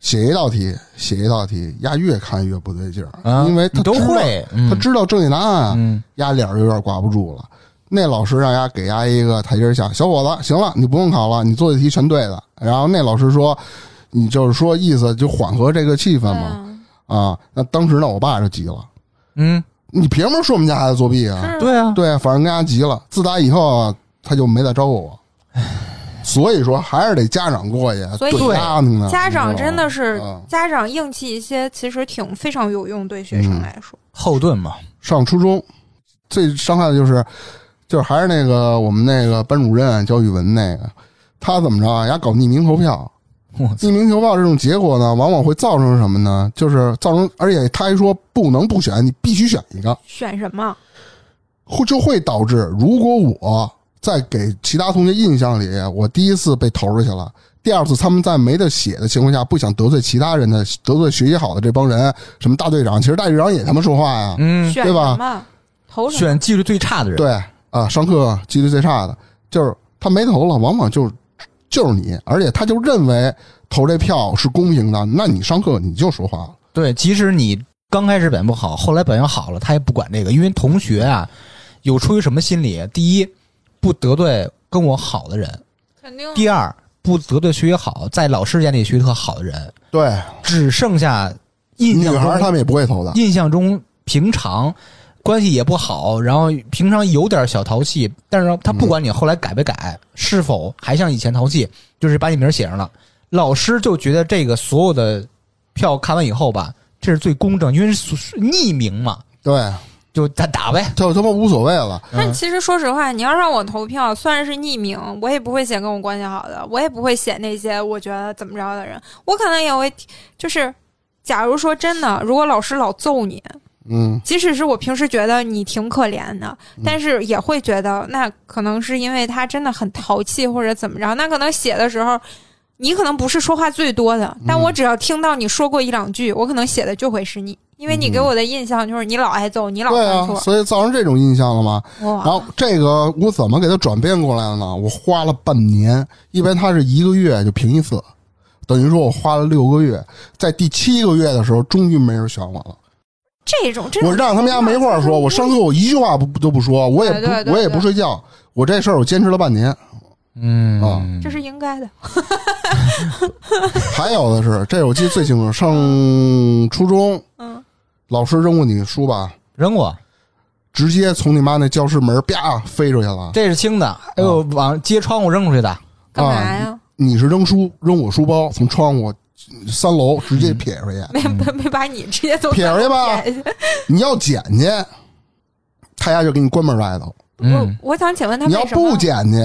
[SPEAKER 2] 写一道题，写一道题，丫越看越不对劲儿，
[SPEAKER 1] 啊，
[SPEAKER 2] 因为他
[SPEAKER 1] 你都
[SPEAKER 2] 知道，
[SPEAKER 1] 会，嗯
[SPEAKER 2] 他知道正确答案，
[SPEAKER 1] 嗯，
[SPEAKER 2] 丫脸儿有点挂不住了。那老师让丫给丫一个台阶下，小伙子，行了，你不用考了，你做的题全对的。然后那老师说，你就是说意思就缓和这个气氛
[SPEAKER 4] 对
[SPEAKER 2] 嘛，
[SPEAKER 4] 啊，
[SPEAKER 2] 啊，那当时呢，我爸就急了，
[SPEAKER 1] 嗯，
[SPEAKER 2] 你凭什么说我们家孩子作弊啊？
[SPEAKER 4] 是
[SPEAKER 1] 对啊，
[SPEAKER 2] 对，反正跟他急了。自打以后啊，他就没再招过 我。所以说，还是得家长过去
[SPEAKER 4] 所以
[SPEAKER 2] 怼丫头呢。
[SPEAKER 4] 家长
[SPEAKER 2] 你知道吗
[SPEAKER 4] 真的是
[SPEAKER 2] 啊嗯
[SPEAKER 4] 家长硬气一些，其实挺非常有用，对学生
[SPEAKER 2] 嗯
[SPEAKER 4] 来说。
[SPEAKER 1] 后盾嘛，
[SPEAKER 2] 上初中最伤害的就是，就是还是那个我们那个班主任教语文那个，他怎么着啊？人家搞匿名投票，
[SPEAKER 1] 我操，
[SPEAKER 2] 匿名投票这种结果呢，往往会造成什么呢？就是造成，而且他还说不能不选，你必须选一个，
[SPEAKER 4] 选什么？
[SPEAKER 2] 会就会导致如果我在给其他同学印象里，我第一次被投出去了。第二次，他们在没得写的情况下，不想得罪其他人的，得罪学习好的这帮人，什么大队长，其实大队长也他妈说话呀，
[SPEAKER 1] 嗯，
[SPEAKER 4] 选
[SPEAKER 2] 对
[SPEAKER 4] 什
[SPEAKER 2] 吧
[SPEAKER 4] 么？投什么？
[SPEAKER 1] 选纪律最差的人，，
[SPEAKER 2] 对啊，上课纪律最差的，就是他没投了，往往就就是你，而且他就认为投这票是公平的，那你上课你就说话了，
[SPEAKER 1] 对，即使你刚开始表现不好，后来表现好了，他也不管这个，因为同学啊，有出于什么心理？第一，不得罪跟我好的人；
[SPEAKER 4] 肯定
[SPEAKER 1] 第二，不得罪学习好，在老师眼里学习特好的人，
[SPEAKER 2] 对，
[SPEAKER 1] 只剩下印
[SPEAKER 2] 女
[SPEAKER 1] 象
[SPEAKER 2] 孩儿
[SPEAKER 1] 中
[SPEAKER 2] 他们也不会投的，
[SPEAKER 1] 印象中平常。关系也不好，然后平常有点小淘气，但是他不管你后来改没改，是否还像以前淘气，就是把你名儿写上了。老师就觉得这个所有的票看完以后吧，这是最公正，因为是是匿名嘛，
[SPEAKER 2] 对，
[SPEAKER 1] 就他打呗。
[SPEAKER 2] 就他妈无所谓了，
[SPEAKER 4] 但其实说实话，你要让我投票，虽然是匿名，我也不会写跟我关系好的，我也不会写那些我觉得怎么着的人，我可能也会就是。假如说真的，如果老师老揍你，
[SPEAKER 2] 嗯，
[SPEAKER 4] 即使是我平时觉得你挺可怜的，但是也会觉得那可能是因为他真的很淘气或者怎么着。那可能写的时候，你可能不是说话最多的，但
[SPEAKER 2] 嗯
[SPEAKER 4] 我只要听到你说过一两句，我可能写的就会是你，因为你给我的印象就是你老挨揍，你老
[SPEAKER 2] 嗯对
[SPEAKER 4] 犯
[SPEAKER 2] 啊，
[SPEAKER 4] 错。
[SPEAKER 2] 所以造成这种印象了吗？然
[SPEAKER 4] 哇，
[SPEAKER 2] 后这个我怎么给他转变过来的呢？我花了半年，一般他是一个月就评一次，等于说我花了六个月，在第七个月的时候，终于没人选我了。
[SPEAKER 4] 这种这种
[SPEAKER 2] 我让他们家没话说，我上课我一句话不都不说，我也
[SPEAKER 4] 对哎对
[SPEAKER 2] 不
[SPEAKER 4] 对
[SPEAKER 2] 我也不
[SPEAKER 4] 对
[SPEAKER 2] 睡觉，我这事儿我坚持了半年。
[SPEAKER 1] 嗯
[SPEAKER 2] 啊
[SPEAKER 4] 这是应该的。
[SPEAKER 2] 还有的是，这我记得最清楚，上初中
[SPEAKER 4] 嗯，
[SPEAKER 2] 老师扔过你书吧，
[SPEAKER 1] 扔过，
[SPEAKER 2] 直接从你妈那教室门啪飞出去了。
[SPEAKER 1] 这是轻的，哎呦，往街窗户扔出去的，
[SPEAKER 4] 干嘛呀？
[SPEAKER 2] 你是扔书，扔我书包，从窗户三楼直接撇出去。
[SPEAKER 4] 没没没把你直接都
[SPEAKER 2] 嗯撇啊出去吧
[SPEAKER 4] 撇下去
[SPEAKER 2] 你要捡去，他家就给你关门外头；
[SPEAKER 4] 我
[SPEAKER 1] 嗯，
[SPEAKER 4] 我想请问他
[SPEAKER 2] 你要
[SPEAKER 4] 为什
[SPEAKER 2] 不
[SPEAKER 4] 么？
[SPEAKER 2] 捡去，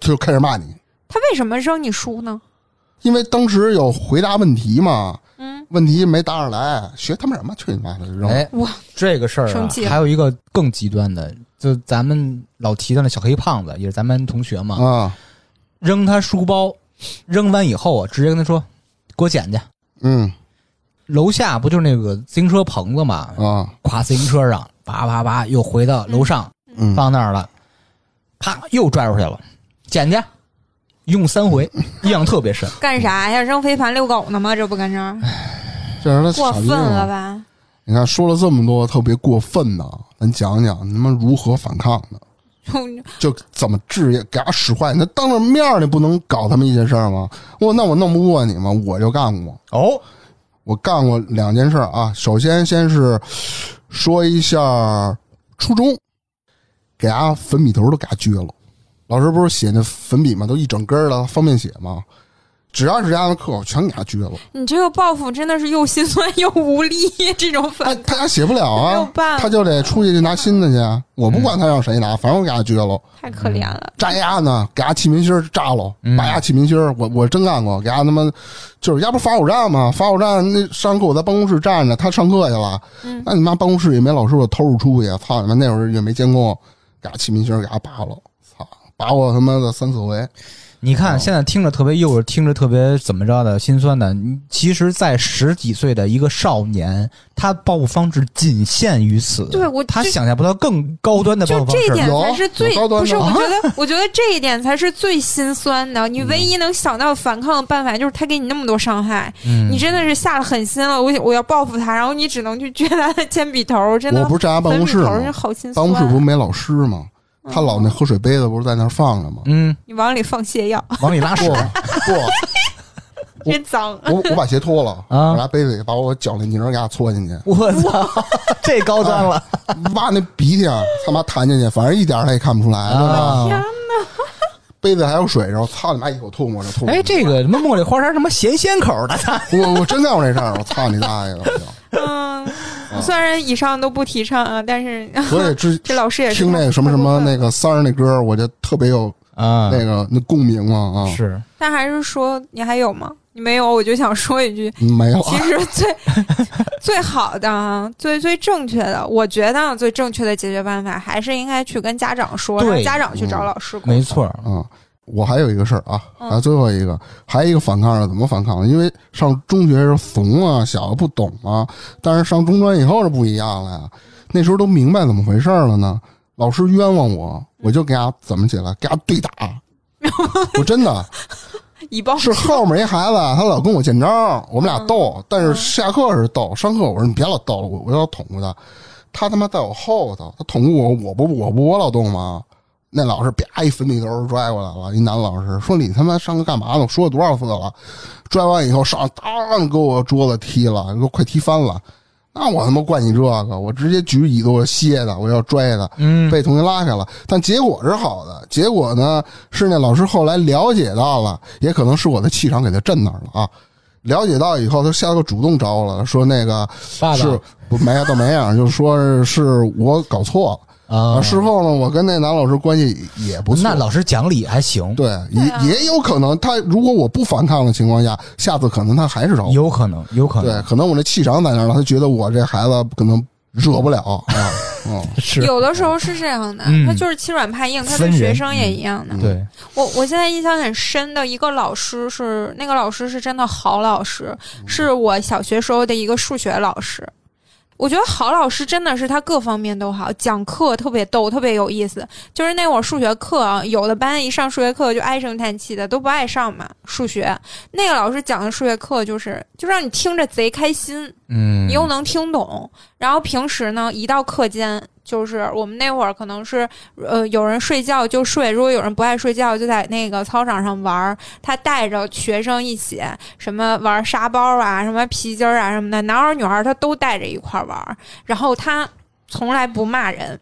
[SPEAKER 2] 他就开始骂你。
[SPEAKER 4] 他为什么扔你书呢？
[SPEAKER 2] 因为当时有回答问题嘛，
[SPEAKER 4] 嗯，
[SPEAKER 2] 问题没答上来，学他妈什么？去你妈的！扔！
[SPEAKER 1] 哎
[SPEAKER 4] 哇，
[SPEAKER 1] 这个事儿、啊
[SPEAKER 4] 生气、了
[SPEAKER 1] 还有一个更极端的，就咱们老提到那小黑胖子，也是咱们同学嘛，
[SPEAKER 2] 啊，
[SPEAKER 1] 扔他书包，扔完以后啊，直接跟他说：“给我捡去。
[SPEAKER 2] 嗯”
[SPEAKER 1] 楼下不就是那个自行车棚子嘛，
[SPEAKER 2] 啊，
[SPEAKER 1] 跨自行车上，叭叭叭，又回到楼上，
[SPEAKER 2] 嗯，
[SPEAKER 1] 放那儿了，啪，又拽出去了，捡去，一共三回，印象特别深。
[SPEAKER 4] 干啥呀？扔飞盘遛狗呢吗？这不跟这儿
[SPEAKER 2] 这人他
[SPEAKER 4] 过
[SPEAKER 2] 傻
[SPEAKER 4] 分
[SPEAKER 2] 逼
[SPEAKER 4] 了
[SPEAKER 2] 嘛！
[SPEAKER 4] 吧？
[SPEAKER 2] 啊你看说了这么多特别过分的，咱讲讲你们如何反抗的，就怎么制约，给他使坏。那当着面儿你不能搞他们一件事儿吗？我那我弄不过你吗？我就干过。
[SPEAKER 1] 哦，
[SPEAKER 2] 我干过两件事儿啊。首先，先是说一下初中，给伢粉笔头都给伢撅了。老师不是写那粉笔嘛，都一整根儿了，方便写嘛。只要是伢的课，我全给伢撅了。
[SPEAKER 4] 你这个报复真的是又心酸又无力，这种
[SPEAKER 2] 他
[SPEAKER 4] 反
[SPEAKER 2] 他家写不了
[SPEAKER 4] 没有
[SPEAKER 2] 啊，
[SPEAKER 4] 办法
[SPEAKER 2] 他就得出去去拿新的去。啊我不管他让谁拿，反正我给伢撅了。
[SPEAKER 4] 太可怜了。
[SPEAKER 2] 炸鸭呢，给伢气明星儿炸了，
[SPEAKER 1] 嗯
[SPEAKER 2] 把伢气明星儿，我我真干过，给伢他妈就是伢不是罚火站吗？罚火站那上课我在办公室站着，他上课去了，
[SPEAKER 4] 嗯
[SPEAKER 2] 那你妈办公室也没老师，我偷着出去，操你妈！那会儿也没监控，给伢气明星儿给伢拔了，操，拔我他妈的三四回，
[SPEAKER 1] 你
[SPEAKER 2] 哦
[SPEAKER 1] 看现在听着特别幼稚，听着特别怎么着的心酸的，你其实，在十几岁的一个少年，他报复方式仅限于此。
[SPEAKER 4] 对我
[SPEAKER 1] 他
[SPEAKER 4] 就
[SPEAKER 1] 想象不到更高端的报复
[SPEAKER 4] 就
[SPEAKER 1] 方
[SPEAKER 4] 这
[SPEAKER 1] 式
[SPEAKER 4] 一
[SPEAKER 1] 了。
[SPEAKER 4] 点
[SPEAKER 2] 有
[SPEAKER 4] 才是最
[SPEAKER 2] 有高端的
[SPEAKER 4] 不是？我
[SPEAKER 2] 啊
[SPEAKER 4] 觉得，我觉得这一点才是最心酸的。你唯一能想到反抗的办法，就是他给你那么多伤害，
[SPEAKER 1] 嗯
[SPEAKER 4] 你真的是下了狠心了。我我要报复他，然后你只能去撅他的铅笔头，真的。
[SPEAKER 2] 我不是站伢办公室
[SPEAKER 4] 头是
[SPEAKER 2] 吗？
[SPEAKER 4] 好心
[SPEAKER 2] 办
[SPEAKER 4] 酸。嗯
[SPEAKER 2] 公室不是没老师吗？他老那喝水杯子不是在那儿放着吗？
[SPEAKER 1] 嗯，
[SPEAKER 4] 你往里放泻药，
[SPEAKER 1] 往里拉
[SPEAKER 2] 不
[SPEAKER 1] 屎。
[SPEAKER 2] 不，我
[SPEAKER 4] 真脏。
[SPEAKER 2] 我我把鞋脱了，
[SPEAKER 1] 啊
[SPEAKER 2] 我拿杯子把我脚那泥儿给伢搓进去。
[SPEAKER 1] 我操， 这高端了！
[SPEAKER 2] 挖那鼻涕啊，他妈弹进去，反正一点儿他也看不出来，对 吧？
[SPEAKER 1] 啊，
[SPEAKER 2] 杯子还有水，然后操你妈一口吐沫就吐。
[SPEAKER 1] 哎，这个什么茉莉花茶什么咸鲜口的，他
[SPEAKER 2] 我我真干过这事儿，我操你大爷的！ 我就
[SPEAKER 4] 嗯，
[SPEAKER 2] 啊
[SPEAKER 4] 虽然以上都不提倡啊，但是
[SPEAKER 2] 所以之
[SPEAKER 4] 这老师也是
[SPEAKER 2] 听那个什么什么那
[SPEAKER 4] 个，
[SPEAKER 2] 个三儿那歌，我就特别有
[SPEAKER 1] 啊
[SPEAKER 4] 嗯
[SPEAKER 2] 那个那共鸣嘛啊！
[SPEAKER 1] 是
[SPEAKER 4] 但还是说你还有吗？你没有，我就想说一句，
[SPEAKER 2] 没有
[SPEAKER 4] 其
[SPEAKER 2] 啊，
[SPEAKER 4] 实最 最好的、啊、最最正确的，我觉得啊最正确的解决办法还是应该去跟家长说，
[SPEAKER 1] 对
[SPEAKER 4] 让家长去找老师沟通。
[SPEAKER 1] 没错儿，
[SPEAKER 2] 嗯，我还有一个事儿啊，
[SPEAKER 4] 嗯
[SPEAKER 2] 还有最后一个，还有一个反抗是怎么反抗的？因为上中学时候怂啊，小不懂啊，但是上中专以后是不一样了呀。那时候都明白怎么回事儿了呢。老师冤枉我，我就给他怎么起来，给他对打。 我真的
[SPEAKER 4] 以暴
[SPEAKER 2] 是后面一孩子，他老跟我见招儿，我们俩斗，但是下课是斗，上课我说你别老斗了，我我要捅咕他。他他妈在我后头，他捅咕我，我不我不我老动吗？那老师啪一粉笔头拽过来了，一男老师说你他妈上课干嘛呢？我说了多少次了？拽完以后上当给我桌子踢了，给我快踢翻了。那我他妈惯你这个，我直接举椅子我歇他，我要拽他。
[SPEAKER 1] 嗯，
[SPEAKER 2] 被同学拉开了，但结果是好的。结果呢，是那老师后来了解到了，也可能是我的气场给他震那儿了啊。了解到以后，他下课主动找我了，说那个
[SPEAKER 1] 爸
[SPEAKER 2] 是
[SPEAKER 1] 爸
[SPEAKER 2] 不没有倒没有，就是说是是我搞错了。
[SPEAKER 1] 啊，
[SPEAKER 2] 事后呢，我跟那男老师关系也不错。
[SPEAKER 1] 那老师讲理还行，
[SPEAKER 2] 对，也、
[SPEAKER 4] 对啊
[SPEAKER 2] 也有可能他如果我不反抗的情况下，下次可能他还是找我。
[SPEAKER 1] 有可能，有可
[SPEAKER 2] 对，
[SPEAKER 1] 能
[SPEAKER 2] 可能我这气场在那儿了，他觉得我这孩子可能惹不了 啊。嗯，
[SPEAKER 1] 是，
[SPEAKER 4] 有的时候是这样的，
[SPEAKER 1] 嗯
[SPEAKER 4] 他就是欺软怕硬，他
[SPEAKER 1] 分
[SPEAKER 4] 对
[SPEAKER 1] 人
[SPEAKER 4] 学生
[SPEAKER 2] 嗯
[SPEAKER 4] 也一样的。
[SPEAKER 1] 对，
[SPEAKER 4] 我我现在印象很深的一个老师是那个老师是真的好老师，是我小学时候的一个数学老师。我觉得好老师真的是他各方面都好，讲课特别逗，特别有意思。就是那会儿数学课啊，有的班一上数学课就唉声叹气的，都不爱上嘛。数学那个老师讲的数学课就是就让你听着贼开心，
[SPEAKER 1] 嗯，
[SPEAKER 4] 你又能听懂。然后平时呢，一到课间，就是我们那会儿可能是呃有人睡觉就睡，如果有人不爱睡觉，就在那个操场上玩儿。他带着学生一起什么玩沙包啊，什么皮筋儿啊什么的，男孩儿女孩儿他都带着一块儿玩儿。然后他从来不骂人。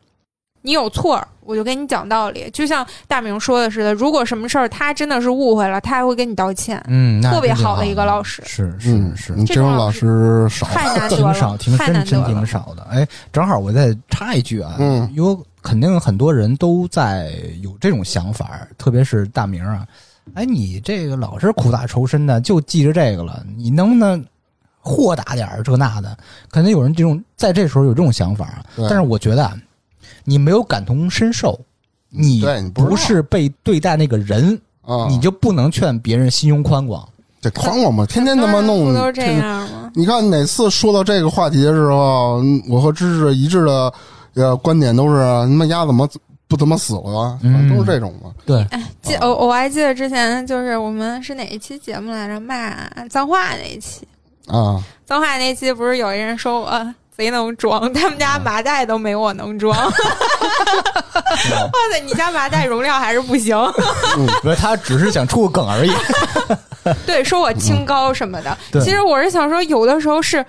[SPEAKER 4] 你有错儿，我就跟你讲道理。就像大明说的似的，如果什么事儿他真的是误会了，他还会跟你道 歉，
[SPEAKER 1] 嗯，那
[SPEAKER 4] 特别
[SPEAKER 1] 真挺
[SPEAKER 4] 好的一个老师
[SPEAKER 1] 是
[SPEAKER 2] 嗯
[SPEAKER 1] 是是，
[SPEAKER 2] 嗯这种老师少。
[SPEAKER 4] 太难得
[SPEAKER 1] 挺
[SPEAKER 4] 了，
[SPEAKER 1] 少，挺
[SPEAKER 4] 太
[SPEAKER 1] 真
[SPEAKER 4] 难得
[SPEAKER 1] 真
[SPEAKER 4] 了
[SPEAKER 1] 挺。少的。哎，正好我再插一句啊，
[SPEAKER 2] 嗯
[SPEAKER 1] 因为肯定很多人都在有这种想法，特别是大明啊，哎，你这个老是苦大仇深的，就记着这个了，你能不能豁达点儿这那的？肯定有人这种在这时候有这种想法啊，
[SPEAKER 2] 对
[SPEAKER 1] 但是我觉得啊，你没有感同身受，你
[SPEAKER 2] 嗯对你不知道
[SPEAKER 1] 不是被对待那个人，
[SPEAKER 2] 啊，
[SPEAKER 1] 你就不能劝别人心胸宽广。
[SPEAKER 2] 这宽广嘛，天天他妈
[SPEAKER 4] 不
[SPEAKER 2] 弄
[SPEAKER 4] 都是这
[SPEAKER 2] 这个。
[SPEAKER 4] 样吗？
[SPEAKER 2] 你看哪次说到这个话题的时候，嗯我和芝芝一致的呃观点都是，他妈丫怎么不他妈死了啊？
[SPEAKER 1] 嗯
[SPEAKER 2] 反正都是这种嘛。
[SPEAKER 1] 对，
[SPEAKER 4] 记我我还记得之前就是我们是哪一期节目来着？骂脏话那一期，
[SPEAKER 2] 啊，
[SPEAKER 4] 脏话那期不是有一人说我、呃贼能装，他们
[SPEAKER 2] 啊
[SPEAKER 4] 家麻袋都没我 能装。哇塞，你家麻袋容量还是不 行。
[SPEAKER 1] 不是他只是想出个梗而已。
[SPEAKER 4] 对，说
[SPEAKER 2] 嗯
[SPEAKER 4] 我清高什么的。
[SPEAKER 1] 对
[SPEAKER 4] 其实我是想说，有的时候是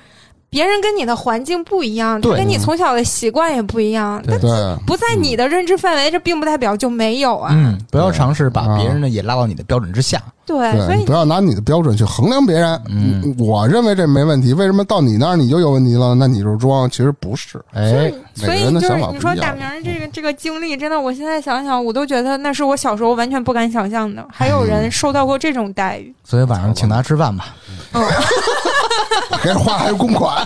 [SPEAKER 4] 别人跟你的环境不一样，他
[SPEAKER 1] 对
[SPEAKER 4] 跟你从小的习惯也不一样，
[SPEAKER 1] 对
[SPEAKER 4] 他
[SPEAKER 2] 嗯对，
[SPEAKER 4] 不在你的认知范围，这并不代表就没有啊。
[SPEAKER 1] 嗯，不要尝试把
[SPEAKER 2] 啊
[SPEAKER 1] 别人的也拉到你的标准之下。
[SPEAKER 4] 对，所
[SPEAKER 2] 对，
[SPEAKER 4] 以
[SPEAKER 2] 你不要拿你的标准去衡量别人。嗯，我认为这没问题，为什么到你那儿你就有问题了？那你就是装，其实不是。
[SPEAKER 1] 哎，
[SPEAKER 4] 所
[SPEAKER 2] 每
[SPEAKER 4] 以
[SPEAKER 2] 个人的
[SPEAKER 4] 就是
[SPEAKER 2] 想法
[SPEAKER 4] 你
[SPEAKER 2] 不
[SPEAKER 4] 说
[SPEAKER 2] 一
[SPEAKER 4] 大
[SPEAKER 2] 样嗯
[SPEAKER 4] 明。儿这个这个经历，真的，我现在想想，我都觉得那是我小时候完全不敢想象的，还有
[SPEAKER 2] 嗯
[SPEAKER 4] 人受到过这种待遇。
[SPEAKER 1] 所以晚上请他吃饭吧。
[SPEAKER 2] 给花还有公款。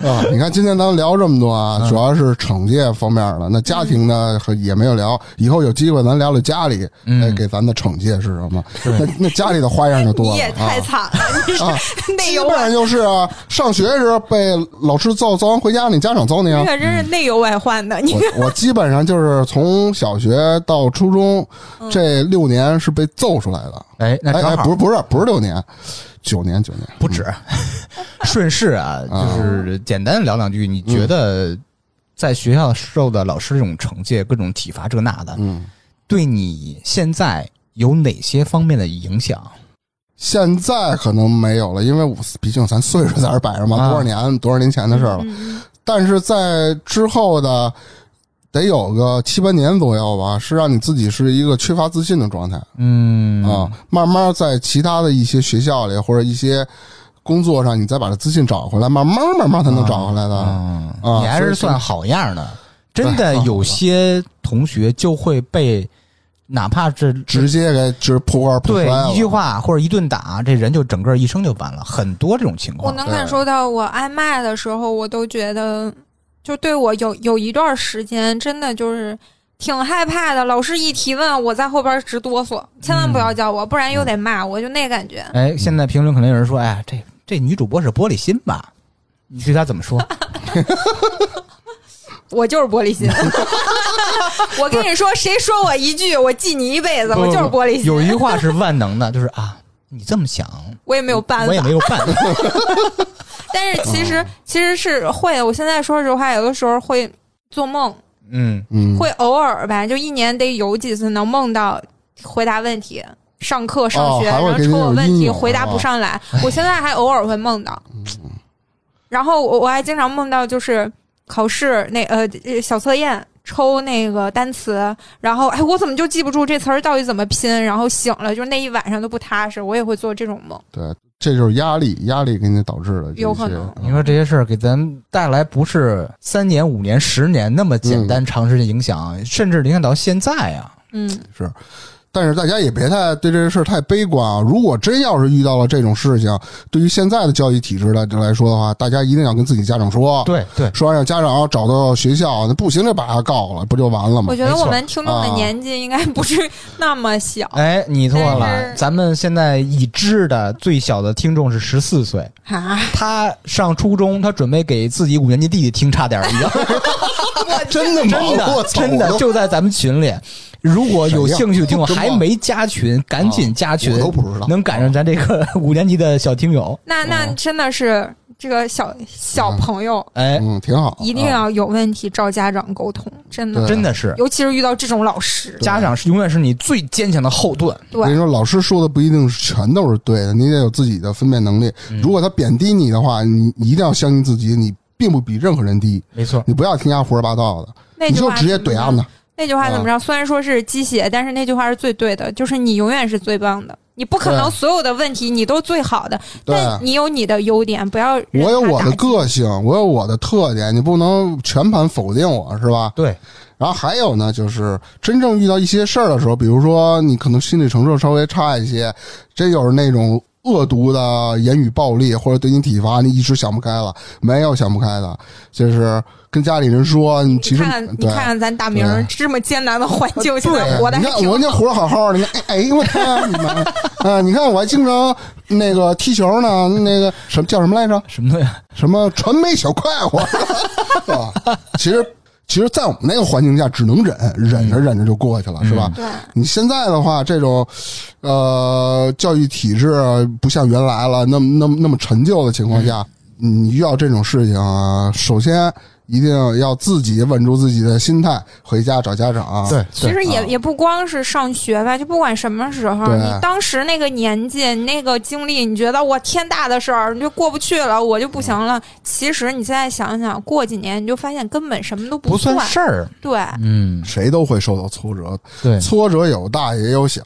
[SPEAKER 2] 啊，你看今天咱们聊这么多啊，主要是惩戒方面的。那家庭呢和也没有聊，以后有机会咱聊聊家里，
[SPEAKER 1] 嗯
[SPEAKER 2] 哎，给咱的惩戒是什么？那那家里的花样就多
[SPEAKER 4] 你
[SPEAKER 2] 了
[SPEAKER 4] 也
[SPEAKER 2] 啊
[SPEAKER 4] 太惨了， 你
[SPEAKER 2] 啊！
[SPEAKER 4] 是内
[SPEAKER 2] 基
[SPEAKER 4] 有
[SPEAKER 2] 本上
[SPEAKER 4] 外，
[SPEAKER 2] 就是啊，上学的时候被老师揍，揍完回家你家长揍你
[SPEAKER 4] 你
[SPEAKER 2] 啊。
[SPEAKER 4] 可真是内忧外患的。 你
[SPEAKER 2] 我我基本上就是从小学到初中这六年是被揍出来的。
[SPEAKER 1] 哎，那
[SPEAKER 2] 哎
[SPEAKER 1] 正
[SPEAKER 2] 哎，
[SPEAKER 1] 好
[SPEAKER 2] 不是不是不是六年，九年九年。
[SPEAKER 1] 不止， 顺势啊，就是简单聊两句。你
[SPEAKER 2] 嗯
[SPEAKER 1] 觉得在学校受的老师这种惩戒、各种体罚这那的，
[SPEAKER 2] 嗯，
[SPEAKER 1] 对你现在有哪些方面的影响？
[SPEAKER 2] 现在可能没有了，因为我毕竟咱岁数在这儿摆着嘛，
[SPEAKER 1] 啊嗯
[SPEAKER 2] 多少年多少年前的事儿了。
[SPEAKER 4] 嗯
[SPEAKER 2] 啊但是在之后的得有个七八年左右吧，是让你自己是一个缺乏自信的状态啊、
[SPEAKER 1] 嗯，
[SPEAKER 2] 慢慢在其他的一些学校里或者一些工作上，你再把这自信找回来，慢慢慢慢才能找回来的。
[SPEAKER 1] 嗯，
[SPEAKER 2] 啊
[SPEAKER 1] 你还
[SPEAKER 2] 所以
[SPEAKER 1] 是算好样的。真的有些同学就会被哪怕这
[SPEAKER 2] 直接给直破罐破摔
[SPEAKER 1] 对
[SPEAKER 2] 了。
[SPEAKER 1] 一句话或者一顿打，这人就整个一生就完了。很多这种情
[SPEAKER 4] 我
[SPEAKER 1] 况，
[SPEAKER 4] 能
[SPEAKER 2] 啊
[SPEAKER 4] 感受到，我挨骂的时候，我都觉得，就对我有有一段时间，真的就是挺害怕的。老师一提问，我在后边直哆嗦，千万不
[SPEAKER 2] 嗯
[SPEAKER 4] 要叫我，不然又得骂我，就那感觉。
[SPEAKER 1] 哎，现在评论可能有人说，哎，这这女主播是玻璃心吧？你对她怎么说？
[SPEAKER 4] 我就是玻 璃心， 我跟你说，谁说我一句，我记你一辈子，我就是玻璃
[SPEAKER 1] 有
[SPEAKER 4] 心，
[SPEAKER 1] 一句话是万能的，就是啊，你这么想，
[SPEAKER 4] 我也没有办
[SPEAKER 1] 我也嗯
[SPEAKER 4] 法
[SPEAKER 1] 没。有办法。
[SPEAKER 4] 但是其实其实是会，我现在说实话，有的时候会做梦，
[SPEAKER 1] 嗯，
[SPEAKER 2] 嗯，
[SPEAKER 4] 会偶尔吧，就一年得有几次能梦到回答问题。上课、上学，
[SPEAKER 2] 哦还
[SPEAKER 4] 然
[SPEAKER 2] 会
[SPEAKER 4] 后
[SPEAKER 2] 给
[SPEAKER 4] 抽
[SPEAKER 2] 你有
[SPEAKER 4] 我问
[SPEAKER 2] 阴
[SPEAKER 4] 题，
[SPEAKER 2] 影
[SPEAKER 4] 回答
[SPEAKER 2] 啊嗯
[SPEAKER 4] 不上来。我现在还偶尔会梦到，然后我我还经常梦到就是考试那呃呃小测验抽那个单词，然后哎我怎么就记不住这词儿到底怎么拼？然后醒了就是那一晚上都不踏实，我也会做这种梦。
[SPEAKER 2] 对，这就是压力，压力给你导致的这些。
[SPEAKER 4] 有可能
[SPEAKER 1] 你说这些事儿给咱带来不是三年、五年、十年那么简单、长时间影响，甚至影响到现在啊。
[SPEAKER 4] 嗯，
[SPEAKER 2] 但是大家也别太对这个事儿太悲观啊！如果真要是遇到了这种事情，对于现在的教育体制来来说的话，大家一定要跟自己家长说，
[SPEAKER 1] 对对，
[SPEAKER 2] 说让家长找到学校，那不行就把他告了，不就完了吗
[SPEAKER 4] 我？觉得
[SPEAKER 1] 没
[SPEAKER 4] 我
[SPEAKER 1] 错
[SPEAKER 4] 们听众的
[SPEAKER 2] 啊
[SPEAKER 4] 年纪应该不是那么小，
[SPEAKER 1] 哎，你错
[SPEAKER 4] 但
[SPEAKER 1] 了，
[SPEAKER 4] 是
[SPEAKER 1] 咱们现在已知的最小的听众是十四岁，
[SPEAKER 4] 啊，
[SPEAKER 1] 他上初中，他准备给自己五年级弟弟听，差点儿 一样。
[SPEAKER 2] 真的吗？
[SPEAKER 1] 真
[SPEAKER 2] 我
[SPEAKER 1] 的
[SPEAKER 2] 操
[SPEAKER 1] 真的
[SPEAKER 2] 我都
[SPEAKER 1] 就在咱们群里。如果有兴趣的听众
[SPEAKER 2] 什么
[SPEAKER 1] 还没加群，赶紧加群，
[SPEAKER 2] 我都不知道
[SPEAKER 1] 能赶上咱这个五年级的小听友，
[SPEAKER 4] 那那
[SPEAKER 2] 哦
[SPEAKER 4] 真的是这个小小朋友
[SPEAKER 1] 哎，
[SPEAKER 2] 嗯，挺好，
[SPEAKER 4] 一定要有问题找家长沟通，真的，
[SPEAKER 2] 对
[SPEAKER 1] 真的是
[SPEAKER 4] 尤其是遇到这种老师，
[SPEAKER 1] 家长是永远是你最坚强的后盾。
[SPEAKER 2] 我
[SPEAKER 4] 对
[SPEAKER 2] 跟你，说，老师说的不一定是全都是对的，你得有自己的分辨能力。
[SPEAKER 1] 嗯
[SPEAKER 2] 如果他贬低你的话，你你一定要相信自己，你并不比任何人低，
[SPEAKER 1] 没错，
[SPEAKER 2] 你不要听人家胡说八道的，
[SPEAKER 4] 那
[SPEAKER 2] 你
[SPEAKER 4] 句
[SPEAKER 2] 就
[SPEAKER 4] 话
[SPEAKER 2] 直接
[SPEAKER 4] 怎么
[SPEAKER 2] 怼啊
[SPEAKER 4] 着
[SPEAKER 2] 他们。
[SPEAKER 4] 那句话怎么着？虽然说是鸡血，但是那句话是最对的，就是你永远是最棒的，你不可能
[SPEAKER 2] 对
[SPEAKER 4] 所有的问题你都最好的，
[SPEAKER 2] 对啊
[SPEAKER 4] 但你有你的优点，不要
[SPEAKER 2] 我有我的
[SPEAKER 4] 个，
[SPEAKER 2] 个性，我有我的特点，你不能全盘否定我是吧？
[SPEAKER 1] 对，
[SPEAKER 2] 然后还有呢，就是真正遇到一些事儿的时候，比如说你可能心理承受稍微差一些，真有那种恶毒的言语暴力或者对你体罚，你一时想不开了，没有想不开的，就是跟家里人说，你其
[SPEAKER 4] 你
[SPEAKER 2] 实
[SPEAKER 4] 看看，你
[SPEAKER 2] 对。
[SPEAKER 4] 看看咱大明
[SPEAKER 2] 对啊
[SPEAKER 4] 这么艰难的环境，现在
[SPEAKER 2] 对，
[SPEAKER 4] 活的
[SPEAKER 2] 你
[SPEAKER 4] 还
[SPEAKER 2] 看
[SPEAKER 4] 挺
[SPEAKER 2] 我那
[SPEAKER 4] 好。
[SPEAKER 2] 活得好好的，你看，哎哎，我天啊，你妈呀！啊，你看我还经常那个踢球呢，那个什么叫什么来着？
[SPEAKER 1] 什么东西？啊
[SPEAKER 2] 什么传媒小快活， 是吧？其实，其实，在我们那个环境下，只能忍，忍着忍着就过去
[SPEAKER 1] 嗯
[SPEAKER 2] 了，是吧？
[SPEAKER 4] 对，
[SPEAKER 2] 你现在的话，这种呃教育体制不像原来了，那么那么那么陈旧的情况下，你遇到这种事情啊，首先一定要自己稳住自己的心态，回家找家长。
[SPEAKER 1] 对，啊
[SPEAKER 4] 其实也
[SPEAKER 2] 啊
[SPEAKER 4] 也不光是上学吧，就不管什么时候，
[SPEAKER 2] 对
[SPEAKER 4] 你当时那个年纪、你那个经历，你觉得我天大的事儿，你就过不去了，我就不行
[SPEAKER 1] 嗯
[SPEAKER 4] 了。其实你现在想想，过几年你就发现根本什么都
[SPEAKER 1] 不
[SPEAKER 4] 算
[SPEAKER 1] 算。事儿。
[SPEAKER 4] 对，
[SPEAKER 1] 嗯，
[SPEAKER 2] 谁都会受到挫折，
[SPEAKER 1] 对，
[SPEAKER 2] 挫折有大也有小，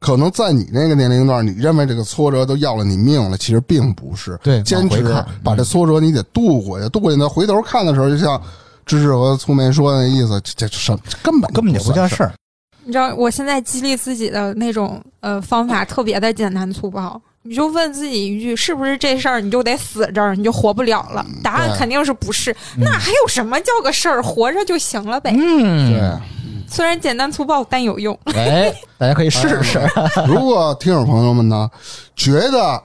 [SPEAKER 2] 可能在你那个年龄段，你认为这个挫折都要了你命了，其实并不是。
[SPEAKER 1] 对
[SPEAKER 2] 坚
[SPEAKER 1] 往
[SPEAKER 2] 持
[SPEAKER 1] 回看嗯
[SPEAKER 2] 把这挫折你得渡过去，渡过去呢，回头看的时候，就像芝芝和粗梅说的那意思，这这什么这根本
[SPEAKER 1] 嗯根本就不叫
[SPEAKER 2] 算
[SPEAKER 1] 事
[SPEAKER 2] 事儿。
[SPEAKER 1] 儿。
[SPEAKER 4] 你知道我现在激励自己的那种呃方法特别的简单粗暴，你就问自己一句：是不是这事儿你就得死这儿，你就活不了了？
[SPEAKER 1] 嗯
[SPEAKER 4] 答案
[SPEAKER 1] 啊
[SPEAKER 2] 对
[SPEAKER 4] 肯定是不是。那还有什么叫个事儿？活着就行了呗。
[SPEAKER 1] 嗯，
[SPEAKER 4] 虽然简单粗暴，但有用。
[SPEAKER 1] 哎，大家可以试试。
[SPEAKER 2] 对， 如果听友朋友们呢，觉得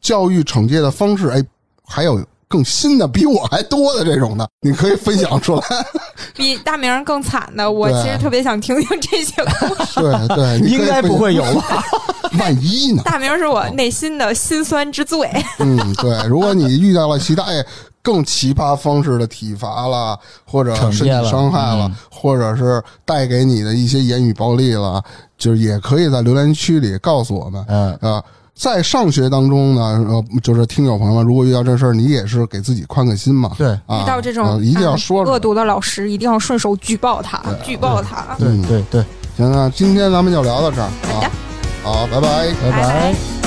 [SPEAKER 2] 教育惩戒的方式，哎，还有更新的比我还多的这种的，你可以分 享出来。
[SPEAKER 4] 比大明儿更惨的，我
[SPEAKER 2] 对
[SPEAKER 4] 其实特别想听听 这些。
[SPEAKER 2] 对对，你可以
[SPEAKER 1] 应该不会有
[SPEAKER 2] 分享
[SPEAKER 1] 吧？
[SPEAKER 2] 万一呢？
[SPEAKER 4] 大明儿是我内心的辛酸之最。
[SPEAKER 2] 嗯，对，如果你遇到了其他哎更奇葩方式的体罚啦，或者
[SPEAKER 1] 惩
[SPEAKER 2] 身
[SPEAKER 1] 戒了
[SPEAKER 2] 体伤害了，
[SPEAKER 1] 嗯
[SPEAKER 2] 或者是带给你的一些言语暴力了，就是也可以在留言区里告诉我们。
[SPEAKER 1] 嗯，
[SPEAKER 2] 呃，在上学当中呢，呃，就是听友朋友们，如果遇到这事儿，你也是给自己宽个心嘛。
[SPEAKER 1] 对
[SPEAKER 2] 啊，
[SPEAKER 4] 遇到这种、
[SPEAKER 2] 呃一定要
[SPEAKER 4] 嗯
[SPEAKER 2] 说出来
[SPEAKER 4] 恶。毒的老师，一定要顺手举报他，举报他。
[SPEAKER 1] 对对对，
[SPEAKER 2] 啊行，那今天咱们就聊到这儿
[SPEAKER 4] 好的
[SPEAKER 2] 啊，好，拜拜。
[SPEAKER 1] 拜
[SPEAKER 4] 拜
[SPEAKER 1] 拜。